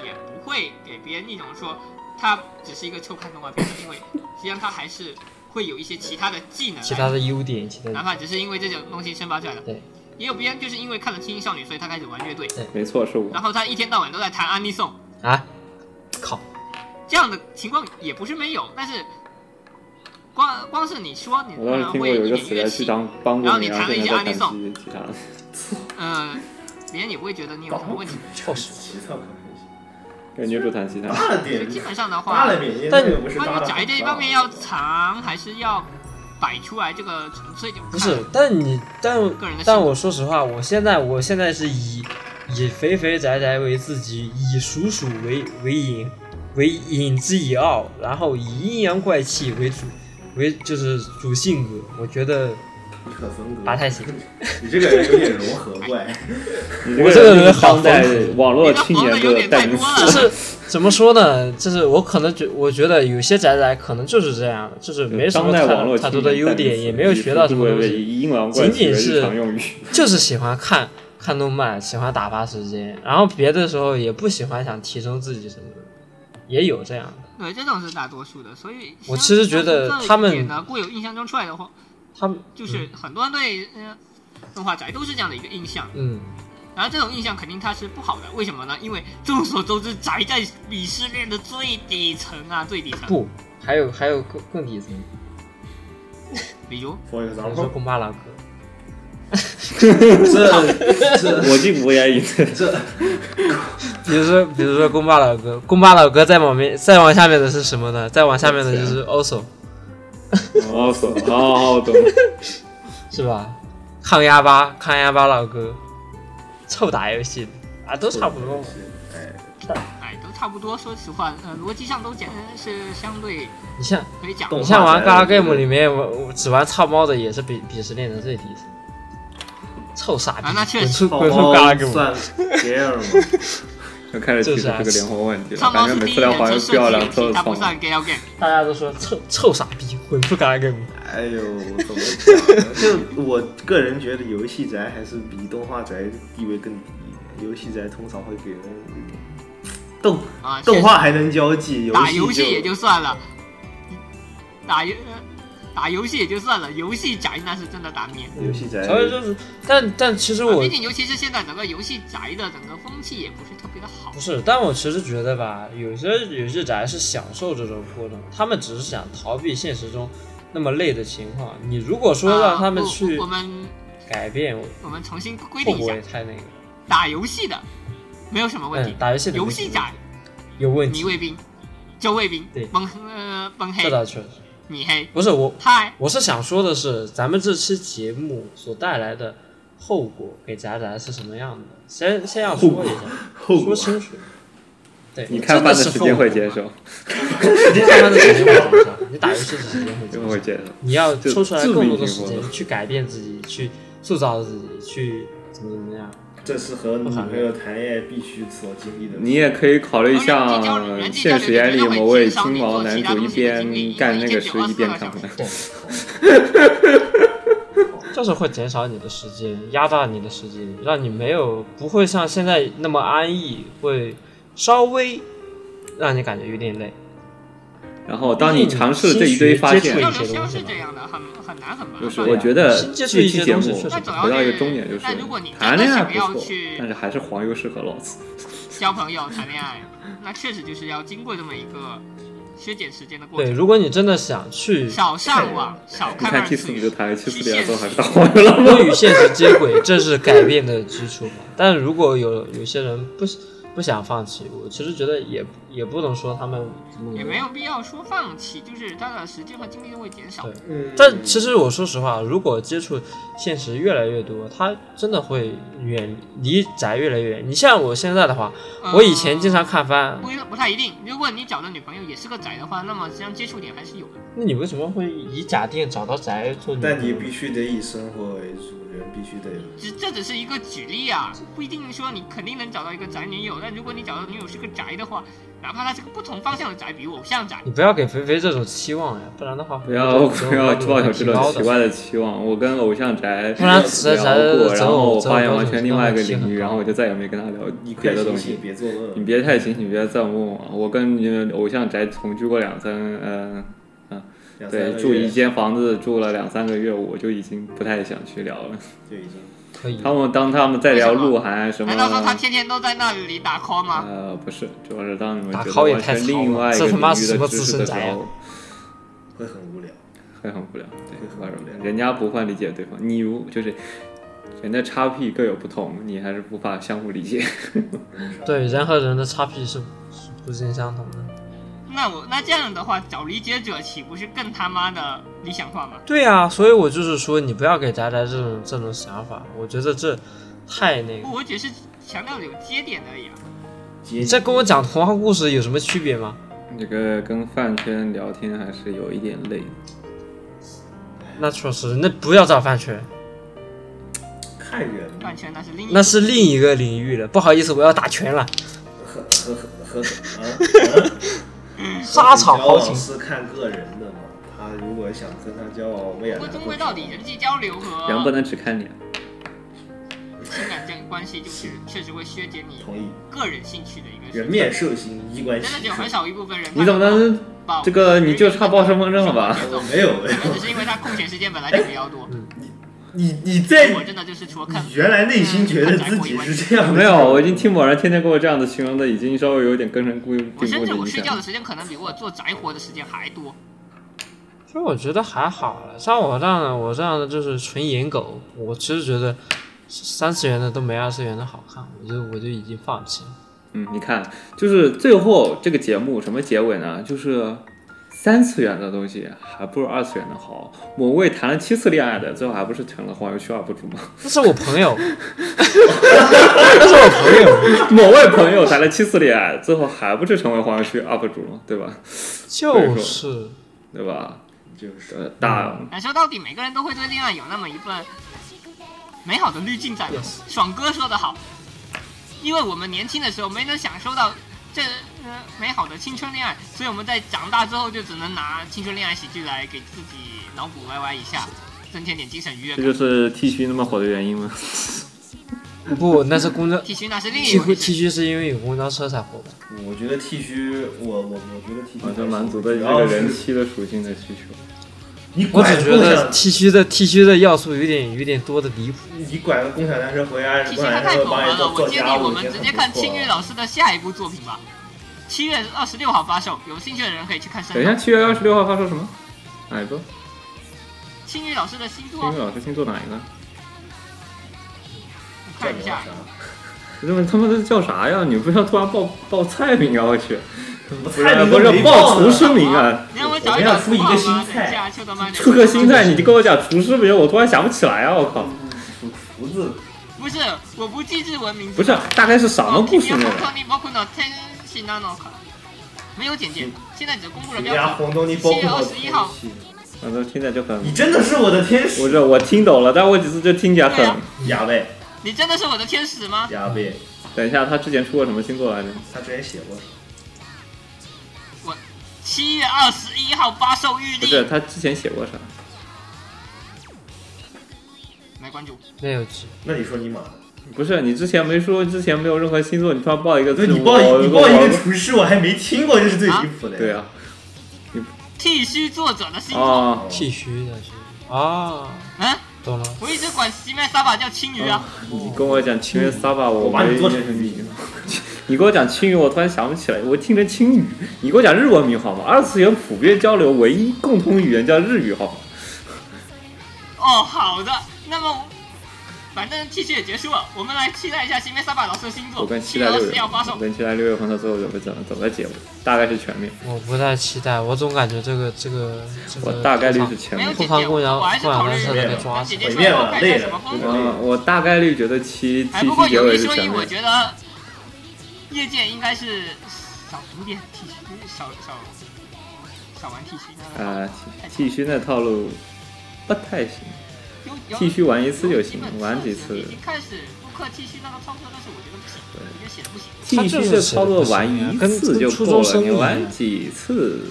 S5: 也不会给别人一种说他只是一个臭看动画片的，因为实际上他还是会有一些其他的技能来。
S3: 其他的优点，其他
S5: 哪
S3: 的
S5: 怕只是因为这种东西生发出来的。
S3: 对，
S5: 也有别人就是因为看了《青音少女》，所以他开始玩乐队，
S1: 没错，是我。
S5: 然后他一天到晚都在弹安利颂，
S3: 啊，靠，
S5: 这样的情况也不是没有，但是光光是你说你
S1: 我当时听过
S5: 会
S1: 有一个
S5: 一
S1: 死
S5: 点乐
S1: 宅去
S5: 器，
S1: 当帮过你，
S5: 然后
S1: 然后
S5: 你
S1: 现
S5: 弹了
S1: 在
S5: 一
S1: 在
S5: 些
S1: 弹吉吉他。
S5: 呃，别人也不会觉得你有什么问题。
S3: 确实。
S9: 齐操可能性
S1: 跟女主弹吉他，
S9: 大了
S5: 所以
S9: 点，
S5: 基本上的
S9: 大
S5: 话，
S9: 了点，
S3: 但
S9: 那个不是大
S5: 关于
S9: 了。
S5: 宅这一方面要长，还是要摆出来这个纯粹就
S3: 不是，但你但
S5: 个人的性
S3: 但
S5: 格
S3: 我说实话，我现在我现在是以以肥肥宅宅为自己，以鼠鼠为为引为引之以傲，然后以阴阳怪气为主为就是主性格，我觉得
S9: 你可分
S3: 不
S9: 割，
S3: 太行。
S9: 你这个人有点融合怪，
S1: 你
S3: 我这个人
S1: 人
S3: 好
S1: 当代网络
S5: 你这
S1: 青
S5: 黄的
S1: 年
S5: 有
S1: 的
S5: 点
S1: 代
S5: 太
S1: 名
S5: 多
S1: 词。
S5: 了
S3: <laughs> 就。是 <laughs> 怎么说呢？就是我可能觉我觉得有些宅宅可能就是这样，就是没什
S1: 当
S3: 么
S1: 代网
S3: 太
S1: 络
S3: 太
S1: 青
S3: 多
S1: 年
S3: 的优
S1: 代名
S3: 点，
S1: 词
S3: 也没有
S1: 以
S3: 学到什么
S1: 父
S3: 东
S1: 为
S3: 西。
S1: 以阴阳怪气
S3: 仅
S1: 为
S3: 仅是
S1: 日
S3: <laughs>
S1: 常用语。
S3: 就是喜欢看看动漫，喜欢打发时间，然后别的时候也不喜欢想提升自己什么的，也有这样的。
S5: 对，这种是大多数的，所以
S3: 我其实觉
S5: 像
S3: 得
S5: 这一
S3: 他们嗯
S5: 点呢，固有印象中出来的话，
S3: 他们
S5: 就是很多人对呃动画宅都是这样的一个印象，
S3: 嗯，
S5: 然后这种印象肯定它是不好的，为什么呢？因为众所周知，宅在鄙视链的最底层啊，最底层。
S3: 不，还有还有更更底层，
S5: 比如，
S9: For
S3: 比如说
S9: example，
S3: 贡巴拉格，
S9: 这这
S1: <laughs> 我进无言以对，
S9: 这
S3: 比如说比如说贡巴拉格，贡巴拉格再往面再往下面的是什么呢？再往下面的就是 also
S1: 哦，懂，哦，懂。
S3: 是吧？抗压吧，抗压吧老哥，臭打游戏的啊，都差不多嘛。
S5: 哎，都差不多。说实话，呃，逻辑上都讲是相对
S3: 你像
S5: 可以讲
S9: 懂
S3: 你
S5: 的。
S3: 像玩
S9: 我
S3: 《
S9: 觉得
S3: Gal Game》里面玩我只玩操猫的也是鄙鄙视链的最底层，臭傻逼
S5: 啊，那确
S3: 滚
S5: 实
S3: 出 <laughs> 滚出 Gal Game！
S9: 算 game 吗？
S1: 又
S3: 啊
S1: <laughs> 开始提出这个灵魂问题了，
S5: 上
S1: 感
S5: 猫
S1: 觉
S5: 是
S1: 每
S5: 第一
S1: 次来
S5: 人
S1: 黄
S5: 称
S1: 油
S5: 设
S1: 不要
S5: 计
S1: 两
S5: 游
S1: 次
S5: 戏，它不
S1: 操。
S5: 算 gal game。
S3: 大家都说臭臭傻逼，滚出 Gal Game！
S9: 哎呦，怎么讲呢？就我个人觉得，游戏宅还是比动画宅地位更低一点。游戏宅通常会给人动
S5: 啊，确实
S9: 动画还能交际，游
S5: 打
S9: 戏
S5: 游戏也就算了，打游呃打游戏也就算了，游戏宅那是真的打脸。
S9: 游戏宅
S3: 所以就是，但但其实
S5: 啊
S3: 我
S5: 毕竟，尤其是现在整个游戏宅的整个风气也不是特别的好
S3: 不。是，但我其实觉得吧，有些有些宅是享受这种过程，他们只是想逃避现实中那么累的情况。你如果说让他们
S5: 啊
S3: 去
S5: 我我们
S3: 改变，
S5: 我们重新规
S3: 会
S5: 定一
S3: 不
S5: 下
S3: 会，太那个？
S5: 打游戏的没有什么问题
S3: 嗯，，打游戏的
S5: 游戏宅
S3: 有问
S5: 你
S3: 题，
S5: 卫兵、周卫兵
S3: 对、
S5: 崩呃崩
S3: 这
S5: 黑、
S3: 倒确实
S5: 你黑、
S3: 不是我。
S5: 嗨，
S3: 我是想说的是，咱们这期节目所带来的后果给宅宅是什么样的？先先要说一下，
S9: 后
S3: 说
S9: 果
S3: 清楚。对，
S1: 你看
S3: 真的
S1: 饭
S3: 是
S1: 的时间
S3: 后果
S1: 会接受，
S3: 你看饭的时间会减少，你打游戏的时间会
S1: 就
S3: 减
S1: 会
S3: 少。
S1: 接受。
S3: 你要抽出来
S1: 就
S3: 更多的时
S1: 致命性
S3: 间
S1: 活动
S3: 去改变自己，去塑造自己，去怎么怎么样。
S9: 这是和女朋友谈恋爱必须所经历的。
S1: 你也可以考虑像现实眼里某位金毛男主一边干那个事一边看饭。
S3: 就是会减少你的时间，压榨你的时间，让你没有不会像现在那么安逸，会稍微让你感觉有点累。
S1: <laughs> 然后当你尝试这一堆发
S3: 新
S1: 现
S3: 学接，
S5: 交
S3: 触
S5: 流销是这样的，很很难很麻
S1: 就是
S3: 嗯
S5: 烦。
S1: 我觉得
S3: 新接
S1: 这
S3: 触一
S1: 期
S3: 些
S1: 节
S3: 东
S1: 目
S3: 西确实
S5: 那总
S1: 回到一个终点，就是
S5: 那如果你
S1: 谈
S5: 真
S1: 恋
S5: 的
S1: 爱
S5: 想
S1: 不
S5: 要
S1: 错，
S5: 去
S1: 但是还是黄油适合老子。
S5: 交朋友、谈恋爱，那确实就是要经过这么一个削减时间的过
S3: 对，
S5: 程。
S3: 如果你真的想去
S5: 少上网，少
S1: 你
S5: 看
S1: 看
S5: 二
S1: kiss
S5: 次
S1: 你就
S5: 元，
S1: 谈
S5: 去
S1: ，kiss 两
S5: 现
S1: 之后还
S5: 实
S1: 是当黄油了吗？
S3: 多与现实接轨，这是改变的基础嘛。但如果有有些人不不想放弃，我其实觉得也也不能说他们
S5: 也没有必要说放弃，就是他的时间和精力都会减少
S3: 对。但其实我说实话，如果接触现实越来越多，他真的会远离宅越来越远。你像我现在的话，
S5: 嗯
S3: 我以前经常看番，
S5: 不不太一定，如果你找的女朋友也是个宅的话，那么实际上接触点还是有的。
S3: 那你为什么会以假店找到宅做女朋友？
S9: 但你必须得以生活为主，人必须得有
S5: 只这只是一个举例啊，不一定说你肯定能找到一个宅女友，但如果你找到的女友是个宅的话，哪怕她是个不同方向的宅，比如偶像宅，
S3: 你不要给肥肥这种期望呀，不然的话
S1: 不要
S3: 肥肥
S1: 不要
S3: 这
S1: 抱有
S3: 种
S1: 这
S3: 期
S1: 种
S3: 望
S1: 奇怪的期望。我跟偶像宅
S3: 不然宅宅
S1: 聊过，
S3: 宅
S1: 然后我
S3: 宅
S1: 发
S3: 宅
S1: 现
S3: 宅
S1: 完全另外一个
S3: 宅
S1: 领域，
S3: 宅
S1: 然后我就再也没跟他聊别
S9: 快
S1: 的东
S9: 醒
S1: 西嗯
S9: 醒，。别作恶
S1: 你。别太清醒，别再问我。我跟你们偶像宅同居过两三，嗯、
S9: 两三个
S1: 对，
S9: 月
S1: 住一间房子住了两三个月，我就已经不太想去聊了。
S9: 就已经
S3: 可以
S1: 他们当他们在聊鹿晗什么
S5: 难，道说她天天都在那里打 call 吗？
S1: 呃，不是，主要是当你们
S3: 打
S1: 觉得
S3: call 也
S1: 完
S3: 太
S1: 全
S3: 糙
S1: 另
S3: 了
S1: 外一
S3: 这
S1: 个
S3: 他妈
S1: 领域
S3: 什
S1: 的
S3: 么
S1: 知
S3: 资
S1: 识
S3: 深
S1: 的时
S3: 宅呀
S1: 候，
S9: 会很无聊。
S1: 会很无聊，对，
S9: 会很无聊
S1: 人家不会理解对方，你如就是人的叉 P 各有不同，你还是无法相互理解。 <laughs>
S3: 对人和人的差距是是不尽相同的。
S5: 那我那这样的话，找理解者岂不是更他妈的理想化吗？
S3: 对呀、所以我就是说，你不要给宅宅这种这种想法，我觉得这太那个。
S5: 我只是强调有接点而已啊。
S3: 你这跟我讲童话故事有什么区别吗？
S1: 这个跟饭圈聊天还是有一点累的。
S3: 那确实，那不要找饭圈，
S9: 看人嘛，
S5: 饭圈那是另一
S3: 那是另一个领域了。不好意思，我要打拳了。
S9: 和和
S5: <laughs>
S9: 和和啊！
S3: 沙场
S9: 交
S3: 豪
S9: 往
S3: 情，
S9: 是看个人的嘛。他如果想跟他交往，我们也
S5: 不过
S9: 难
S5: 终
S9: 过
S5: 归到底，人际交流和
S1: 人不能只看脸。啊
S5: 哦情感这个关系，就是确实会削减你
S9: 同意，
S5: 个人兴趣的一个。
S9: 人面兽心，衣冠
S5: 真的
S9: 禽
S5: 就
S9: 兽
S5: 很。少一部分人。
S1: 你怎么能
S5: 报
S1: 这个你就差报身份证了吧？
S9: 我没有没
S5: <laughs> 可能只
S9: 有，
S5: 是因为他空闲时间本来就比较多。
S9: 你你在
S5: 我真的就是除了看嗯
S9: 你，原来内心觉得自己是
S5: 啊
S9: 这样的，
S1: 没有，我已经听某人天天跟我这样子形容的，已经稍微有点根深固定固
S5: 我
S1: 定
S5: 甚
S1: 的
S5: 至我
S1: 影
S5: 睡觉
S1: 响
S5: 的。时间可能比我做宅活的时间还多。
S3: 其实我觉得还好了。像我这样的，我这样的就是纯颜狗，我其实觉得三次元的都没二次元的好看，我就我就已经放弃了。
S1: 嗯，你看，就是最后这个节目什么结尾呢？就是三次元的东西还不如二次元的好。某位谈了七次恋爱的，最后还不是成了黄油区 UP 主吗？
S3: 那是我朋友，那是我朋友，
S1: 某位朋友谈了七次恋爱，最后还不是成为黄油区 UP 主吗？对吧？
S3: 就是
S1: 对吧？
S9: 就是
S1: 呃，大
S5: 但说到底，每个人都会对恋爱有那么一份美好的滤镜在吧。爽哥说得好，因为我们年轻的时候没能享受到这呃美好的青春恋爱，所以我们在长大之后就只能拿青春恋爱喜剧来给自己脑补歪歪一下，增添点精神愉悦
S1: 这
S5: 感。
S1: 就是 T 区那么火的原因吗？
S3: 不，那是公交
S5: T 恤那是另一
S3: T
S5: 回
S3: T
S5: 事。
S3: 区是因为有公交车才火的。
S9: 我觉得剃须，我我我觉得剃须
S1: 我
S9: 还
S1: 就
S9: 行，
S1: 满足对
S9: 主
S1: 这
S9: 要
S1: 个
S9: 是
S1: 人妻的属性的需求。
S9: 你
S3: 我
S9: 拐
S3: 只
S9: 个
S3: 觉
S9: 共
S3: 得
S9: 享，
S3: T 区的 T 区的要素有点有点多的离谱。
S9: 你拐个共享单车回家，
S5: 其
S9: 共
S5: 实
S9: 享单
S5: 他太
S9: 车
S5: 可
S9: 帮
S5: 玩
S9: 你
S5: 了，啊
S9: 做
S5: 我
S9: 做
S5: 建
S9: 家
S5: 议
S9: 务，
S5: 我们直接看
S2: 啊
S5: 青玉老师的下一部作品吧。七月二十六号发售，有兴趣的人可以去看
S1: 等
S5: 声
S1: 一下，
S5: 浪。
S1: 七月二十六号发售什么？哪一个？
S5: 青玉老师的新
S1: 金
S5: 作
S1: 宇，老师星座哪一个？
S5: 我看一下。
S1: 他们他们都叫啥呀？你不要突然报报菜名啊！我去，
S9: 不啊
S1: 不是不是报厨师名啊，
S5: 你让我找一找
S9: 我们要出一个新菜
S5: 等一下，秋刀妈
S1: 出个新菜你就跟我讲厨师名，我突然想不起来啊！我靠，
S9: 胡子
S5: 不是，我不记日文名字。
S1: 不是，啊大概是什么故事
S5: 呢
S1: 呢？？
S5: 没有简介，现在只公布了
S9: 人
S5: 标
S9: 家
S5: 题。
S9: 红豆泥包
S5: 7月
S9: 括
S5: 21号
S1: 反正听起来就很，
S9: 你真的是我的天
S1: 不
S9: 使，
S1: 是我听懂了，但我只是就听起来
S5: 对啊。
S1: 很
S9: 亚贝
S5: 你真的是我的天使吗？
S9: 亚贝，
S1: 等一下，他之前出过什么星座来着？
S9: 他之前写过，
S5: 七月二十一号发售预
S1: 不是，
S5: 定，
S1: 他之前写过啥？
S5: 来关注。
S3: 没有记，
S9: 那你说你妈的？
S1: 不是你之前没说，之前没有任何星座，你突然报一个
S9: 那
S1: 字
S9: 你
S1: 母，
S9: 报一
S1: 我
S9: 你报一个
S1: 我
S9: 厨师，我还没听过，这是最离谱的。
S1: 对，啊，你
S5: 剃须作者的星座。
S9: 哦
S1: 啊，
S3: 剃须的是啊，
S5: 嗯，
S3: 懂了。
S5: 我一直管西面沙巴叫青鱼啊。
S1: 你跟我讲青云撒把，我
S9: 把你
S1: 没 <laughs>
S9: 做成
S1: 认识你。你跟我讲青语，我突然想不起来，我听成青语。你给我讲日文名好吗？二次元普遍交流唯一共通语言叫日语好吗？
S5: 哦，好的，那么反正 T 恤也结束了，我们来期待一下新梅萨巴老师的新作
S1: 我跟
S5: 《
S1: 期
S5: 七
S1: 待
S5: 月二
S1: 六
S5: 十
S1: 月
S5: 一号发，售
S1: 我》。跟期待六月份的最后准备怎么怎么结尾，大概是全面，
S3: 我不太期待，我总感觉这个这个这
S1: 我
S9: 呃
S3: 个
S1: 大概率是全
S5: 没
S1: 面
S5: 有。
S3: 库
S5: 姐
S3: 房
S5: 姐，
S3: 姑娘
S5: 我还是考虑
S3: 库房姑娘被抓
S5: 跟
S3: 起
S5: 姐
S3: 来
S5: 姐说一块看一下什么风格。
S1: 嗯，我大概率觉得七
S5: 哎，
S1: 七
S5: 不过
S1: 期结
S5: 有
S1: 尾
S5: 一
S1: 是
S5: 说
S1: 全
S5: 一，我
S1: 面。
S5: 觉得业界应该是少读点 T 恤，少少少玩 T 恤。
S1: 啊，剃剃须那套路不太行，
S5: 有有
S1: 剃须玩一次就
S5: 有
S1: 行
S5: 基本，
S1: 玩
S5: 知
S1: 几
S5: 识
S1: 次
S5: 已经开始复刻 T 恤那个操作，但是我觉得不行，我觉得写的不行。
S1: 剃须的操作玩一次
S3: 跟跟
S1: 就
S3: 初
S1: 够
S3: 中
S1: 了，
S3: 生一
S1: 你
S3: 样
S1: 玩几次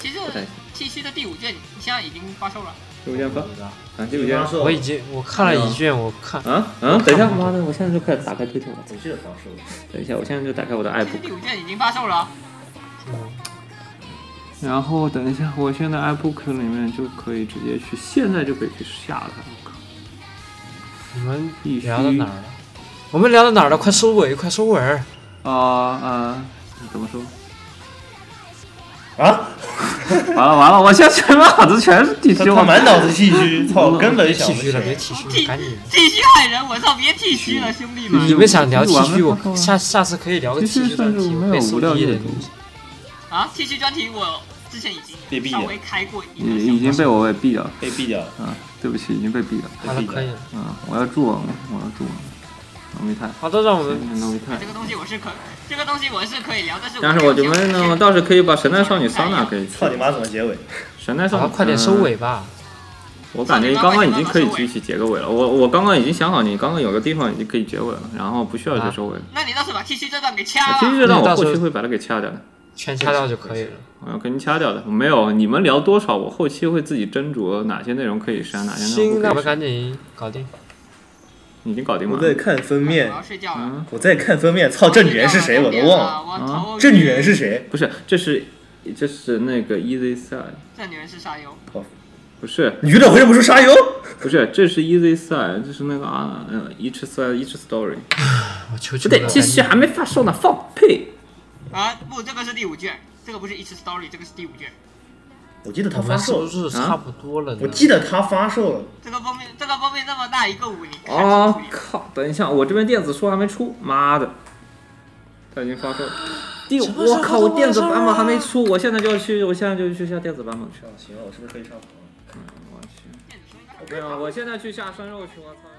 S5: 其实
S1: 不太行。
S5: T 恤的第五卷现在已经发售了，
S1: 这五件发啊，这五件
S9: 发售，
S3: 我已经我看了一卷，我看
S1: 啊啊！等一下，妈的，我现在就开始打开推特，我操！
S9: 你这发售，
S1: 等一下，我现在就打开我的
S5: 其实
S1: iBook，
S5: 第五卷已经发售了。
S1: 然后等一下，我现在 iBook 里面就可以直接去，现在就可以去下了。我靠
S3: 你们
S1: 必须
S3: 聊到哪儿了？我们聊到哪儿了？快收尾，快收尾儿！
S1: 啊啊！怎么说？
S9: 啊，
S1: 完了完了，我现在全满脑子全是剃
S9: 他
S1: 须，
S9: 他
S1: 我
S9: 满脑子剃须，操，根本想
S3: 剃
S9: 不起
S3: 须了，
S9: 来。
S1: 啊
S3: 别剃须
S5: 剃
S3: 了，赶紧！
S5: 剃须害人，我操！别剃须了，兄弟
S1: 剃
S3: 你
S5: 们
S1: 须
S3: 们想聊剃须，
S1: 我
S3: 我
S1: 们看看
S3: 下下次可以聊个
S1: 其
S3: 剃
S1: 实
S3: 须
S1: 算
S3: 专
S1: 是
S3: 题，我可
S1: 没
S3: 以
S1: 有无
S3: 送
S1: 聊
S3: 一的
S1: 阅
S3: 东
S1: 读，
S3: 西。
S5: 啊！剃须专题我之前已
S9: 被
S5: 经
S9: 毙
S5: 稍
S9: 了
S5: 微开过一
S1: 已
S5: 个
S1: 已经
S5: 小
S1: 被我给毙了。
S9: 被毙掉了，
S1: 啊，对不起，已经被毙了。
S3: 好了，可以了，
S1: 嗯，我要助王，我要助王，农密探，
S3: 好的，让我们
S1: 农密探
S5: 这。个东西我是可，这个东西我是可以聊，但是
S1: 但是我觉得呢，我倒是可以把神奈少女桑娜给去
S9: 操。你妈怎么结尾？
S1: 神奈
S3: 好
S1: 少
S3: 了，
S1: 女，嗯
S3: 快点收尾吧。
S1: 我感觉刚刚已经可以举起结个尾了。我我刚刚已经想好，你刚刚有个地方已经可以结尾了，然后不需要去收尾了。哎
S5: 那你倒是把剃须这段给掐
S1: 其
S5: 了。
S1: 实这段我后期会把它给掐掉的，
S3: 全掐掉就可以了。
S1: 我要给你掐掉的。没有，你们聊多少，我后期会自己斟酌哪些内容可以删，哪些内
S3: 行，
S1: 容
S3: 那我
S1: 不可
S3: 们
S1: 以
S3: 赶紧
S1: 删。
S3: 搞定。
S1: 已经搞定
S9: 我
S1: 完
S9: 在
S1: 了。
S9: 看封
S5: 我
S9: 面，
S5: 要睡觉了。
S1: 嗯，啊
S9: 我在看封面，操，这女哦人是谁我都忘了。
S5: 啊我头
S9: 这女人是谁？
S1: 不是，这是这是那个 Easy Side，
S5: 这女人是沙优，
S1: 不是
S9: 女的回不是沙优？
S1: 不是，这是 Easy Side，这是那个啊，嗯，Each Side Each Story。
S3: 我求
S1: 不
S3: 求
S1: 对，
S3: 了，
S1: 继续还没发售呢，放屁！
S5: 啊，不，这个是第五卷，这个不是一 c story，这个是第五卷。
S9: 我记得她
S3: 我
S9: 发
S3: 们是
S9: 售
S3: 不，是
S1: 啊
S3: 差不多了呢？
S9: 我记得她发售了。
S5: 这个封面，这个封面那么大一个五，你看清楚
S1: 哦
S5: 一点。
S1: 靠！等一下，我这边电子书还没出，妈的，它已经发售了。第
S3: 么时候啊
S1: 我靠，我电子版本还没
S3: 发
S1: 出，我现在就要去，我现在就去下电子版本去了。嗯
S9: 行了，我是不是可以上床了？
S1: 我去，对啊，我现在去下生肉去，我操！